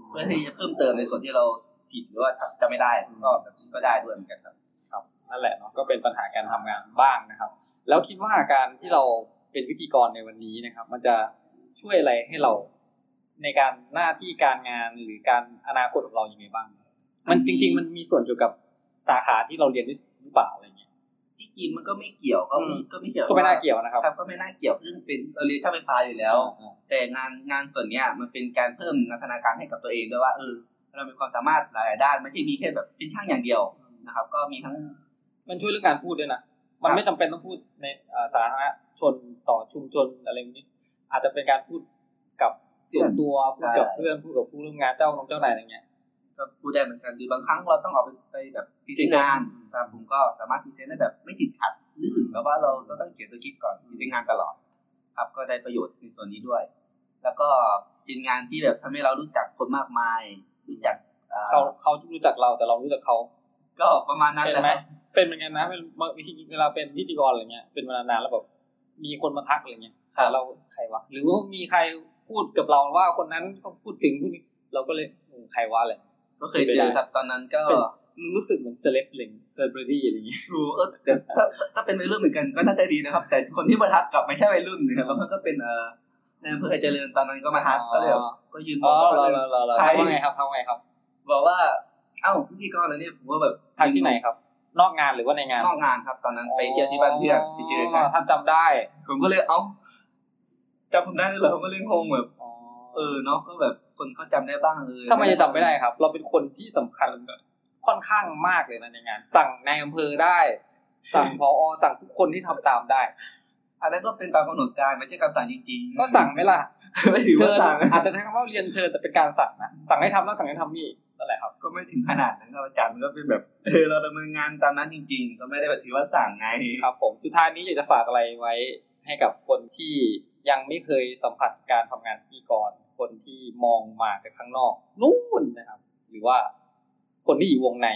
Speaker 3: เพื่อที่จะเพิ่มเติมในส่วนที่เราผิดหรือว่าจำไม่ได้ก็ก็ได้ด้วยเหมือนกันครับ
Speaker 2: นั่นแหละเนาะก็เป็นปัญหาการทำงานบ้างนะครับ แล้วคิดว่าการที่เราเป็นวิธีกรในวันนี้นะครับ มันจะช่วยอะไรให้เราในการหน้าที่การงานหรือการอนาคตของเราอย่างไงบ้าง มันจริง ๆ มันมีส่วนเกี่ยวกับสาขาที่เราเรียนด้วยหรือเปล่าอะไรเงี้ย
Speaker 3: ที่จริงมันก็ไม่เกี่ยวก็ไม่
Speaker 2: อืม
Speaker 3: ก็ไม่เกี่ยว
Speaker 2: ก็ไม่น่าเกี่ยวนะครับ
Speaker 3: ก็ไม่น่าเกี่ยวซึ่งเป็นเราเรียนช่างไฟฟ้าอยู่แล้ว แต่งานงานส่วนเนี้ยมันเป็นการเพิ่มนันทนาการให้กับตัวเองด้วยว่าเออเรามีความสามารถหลายๆด้านไม่ใช่มีแค่แบบเป็นช่างอย่างเดียวนะครับ ก็มีทั้ง
Speaker 2: มันช่วยเรื่องการพูดด้วยนะ มันไม่จำเป็นต้องพูดในเอ่อสาธารณชนต่อชุมชนอะไรแบบนี้ อาจจะเป็นการพูดกับส่วนตัวพูดกับเพื่อนพูดกับผู้ร่วมงานเจ้าน้องเจ้านายอะไรเงี้ย
Speaker 3: ก็พูดได้เหมือนกันหรือบางครั้งเราต้องออกไปไปแบบพรีเซนต์งานครับผมก็สามารถพรีเซนต์ได้แบบไม่ติดขัดลื่นแบบว่าเราเราต้องเขียนตัวคิดก่อนพรีเซนต์งานตลอด ครับก็ได้ประโยชน์ในส่วนนี้ด้วย แล้วก็เป็นงานที่แบบทำให้เรารู้จักคนมากมายรู้จักอ่
Speaker 2: เขาเขารู้จักเราแต่เรารู้จักเขา
Speaker 3: ก็ประมาณนั้น
Speaker 2: เป็
Speaker 3: แห
Speaker 2: น
Speaker 3: ละ
Speaker 2: ไหม
Speaker 3: ครับ
Speaker 2: เป็นเหมือนกันนะเป็นบางทีเวลาเป็นพิธีกรอะไรเงี้ย เป็นมานานๆแล้วแบบมีคนมาทักอะไรเงี้ยแต่เราใครวะ หรือว่ามีใครพูดกับเราว่าคนนั้นเขาพูดถึงผู้นี้เราก็เลยเออใครวะอะไร
Speaker 3: ก็เคยเจอครับตอนนั้นก็
Speaker 2: เป็นรู้สึกเหมือนเซเลบเลยเซเลบริตี้อะไรเงี้ย
Speaker 3: ถูกเออแต่ถ้าถ้าเป็นวัยรุ่นเหมือนกันก็น่าจะดีนะครับ แต่คนที่มาทักกลับไม่ใช่วัยรุ่นนะครับแล้วมันก็เป็นเอ่อในอำเภอเจริญตอนนั้นก็มาทักก็เลยแบบก็ยืนม
Speaker 2: อ๋
Speaker 3: อ
Speaker 2: อง เหรอเหรอเหรอเหรอ
Speaker 3: ใคร
Speaker 2: ทำไงครับทำไงครับ
Speaker 3: บอกว่า เอ้าพี่ก็เลยเนี่ยผมว่าแบบ
Speaker 2: ทักที่ไหนครับ นอกงานหรือว่าในงาน
Speaker 3: นอกงานครับ ตอนนั้นไปเที่ยวที่บ้านเพื่อนไปเจอกัน
Speaker 2: ท่านจำได้
Speaker 3: ผมก็เลยเอ้าจำผมได้ด้วยเหรอผมก็เลยงงแบบเออเนาะก็แบบคนเขาจำได้บ้างเลย
Speaker 2: ทำไมจะจำไม่ได้ครับ เราเป็นคนที่สำคัญค่อนข้างมากเลยนะในงาน สั่งในายอำเภอได้ สั่งพอสั่งทุกคนที่ทำตามได้
Speaker 3: อันนั้นก็เป็นตามกำหนดการไม่ใช่คำสั่งจริงๆ
Speaker 2: ก็สั่งไหม่ล่ะ
Speaker 3: ไม่ถือว่าสั่ง
Speaker 2: เชิญอาจจะใช้คำว่าเรียนเชิญแต่เป็นการสั่งนะสั่งให้ทำแล้วสั่งให้ทำนี่นั่นแหละครับ
Speaker 3: ก็ไม่ถึงขนาดนั้นครับอาจารย์มันก็เป็นแบบเออเราดำเนินงานตามนั้นจริง ๆ ก็ไม่ได้แบบถือว่าสั่งไง
Speaker 2: ครับผมสุดท้ายนี้อยากจะฝากอะไรไว้ให้กับคนที่ยังไม่เคยสัมผัสการทำงานพิธีกรคนที่มองมาจากข้างนอกนู่นนะครับ หรือว่าคนที่อยู่วงใน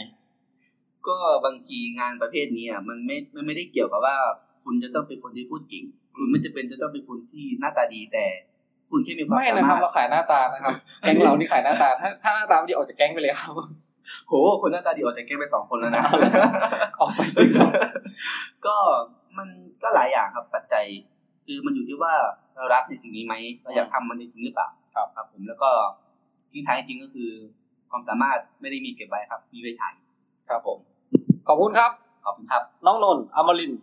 Speaker 3: ก็บางทีงานประเภทนี้อ่ะมันไม่มันไม่ได้เกี่ยวกับว่า คุณจะต้องเป็นคนที่พูดเก่งคุณไม่จะเป็นจะต้องเป็นคนที่หน้าตาดีแต่ คุณแค่มีความ
Speaker 2: ไม่
Speaker 3: สา
Speaker 2: นะครับ
Speaker 3: มารถ
Speaker 2: เราขายหน้าตานะครับแก๊งเรานี่ขายหน้าตาถ้าถ้าหน้าตาไม่ดีออกจากแก๊งไปเลยครับ
Speaker 3: โหคนหน้าตาดีออกจากแก้ไปสองคนแล้วนะ
Speaker 2: ออกไป
Speaker 3: ก็มันก็หลายอย่างครับปัจจัย คือมันอยู่ที่ว่าเรารักในสิ่งนี้ไหมเราอยากทำมันจริงหรือเปล่าครับครับ ผมแล้วก็ทิ้งท้ายจริงก็คือ ความสามารถไม่ได้มีเก็บไว้ครับ มีไว้ใช้
Speaker 2: ครับผม ขอบคุณครับ
Speaker 3: ขอบคุณครับ
Speaker 2: น้องนนท์อมรินทร์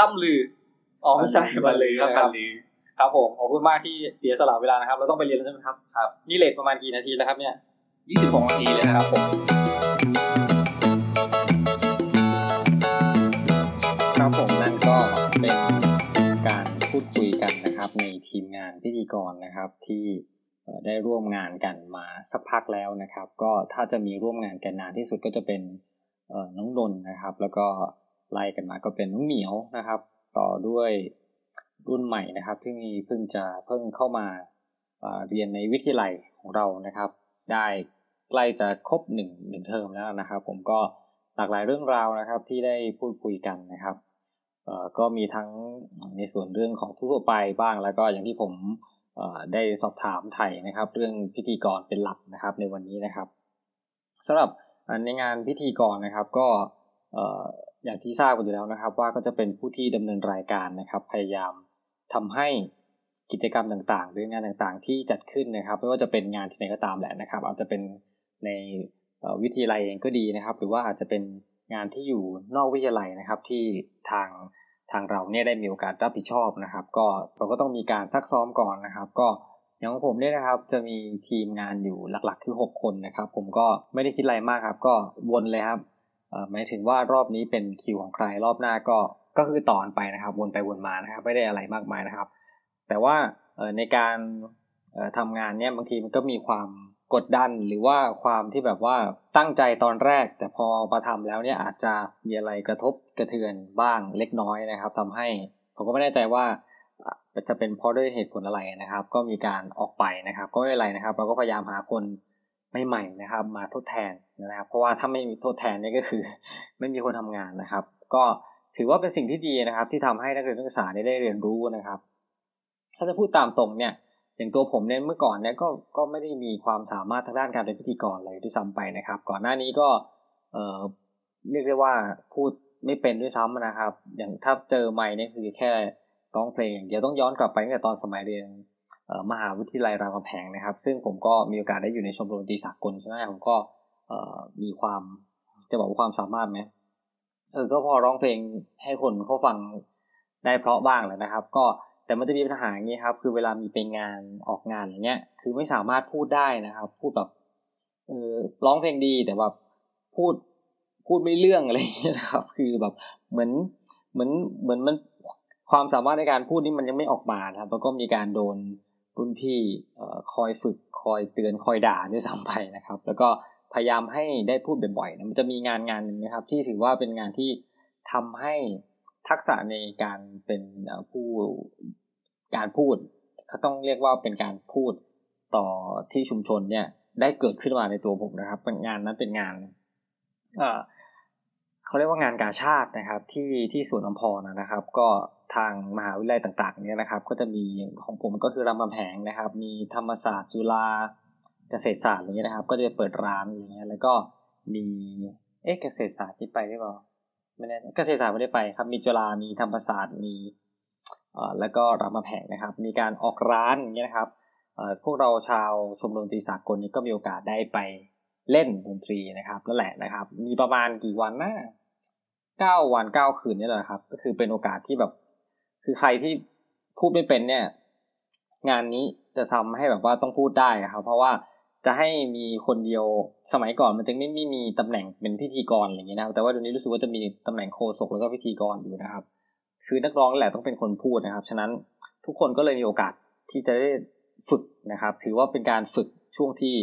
Speaker 2: ล่ำลืออ๋อไม่ใช่
Speaker 3: บั
Speaker 2: บัน
Speaker 3: นลื
Speaker 2: ลือ
Speaker 3: อ
Speaker 2: นะครับ
Speaker 3: บันลือ
Speaker 2: ครับผมขอบคุณมากที่เสียสละเวลานะครับ เราต้องไปเรียนแล้วใช่ไหมครับ
Speaker 3: ครับ
Speaker 2: นี่เลทประมาณกี่นาทีแล้วครับเนี่ย
Speaker 3: ยี่สิบสองนาทีเลยนะครับผม
Speaker 4: ครับผมนั่นก็เป็นการพูดคุยกันนะครับ ในทีมงานพิธีกรนะครับ ที่เอ่อได้ร่วมงานกันมาสักพักแล้วนะครับ ก็ถ้าจะมีร่วมงานกันนานที่สุดก็จะเป็นเอ่อน้องดนนะครับ แล้วก็ไล่กันมาก็เป็นน้องเหมียวนะครับ ต่อด้วยรุ่นใหม่นะครับ ที่มีเพิ่งจะเพิ่งเข้ามาเอ่อเรียนในวิทยาลัยของเรานะครับ ได้ใกล้จะครบหนึ่งหนึ่งเทอมแล้วนะครับ ผมก็หลากหลายเรื่องราวนะครับ ที่ได้พูดคุยกันนะครับ เอ่อก็มีทั้งในส่วนเรื่องของทั่วไปบ้างแล้วก็อย่างที่ผมเอ่อได้สอบถามไทยนะครับ เรื่องพิธีกรเป็นหลักนะครับในวันนี้นะครับสำหรับอ่าในงานพิธีกรนะครับก็เอ่ออย่างที่ทราบกันอยู่แล้วนะครับ ว่าก็จะเป็นผู้ที่ดำเนินรายการนะครับ พยายามทำให้กิจกรรมต่างๆ หรืองานต่างๆ ที่จัดขึ้นนะครับ ไม่ว่าจะเป็นงานที่ไหนก็ตามแหละนะครับ อาจจะเป็นใน เอ่อวิทยาลัยเองก็ดีนะครับ หรือว่าอาจจะเป็นงานที่อยู่นอกวิทยาลัยนะครับ ที่ทางทางเราเนี่ยได้มีโอกาสรับผิดชอบนะครับ ก็เราก็ต้องมีการซักซ้อมก่อนนะครับ ก็อย่างของผมเนี่ยนะครับจะมีทีมงานอยู่หลักๆคือ 6 คนนะครับ ผมก็ไม่ได้คิดอะไรมากครับ ก็วนเลยครับเอ่อหมายถึงว่ารอบนี้เป็นคิวของใครรอบหน้าก็ก็คือต่อกันไปนะครับ วนไปวนมานะครับ ไม่ได้อะไรมากมายนะครับ แต่ว่าเอ่อในการ เอ่อทำงานเนี่ยบางทีมันก็มีความกดดันหรือว่าความที่แบบว่าตั้งใจตอนแรก แต่พอมาทำแล้วเนี่ยอาจจะมีอะไรกระทบกระเทือนบ้างเล็กน้อยนะครับทำให้ผมก็ไม่แน่ใจว่าอ่ะจะเป็นเพราะด้วยเหตุผลอะไรนะครับ ก็มีการออกไปนะครับ ก็ไม่เป็นไรนะครับ เราก็พยายามหาคนให ม่ๆนะครับ มาทดแทนนะครับ เพราะว่าถ้าไม่มีทดแทนเนี่ยก็คือ ไม่มีคนทำงานนะครับ ก็ถือว่าเป็นสิ่งที่ดีนะครับ ที่ทำให้นักเรียนนักศึกษาเนี่ยได้เรียนรู้นะครับ ถ้าจะพูดตามตรงเนี่ยอย่างตัวผมเนี่ยเมื่อก่อนเนี่ยก็ก็ไม่ได้มีความสามารถทางด้านการเป็นพิธีกรเลยที่ซ้ำไปนะครับ ก่อนหน้านี้ก็เอ่อเรียกได้ว่าพูดไม่เป็นด้วยซ้ำนะครับ อย่างถ้าเจอไม่เนี่ยคือแค่ร้องเพลง เดี๋ยวต้องย้อนกลับไปตั้งแต่ตอนสมัยเรียนเอ่อมหาวิทยาลัยรามคำแหงนะครับ ซึ่งผมก็มีโอกาสได้อยู่ในชมรมดนตรีสากลใช่ไหมผมก็เอ่อมีความจะบอกว่าความสามารถไหมเออก็พอร้องเพลงให้คนเขาฟังได้เพราะบ้างแหละนะครับ ก็แต่มันจะมีปัญหาอย่างนี้ครับ คือเวลามีไปงานออกงานอย่างเงี้ย คือไม่สามารถพูดได้นะครับ พูดแบบเออร้องเพลงดีแต่แบบพูดพูดไม่เรื่องอะไร อย่างเงี้ยนะครับ คือแบบเหมือนเหมือนเหมือนมันความสามารถในการพูดนี่มันยังไม่ออกมานะครับ แล้วก็มีการโดนรุ่นพี่เอ่อคอยฝึกคอยเตือนคอยด่าด้วยซ้ำไปนะครับ แล้วก็พยายามให้ได้พูดบ่อยๆนะมันจะมีงานงานหนึ่งนะครับ ที่ถือว่าเป็นงานที่ทำให้ทักษะในการเป็นเอ่อผู้การพูดเขาต้องเรียกว่าเป็นการพูดต่อที่ชุมชนเนี่ย ได้เกิดขึ้นมาในตัวผมนะครับ เป็นงานนั้นเป็นงาน เอ่อเขาเรียกว่างานกาชาตินะครับ ที่ที่สวนอำพรนะนะครับ ก็ทางมหาวิทยาลัยต่าง ๆ เนี่ยนะครับ ก็จะมีของผมก็คือรามคำแหงนะครับ มีธรรมศาสตร์จุฬาเกษตรศาสตร์อะไรเงี้ยนะครับ ก็จะไปเปิดร้านอะไรเงี้ยแล้วก็มีเอ๊ะเกษตรศาสตร์ที่ไปได้เปล่าไม่แน่ใจเกษตรศาสตร์ไม่ได้ไปครับ มีจุฬามีธรรมศาสตร์มีเอ่อแล้วก็รามคำแหงนะครับ มีการออกร้านอย่างเงี้ยนะครับเอ่อพวกเราชาวชมรมดนตรีสากลนี้ก็มีโอกาสได้ไป เล่นดนตรีนะครับนั่นแหละนะครับ มีประมาณกี่วันนะเก้าวันเก้าคืนนี่แหละครับ ก็คือเป็นโอกาสที่แบบ คือใครที่พูดไม่เป็นเนี่ย งานนี้จะทำให้แบบว่าต้องพูดได้นะครับ เพราะว่าจะให้มีคนเดียวสมัยก่อนมันจึงไม่ไม่มีตำแหน่งเป็นพิธีกรอะไรอย่างเงี้ยนะครับ แต่ว่าเดี๋ยวนี้รู้สึกว่าจะมีตำแหน่งโฆษกแล้วก็พิธีกรอยู่นะครับ คือนักร้องแหละต้องเป็นคนพูดนะครับ ฉะนั้นทุกคนก็เลยมีโอกาสที่จะได้ฝึกนะครับ ถือว่าเป็นการฝึกช่วงที่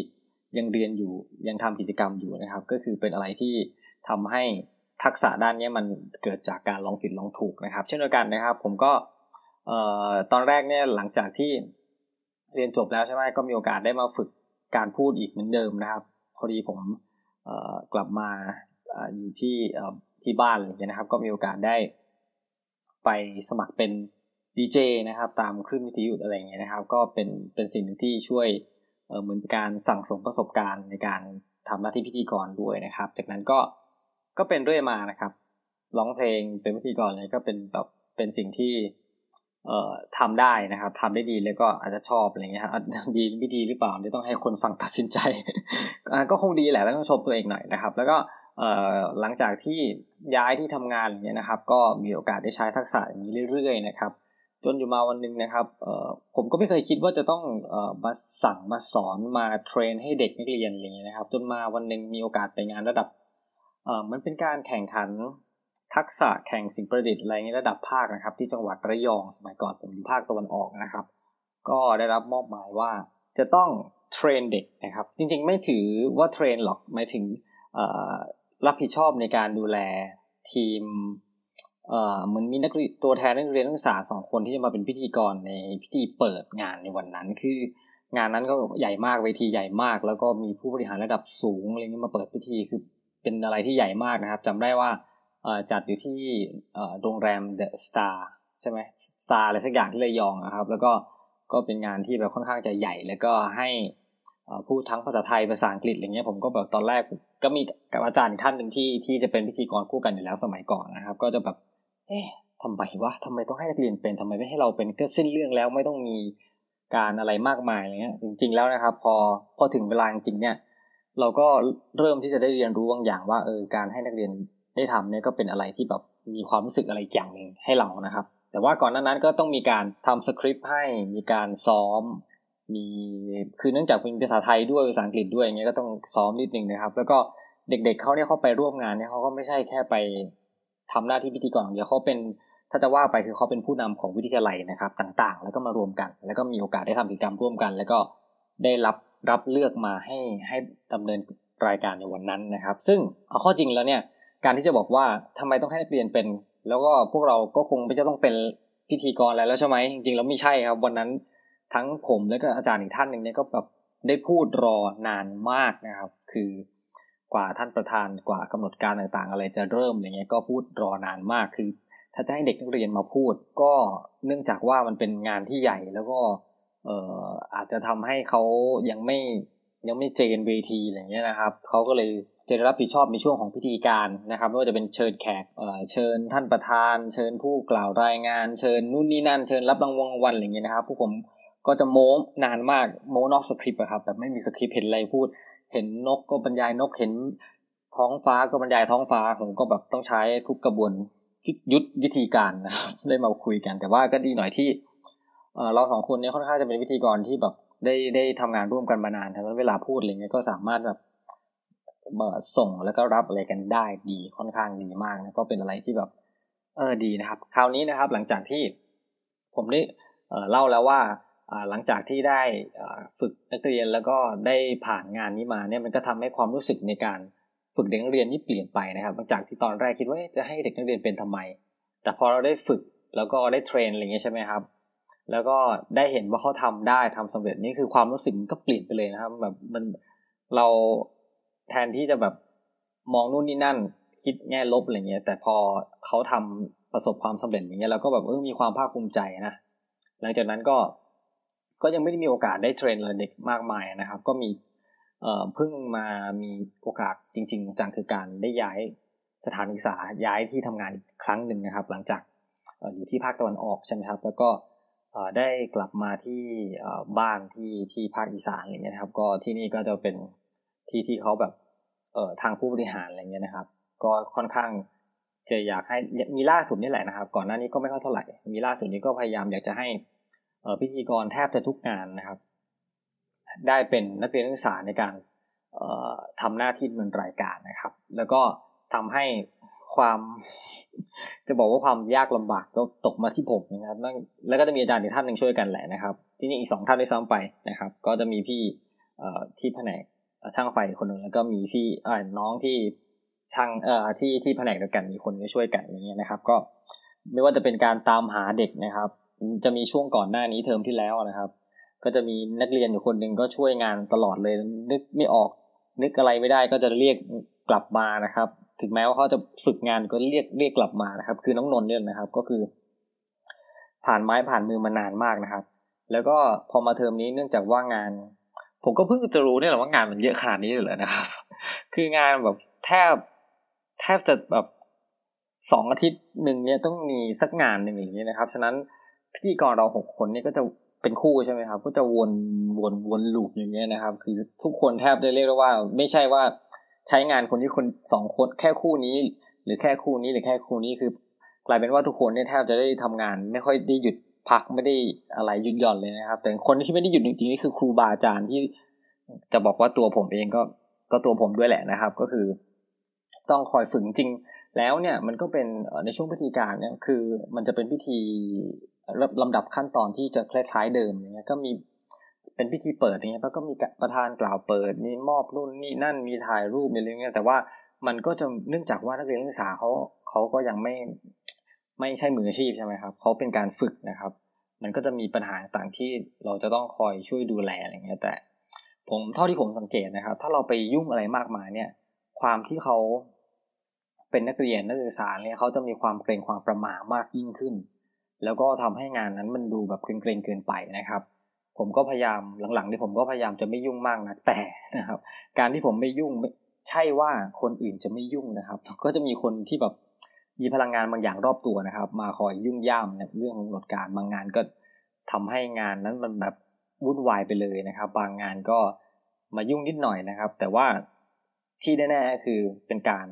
Speaker 4: ยังเรียนอยู่ยังทำกิจกรรมอยู่นะครับ ก็คือเป็นอะไรที่ทำให้ทักษะด้านเนี้ยมันเกิดจากการลองผิดลองถูกนะครับ เช่นเดียวกันนะครับ ผมก็เอ่อตอนแรกเนี่ยหลังจากที่เรียนจบแล้วใช่ไหมก็มีโอกาสได้มาฝึกการพูดอีกเหมือนเดิมนะครับ พอดีผมเอ่อกลับมาเอ่ออยู่ที่เอ่อที่บ้านอะไรอย่างเงี้ยนะครับ ก็มีโอกาสได้ ไปสมัครเป็นดีเจนะครับ ตามคลื่นวิทยุอะไรอย่างเงี้ยนะครับ ก็เป็นเป็นสิ่งหนึ่งที่ช่วย เอ่อเหมือนเป็นการสั่งสมประสบการณ์ในการทำหน้าที่พิธีกรด้วยนะครับ จากนั้นก็ก็เป็นเรื่อยมานะครับร้องเพลงเป็นพิธีกรอะไรก็เป็นแบบเป็นสิ่งที่เอ่อทำได้นะครับทำได้ดีแล้วก็อาจจะชอบอะไรเงี้ยครับ อ่ะดีไม่ดีหรือเปล่าเดี๋ยวต้องให้คนฟังตัดสินใจ อ่ะก็คงดีแหละแล้วต้องชมตัวเองหน่อยนะครับ แล้วก็เอ่อหลังจากที่ย้ายที่ทำงานอย่างเงี้ยนะครับ ก็มีโอกาสได้ใช้ทักษะอย่างนี้เรื่อยๆนะครับ จนอยู่มาวันหนึ่งนะครับเอ่อผมก็ไม่เคยคิดว่าจะต้องเอ่อมาสั่งมาสอนมาเทรนให้เด็กนักเรียนอะไรอย่างเงี้ยนะครับ จนมาวันหนึ่งมีโอกาสไปงานระดับเอ่อมันเป็นการแข่งขันทักษะแข่งสิ่งประดิษฐ์อะไรเงี้ยระดับภาคนะครับ ที่จังหวัดระยองสมัยก่อนผมอยู่ภาคตะวันออกนะครับ ก็ได้รับมอบหมายว่าจะต้องเทรนเด็กนะครับ จริงๆไม่ถือว่าเทรนหรอกหมายถึงเอ่อรับผิดชอบในการดูแลทีม เอ่อเหมือนมีนักเรียนตัวแทนนักเรียนนักศึกษาสองคนที่จะมาเป็นพิธีกรในพิธีเปิดงานในวันนั้น คืองานนั้นก็ใหญ่มากเวทีใหญ่มาก แล้วก็มีผู้บริหารระดับสูงอะไรเงี้ยมาเปิดพิธีคือเป็นอะไรที่ใหญ่มากนะครับจำได้ว่าเอ่อจัดอยู่ที่เอ่อโรงแรมเดอะสตาร์ใช่ไหมสตาร์อะไรสักอย่างที่ระยองนะครับ แล้วก็ก็เป็นงานที่แบบค่อนข้างจะใหญ่ แล้วก็ให้เอ่อพูดทั้งภาษาไทยภาษาอังกฤษอะไรเงี้ยผมก็แบบตอนแรกก็มีกับอาจารย์อีกท่านหนึ่งที่ที่จะเป็นพิธีกรคู่กันอยู่แล้วสมัยก่อนนะครับ ก็จะแบบ เอ๊ะทำไมวะทำไมต้องให้นักเรียนเป็นทำไมไม่ให้เราเป็นก็สิ้นเรื่องแล้วไม่ต้องมีการอะไรมากมายอะไรเงี้ย จริง ๆ แล้วนะครับ พอพอถึงเวลาจริงๆเนี่ย เราก็เริ่มที่จะได้เรียนรู้บางอย่างว่าเออการให้นักเรียนได้ทำเนี่ยก็เป็นอะไรที่แบบมีความรู้สึกอะไรอย่างหนึ่งให้เรานะครับ แต่ว่าก่อนหน้านั้นก็ต้องมีการทำสคริปต์ให้มีการซ้อม มีคือเนื่องจากเป็นภาษาไทยด้วยภาษาอังกฤษด้วยอย่างเงี้ยก็ต้องซ้อมนิดนึงนะครับ แล้วก็เด็กๆเขาเนี่ยเขาไปร่วมงานเนี่ยเขาก็ไม่ใช่แค่ไปทำหน้าที่พิธีกรอย่างเดียวเขาเป็นถ้าจะว่าไปคือเขาเป็นผู้นำของวิทยาลัยนะครับ ต่างๆ แล้วก็มารวมกัน แล้วก็มีโอกาสได้ทำกิจกรรมร่วมกัน แล้วก็ได้รับรับเลือกมาให้ให้ดำเนินรายการในวันนั้นนะครับ ซึ่งเอาข้อจริงแล้วเนี่ย การที่จะบอกว่าทำไมต้องให้นักเรียนเป็น แล้วก็พวกเราก็คงไม่จะต้องเป็นพิธีกรอะไรแล้วใช่ไหมจริงๆแล้วไม่ใช่ครับ วันนั้นทั้งผมแล้วก็อาจารย์อีกท่านหนึ่งเนี่ยก็แบบได้พูดรอนานมากนะครับ คือ
Speaker 3: กว่าท่านประธานกว่ากำหนดการต่างๆ อะไรจะเริ่มอะไรเงี้ยก็พูดรอนานมากคือ ถ้าจะให้เด็กนักเรียนมาพูด ก็เนื่องจากว่ามันเป็นงานที่ใหญ่แล้วก็เอ่ออาจจะทำให้เขายังไม่ยังไม่เจนเวทีอะไรเงี้ยนะครับเขาก็เลยจะได้รับผิดชอบในช่วงของพิธีการนะครับไม่ว่าจะเป็นเชิญแขกเอ่อเชิญท่านประธาน เชิญผู้กล่าวรายงาน เชิญนู่นนี่นั่นเชิญรับรางวัลวันอะไรเงี้ยนะครับผู้ผมก็จะโม้นานมากโม้นอกสคริปต์อะครับแบบไม่มีสคริปต์เห็นอะไรพูด เห็นนกก็บรรยายนกเห็นท้องฟ้าก็บรรยายท้องฟ้าผมก็แบบต้องใช้ทุกกระบวนยุทธวิธีการนะครับได้มาคุยกัน แต่ว่าก็ดีหน่อยที่เอ่อเราสองคนเนี่ยค่อนข้างจะเป็นวิธีกรที่แบบได้ได้ทำงานร่วมกันมานานทั้งนั้นเวลาพูดอะไรเงี้ยก็สามารถแบบเอ่อส่งแล้วก็รับอะไรกันได้ดีค่อนข้างดีมากนะก็เป็นอะไรที่แบบ เออดีนะครับ คราวนี้นะครับ หลังจากที่ผมได้เอ่อเล่าแล้วว่าอ่า หลังจากที่ได้อ่าฝึกนักเรียนแล้วก็ได้ผ่านงานนี้มาเนี่ยมันก็ทำให้ความรู้สึกในการฝึกเด็กนักเรียนนี่เปลี่ยนไปนะครับ หลังจากที่ตอนแรกคิดว่าเอ๊ะจะให้เด็กนักเรียนเป็นทำไม แต่พอเราได้ฝึกแล้วก็ได้เทรนอะไรเงี้ยใช่ไหมครับ แล้วก็ได้เห็นว่าเขาทำได้ทำสำเร็จนี่คือความรู้สึกมันก็เปลี่ยนไปเลยนะครับ แบบมันเราแทนที่จะแบบมองนู่นนี่นั่น คิดแง่ลบอะไรเงี้ยแต่พอเขาทำประสบความสำเร็จอย่างเงี้ยเราก็แบบเออมีความภาคภูมิใจนะ หลังจากนั้นก็ก็ยังไม่ได้มีโอกาสได้เทรนอะไรเด็กมากมายนะครับ ก็มีเอ่อเพิ่งมามีโอกาสจริงๆจังคือการได้ย้ายสถานศึกษาย้ายที่ทำงานอีกครั้งหนึ่งนะครับ หลังจากเอ่ออยู่ที่ภาคตะวันออกใช่ไหมครับ แล้วก็เอ่อได้กลับมาที่เอ่อบ้านที่ที่ภาคอีสานอะไรเงี้ยนะครับ ก็ที่นี่ก็จะเป็นที่ที่เขาแบบเอ่อทางผู้บริหารอะไรเงี้ยนะครับ ก็ค่อนข้างจะอยากให้มีล่าสุดนี่แหละนะครับ ก่อนหน้านี้ก็ไม่ค่อยเท่าไหร่ มีล่าสุดนี้ก็พยายามอยากจะให้ เอ่อพิธีกรแทบจะทุกงานนะครับ ได้เป็นนักเรียนนักศึกษาในการเอ่อทำหน้าที่ดำเนินรายการนะครับ แล้วก็ทำให้ความ จะบอกว่าความยากลำบากก็ตกมาที่ผมนะครับนั่นแล้วก็จะมีอาจารย์อีกท่านหนึ่งช่วยกันแหละนะครับ ที่นี่อีกสองท่านได้วยซ้ำไปนะครับ ก็จะมีพี่เอ่อที่แผนกช่างไฟคนหนึ่งแล้วก็มีพี่เอ่อน้องที่ช่างเอ่อที่ที่แผนกเดียวกันมีคนก็ช่วยกันอย่างเงี้ยนะครับ ก็ไม่ว่าจะเป็นการตามหาเด็กนะครับ จะมีช่วงก่อนหน้านี้เทอมที่แล้วนะครับ ก็จะมีนักเรียนอยู่คนหนึ่งก็ช่วยงานตลอดเลย นึกไม่ออก นึกอะไรไม่ได้ก็จะเรียกกลับมานะครับ ถึงแม้ว่าเขาจะฝึกงานก็เรียกเรียกกลับมานะครับ คือน้องนนท์เนี่ยนะครับ ก็คือ ผ่านไม้ผ่านมือมานานมากนะครับ แล้วก็พอมาเทอมนี้เนื่องจากว่างาน ผมก็เพิ่งจะรู้เนี่ยแหละว่างานมันเยอะขนาดนี้เลยเหรอนะครับ คืองานแบบแทบแทบจะแบบสองอาทิตย์หนึ่งเนี่ยต้องมีสักงานหนึ่งอย่างเงี้ยนะครับ ฉะนั้นพิธีกรเราหกคนเนี่ยก็จะเป็นคู่ใช่ไหมครับ ก็จะวนวนวนลูปอย่างเงี้ยนะครับ คือทุกคนแทบได้เรียกได้ว่า ไม่ใช่ว่าใช้งานคนที่คนสองคนแค่คู่นี้ หรือแค่คู่นี้หรือแค่คู่นี้คือกลายเป็นว่าทุกคนเนี่ยแทบจะได้ทำงาน ไม่ค่อยได้หยุดพักไม่ได้อะไรหยุดหย่อนเลยนะครับ แต่คนที่ไม่ได้หยุดจริงๆนี่คือครูบาอาจารย์ที่ จะบอกว่าตัวผมเองก็ก็ตัวผมด้วยแหละนะครับ ก็คือ ต้องคอยฝึกจริง แล้วเนี่ยมันก็เป็นเอ่อในช่วงพิธีการเนี่ยคือมันจะเป็นพิธีลำดับขั้นตอนที่จะคล้ายๆเดิมอย่างเงี้ยก็มีเป็นพิธีเปิดอย่างเงี้ยแล้วก็มีประธานกล่าวเปิดมีมอบรุ่นนี่นั่นมีถ่ายรูปมีอะไรเงี้ยแต่ว่ามันก็จะเนื่องจากว่านักเรียนนักศึกษาเขาเขาก็ยังไม่ไม่ใช่มืออาชีพใช่ไหมครับเขาเป็นการฝึกนะครับ มันก็จะมีปัญหาต่างที่เราจะต้องคอยช่วยดูแลอะไรเงี้ยแต่ ผมเท่าที่ผมสังเกตนะครับ ถ้าเราไปยุ่งอะไรมากมายเนี่ย ความที่เขาเป็นนักเรียนนักศึกษาเนี่ยเขาจะมีความเกรงความประหม่ามากยิ่งขึ้น แล้วก็ทำให้งานนั้นมันดูแบบเกรงๆเกินไปนะครับ ผมก็พยายามหลังๆที่ผมก็พยายามจะไม่ยุ่งมากนะแต่นะครับ การที่ผมไม่ยุ่งไม่ใช่ว่าคนอื่นจะไม่ยุ่งนะครับ ก็จะมีคนที่แบบมีพลังงานบางอย่างรอบตัวนะครับ มาคอยยุ่งย่ามเรื่องกำหนดการบางงานก็ทำให้งานนั้นมันแบบวุ่นวายไปเลยนะครับ บางงานก็มายุ่งนิดหน่อยนะครับ แต่ว่าที่แน่ๆคือเป็นการ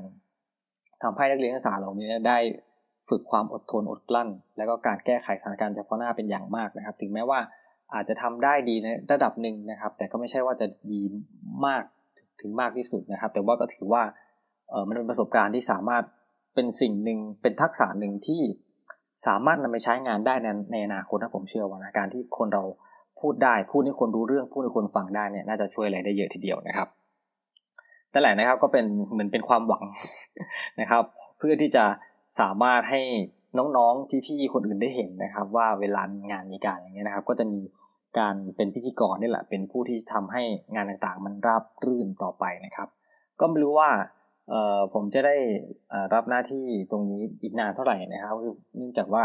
Speaker 3: ทำให้นักเรียนนักศึกษาเหล่านี้ได้ฝึกความอดทนอดกลั้น และก็การแก้ไขสถานการณ์เฉพาะหน้าเป็นอย่างมากนะครับ ถึงแม้ว่าอาจจะทำได้ดีในระดับหนึ่งนะครับ แต่ก็ไม่ใช่ว่าจะดีมากถึงมากที่สุดนะครับ แต่ว่าก็ถือว่าเออมันเป็นประสบการณ์ที่สามารถเป็นสิ่งหนึ่งเป็นทักษะหนึ่งที่สามารถนำไปใช้งานได้ในในอนาคตนะผมเชื่อว่านะการที่คนเราพูดได้พูดให้คนรู้เรื่องพูดให้คนฟังได้เนี่ยน่าจะช่วยอะไรได้เยอะทีเดียวนะครับ นั่นแหละนะครับก็เป็นเหมือนเป็นความหวัง นะครับ เพื่อที่จะสามารถให้น้องๆพี่ๆคนอื่นได้เห็นนะครับ ว่าเวลามีงานมีการอย่างเงี้ยนะครับ ก็จะมีการเป็นพิธีกรนี่แหละเป็นผู้ที่ทำให้งานต่างๆ มันราบรื่นต่อไปนะครับ ก็ไม่รู้ว่าเอ่อผมจะได้เอ่อรับหน้าที่ตรงนี้อีกนานเท่าไหร่นะครับคือเนื่องจากว่า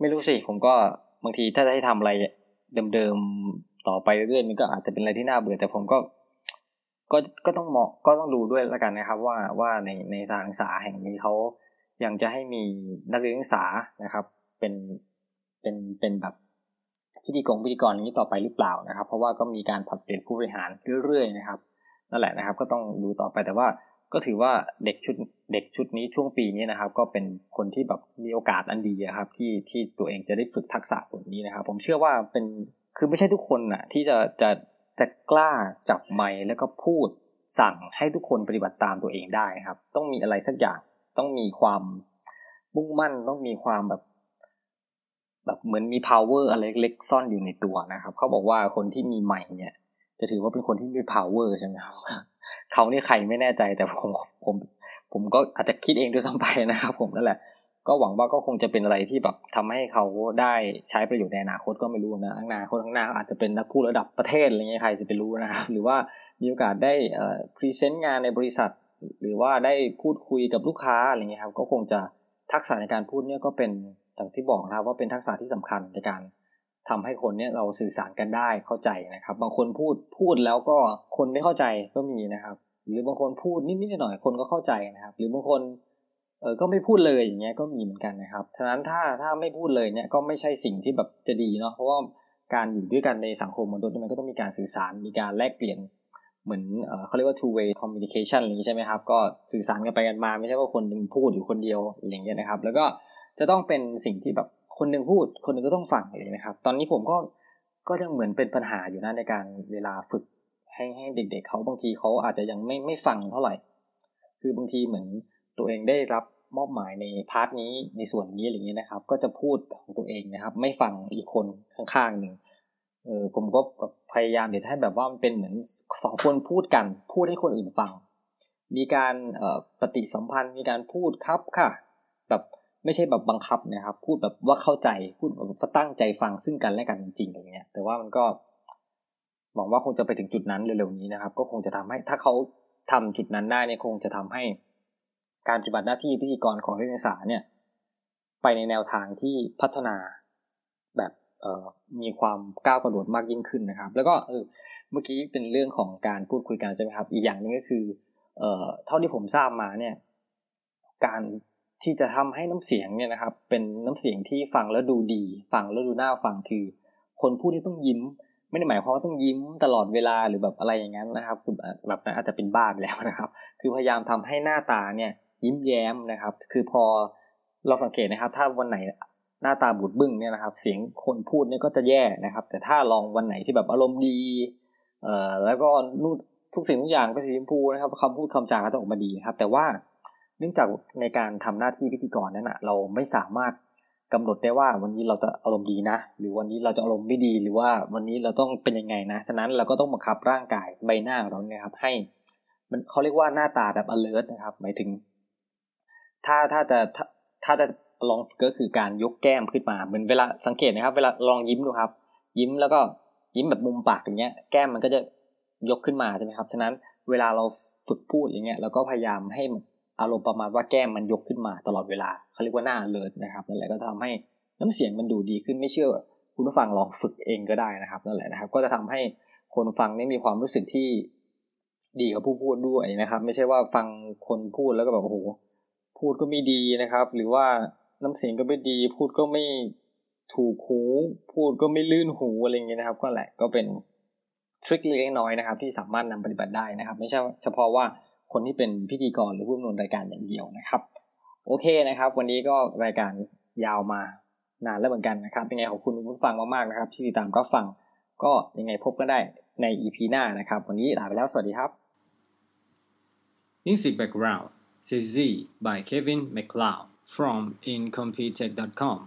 Speaker 3: ไม่รู้สิผมก็บางทีถ้าได้ทำอะไรเดิมๆต่อไปเรื่อยๆมันก็อาจจะเป็นอะไรที่น่าเบื่อแต่ผมก็ก็ก็ต้องเหมาะก็ต้องดูด้วยละกันนะครับ ว่าว่าในในสถานศึกษาแห่งนี้เขายังจะให้มีนักเรียนนักศึกษานะครับ เป็นเป็นเป็นแบบพิธีกรพิธีกรอย่างนี้ต่อไปหรือเปล่านะครับ เพราะว่าก็มีการผลัดเปลี่ยนผู้บริหารเรื่อยๆนะครับ นั่นแหละนะครับ ก็ต้องดูต่อไปแต่ว่าก็ถือว่าเด็กชุดเด็กชุดนี้ช่วงปีนี้นะครับ ก็เป็นคนที่แบบมีโอกาสอันดีอะครับ ที่ที่ตัวเองจะได้ฝึกทักษะส่วนนี้นะครับ ผมเชื่อว่าเป็นคือไม่ใช่ทุกคนน่ะ ที่จะจะจะกล้าจับไมค์แล้วก็พูดสั่งให้ทุกคนปฏิบัติตามตัวเองได้ครับ ต้องมีอะไรสักอย่างต้องมีความมุ่งมั่นต้องมีความแบบ แบบเหมือนมี power อะไรเล็กๆซ่อนอยู่ในตัวนะครับ เขาบอกว่าคนที่มีใหม่เนี่ย จะถือว่าเป็นคนที่มี power ใช่ไหมครับ เขานี่ใครไม่แน่ใจแต่ผมผม ผมก็อาจจะคิดเองด้วยซ้ำไปนะครับ ผมนั่นแหละ ก็หวังว่าก็คงจะเป็นอะไรที่แบบทำให้เขาได้ใช้ประโยชน์ในอนาคตก็ไม่รู้นะอนาคตข้างหน้าอาจจะเป็นนักพูดระดับประเทศอะไรเงี้ยใครจะไปรู้นะครับ หรือว่ามีโอกาสได้เอ่อพรีเซนต์งานในบริษัท หรือว่าได้พูดคุยกับลูกค้าอะไรเงี้ยครับ ก็คงจะทักษะในการพูดเนี่ยก็เป็นอย่างที่บอกนะครับว่าเป็นทักษะที่สำคัญในการ ทำให้คนเนี่ยเราสื่อสารกันได้เข้าใจนะครับ บางคนพูดพูดแล้วก็คนไม่เข้าใจก็มีนะครับ หรือบางคนพูดนิดๆหน่อยๆคนก็เข้าใจนะครับ หรือบางคนเออก็ไม่พูดเลยอย่างเงี้ยก็มีเหมือนกันนะครับ ฉะนั้นถ้าถ้าไม่พูดเลยเนี่ยก็ไม่ใช่สิ่งที่แบบจะดีเนาะเพราะว่าการอยู่ด้วยกันในสังคมมนุษย์เนี่ยมันก็ต้องมีการสื่อสารมีการแลกเปลี่ยนเหมือนเอ่อเขาเรียกว่า two way communication อะไรอย่างงี้ใช่ไหมครับ ก็สื่อสารกันไปกันมาไม่ใช่ว่าคนหนึ่งพูดอยู่คนเดียวอะไรอย่างเงี้ยนะครับ แล้วก็ จะต้องเป็นสิ่งที่แบบคนหนึ่งพูด คนหนึ่งก็ต้องฟังเลยนะครับ ตอนนี้ผมก็ก็ยังเหมือนเป็นปัญหาอยู่นะในการเวลาฝึกให้ให้เด็ก ๆเขาบางทีเขาอาจจะยังไม่ไม่ฟังเท่าไหร่ คือบางทีเหมือนตัวเองได้รับมอบหมายในพาร์ทนี้ในส่วนนี้อะไรอย่างเงี้ยนะครับ ก็จะพูดของตัวเองนะครับ ไม่ฟังอีกคนข้างๆหนึ่งเออผมก็แบบพยายามเดี๋ยวจะให้แบบว่ามันเป็นเหมือนสองคนพูดกัน พูดให้คนอื่นฟัง มีการเอ่อปฏิสัมพันธ์มีการพูดครับค่ะ แบบไม่ใช่แบบบังคับนะครับ พูดแบบว่าเข้าใจพูดแบบว่าตั้งใจฟังซึ่งกันและกันจริงๆอย่างเงี้ย แต่ว่ามันก็หวังว่าคงจะไปถึงจุดนั้นเร็วๆนี้นะครับ ก็คงจะทำให้ถ้าเขาทำจุดนั้นได้เนี่ยคงจะทำให้ การปฏิบัติหน้าที่พิธีกรของนักศึกษาเนี่ย ไปในแนวทางที่พัฒนาแบบเอ่อมีความก้าวกระโดดมากยิ่งขึ้นนะครับ แล้วก็เออเมื่อกี้เป็นเรื่องของการพูดคุยกันใช่ไหมครับ อีกอย่างหนึ่งก็คือ เอ่อเท่าที่ผมทราบมาเนี่ย การที่จะทำให้น้ำเสียงเนี่ยนะครับ เป็นน้ำเสียงที่ฟังแล้วดูดี ฟังแล้วดูน่าฟังคือ คนพูดที่ยต้องยิ้ม ไม่ได้หมายความว่าต้องยิ้มตลอดเวลาหรือแบบอะไรอย่างนั้นนะครับคือแบบนั้นอาจจะเป็นบ้าไปแล้วนะครับ คือพยายามทำให้หน้าตาเนี่ย ยิ้มแย้มนะครับ คือพอเราสังเกตนะครับ ถ้าวันไหนหน้าตาบูดบึ้งเนี่ยนะครับ เสียงคนพูดเนี่ยก็จะแย่นะครับ แต่ถ้าลองวันไหนที่แบบอารมณ์ดี เอ่อแล้วก็นู่นทุกสิ่งทุกอย่างเป็นสีชมพูนะครับคำพูดคำจาก็ต้องออกมาดีนะครับ แต่ว่าเนื่องจากในการทำหน้าที่พิธีกรนั้นนะเราไม่สามารถกำหนดได้ว่าวันนี้เราจะอารมณ์ดีนะ หรือวันนี้เราจะอารมณ์ไม่ดี หรือว่าวันนี้เราต้องเป็นยังไงนะฉะนั้นเราก็ต้องบังคับร่างกายใบหน้าของเราเนี่ยครับ ให้ มันเขาเรียกว่าหน้าตาแบบ alert นะครับ หมายถึง ถ้าถ้าจะถ้าถ้าจะลองฝึกก็คือการยกแก้มขึ้นมาเหมือนเวลาสังเกตนะครับ เวลาลองยิ้มดูครับ ยิ้มแล้วก็ยิ้มแบบมุมปากอย่างเงี้ย แก้มมันก็จะยกขึ้นมาใช่ไหมครับ ฉะนั้นเวลาเราฝึกพูดอย่างเงี้ยเราก็พยายามให้มันอารมณ์ประมาณว่าแก้มมันยกขึ้นมาตลอดเวลาเขาเรียกว่าหน้าเลิศนะครับนั่นแหละก็ทำให้น้ำเสียงมันดูดีขึ้นไม่เชื่อคุณผู้ฟังลองฝึกเองก็ได้นะครับนั่นแหละนะครับ ก็จะทำให้คนฟังเนี่ยมีความรู้สึกที่ดีกับผู้พูดด้วยนะครับ ไม่ใช่ว่าฟังคนพูดแล้วก็แบบโอ้โหพูดก็ไม่ดีนะครับ หรือว่าน้ำเสียงก็ไม่ดี พูดก็ไม่ถูกหู พูดก็ไม่ลื่นหูอะไรอย่างเงี้ยนะครับ ก็แหละก็เป็น ทริคเล็กๆน้อยๆนะครับ ที่สามารถนำปฏิบัติได้นะครับ ไม่ใช่เฉพาะว่าคนที่เป็นพิธีกรหรือผู้ดำเนินรายการอย่างเดียวนะครับ โอเคนะครับ วันนี้ก็รายการยาวมานานแล้วเหมือนกันนะครับยังไงขอบคุณคุณผู้ฟังมากๆนะครับ ที่ติดตามก็ฟังก็ยังไงพบกันได้ใน EP หน้านะครับ วันนี้ลาไปแล้วสวัสดีครับ
Speaker 13: Music background CZ by Kevin McLeod from incompetech.com.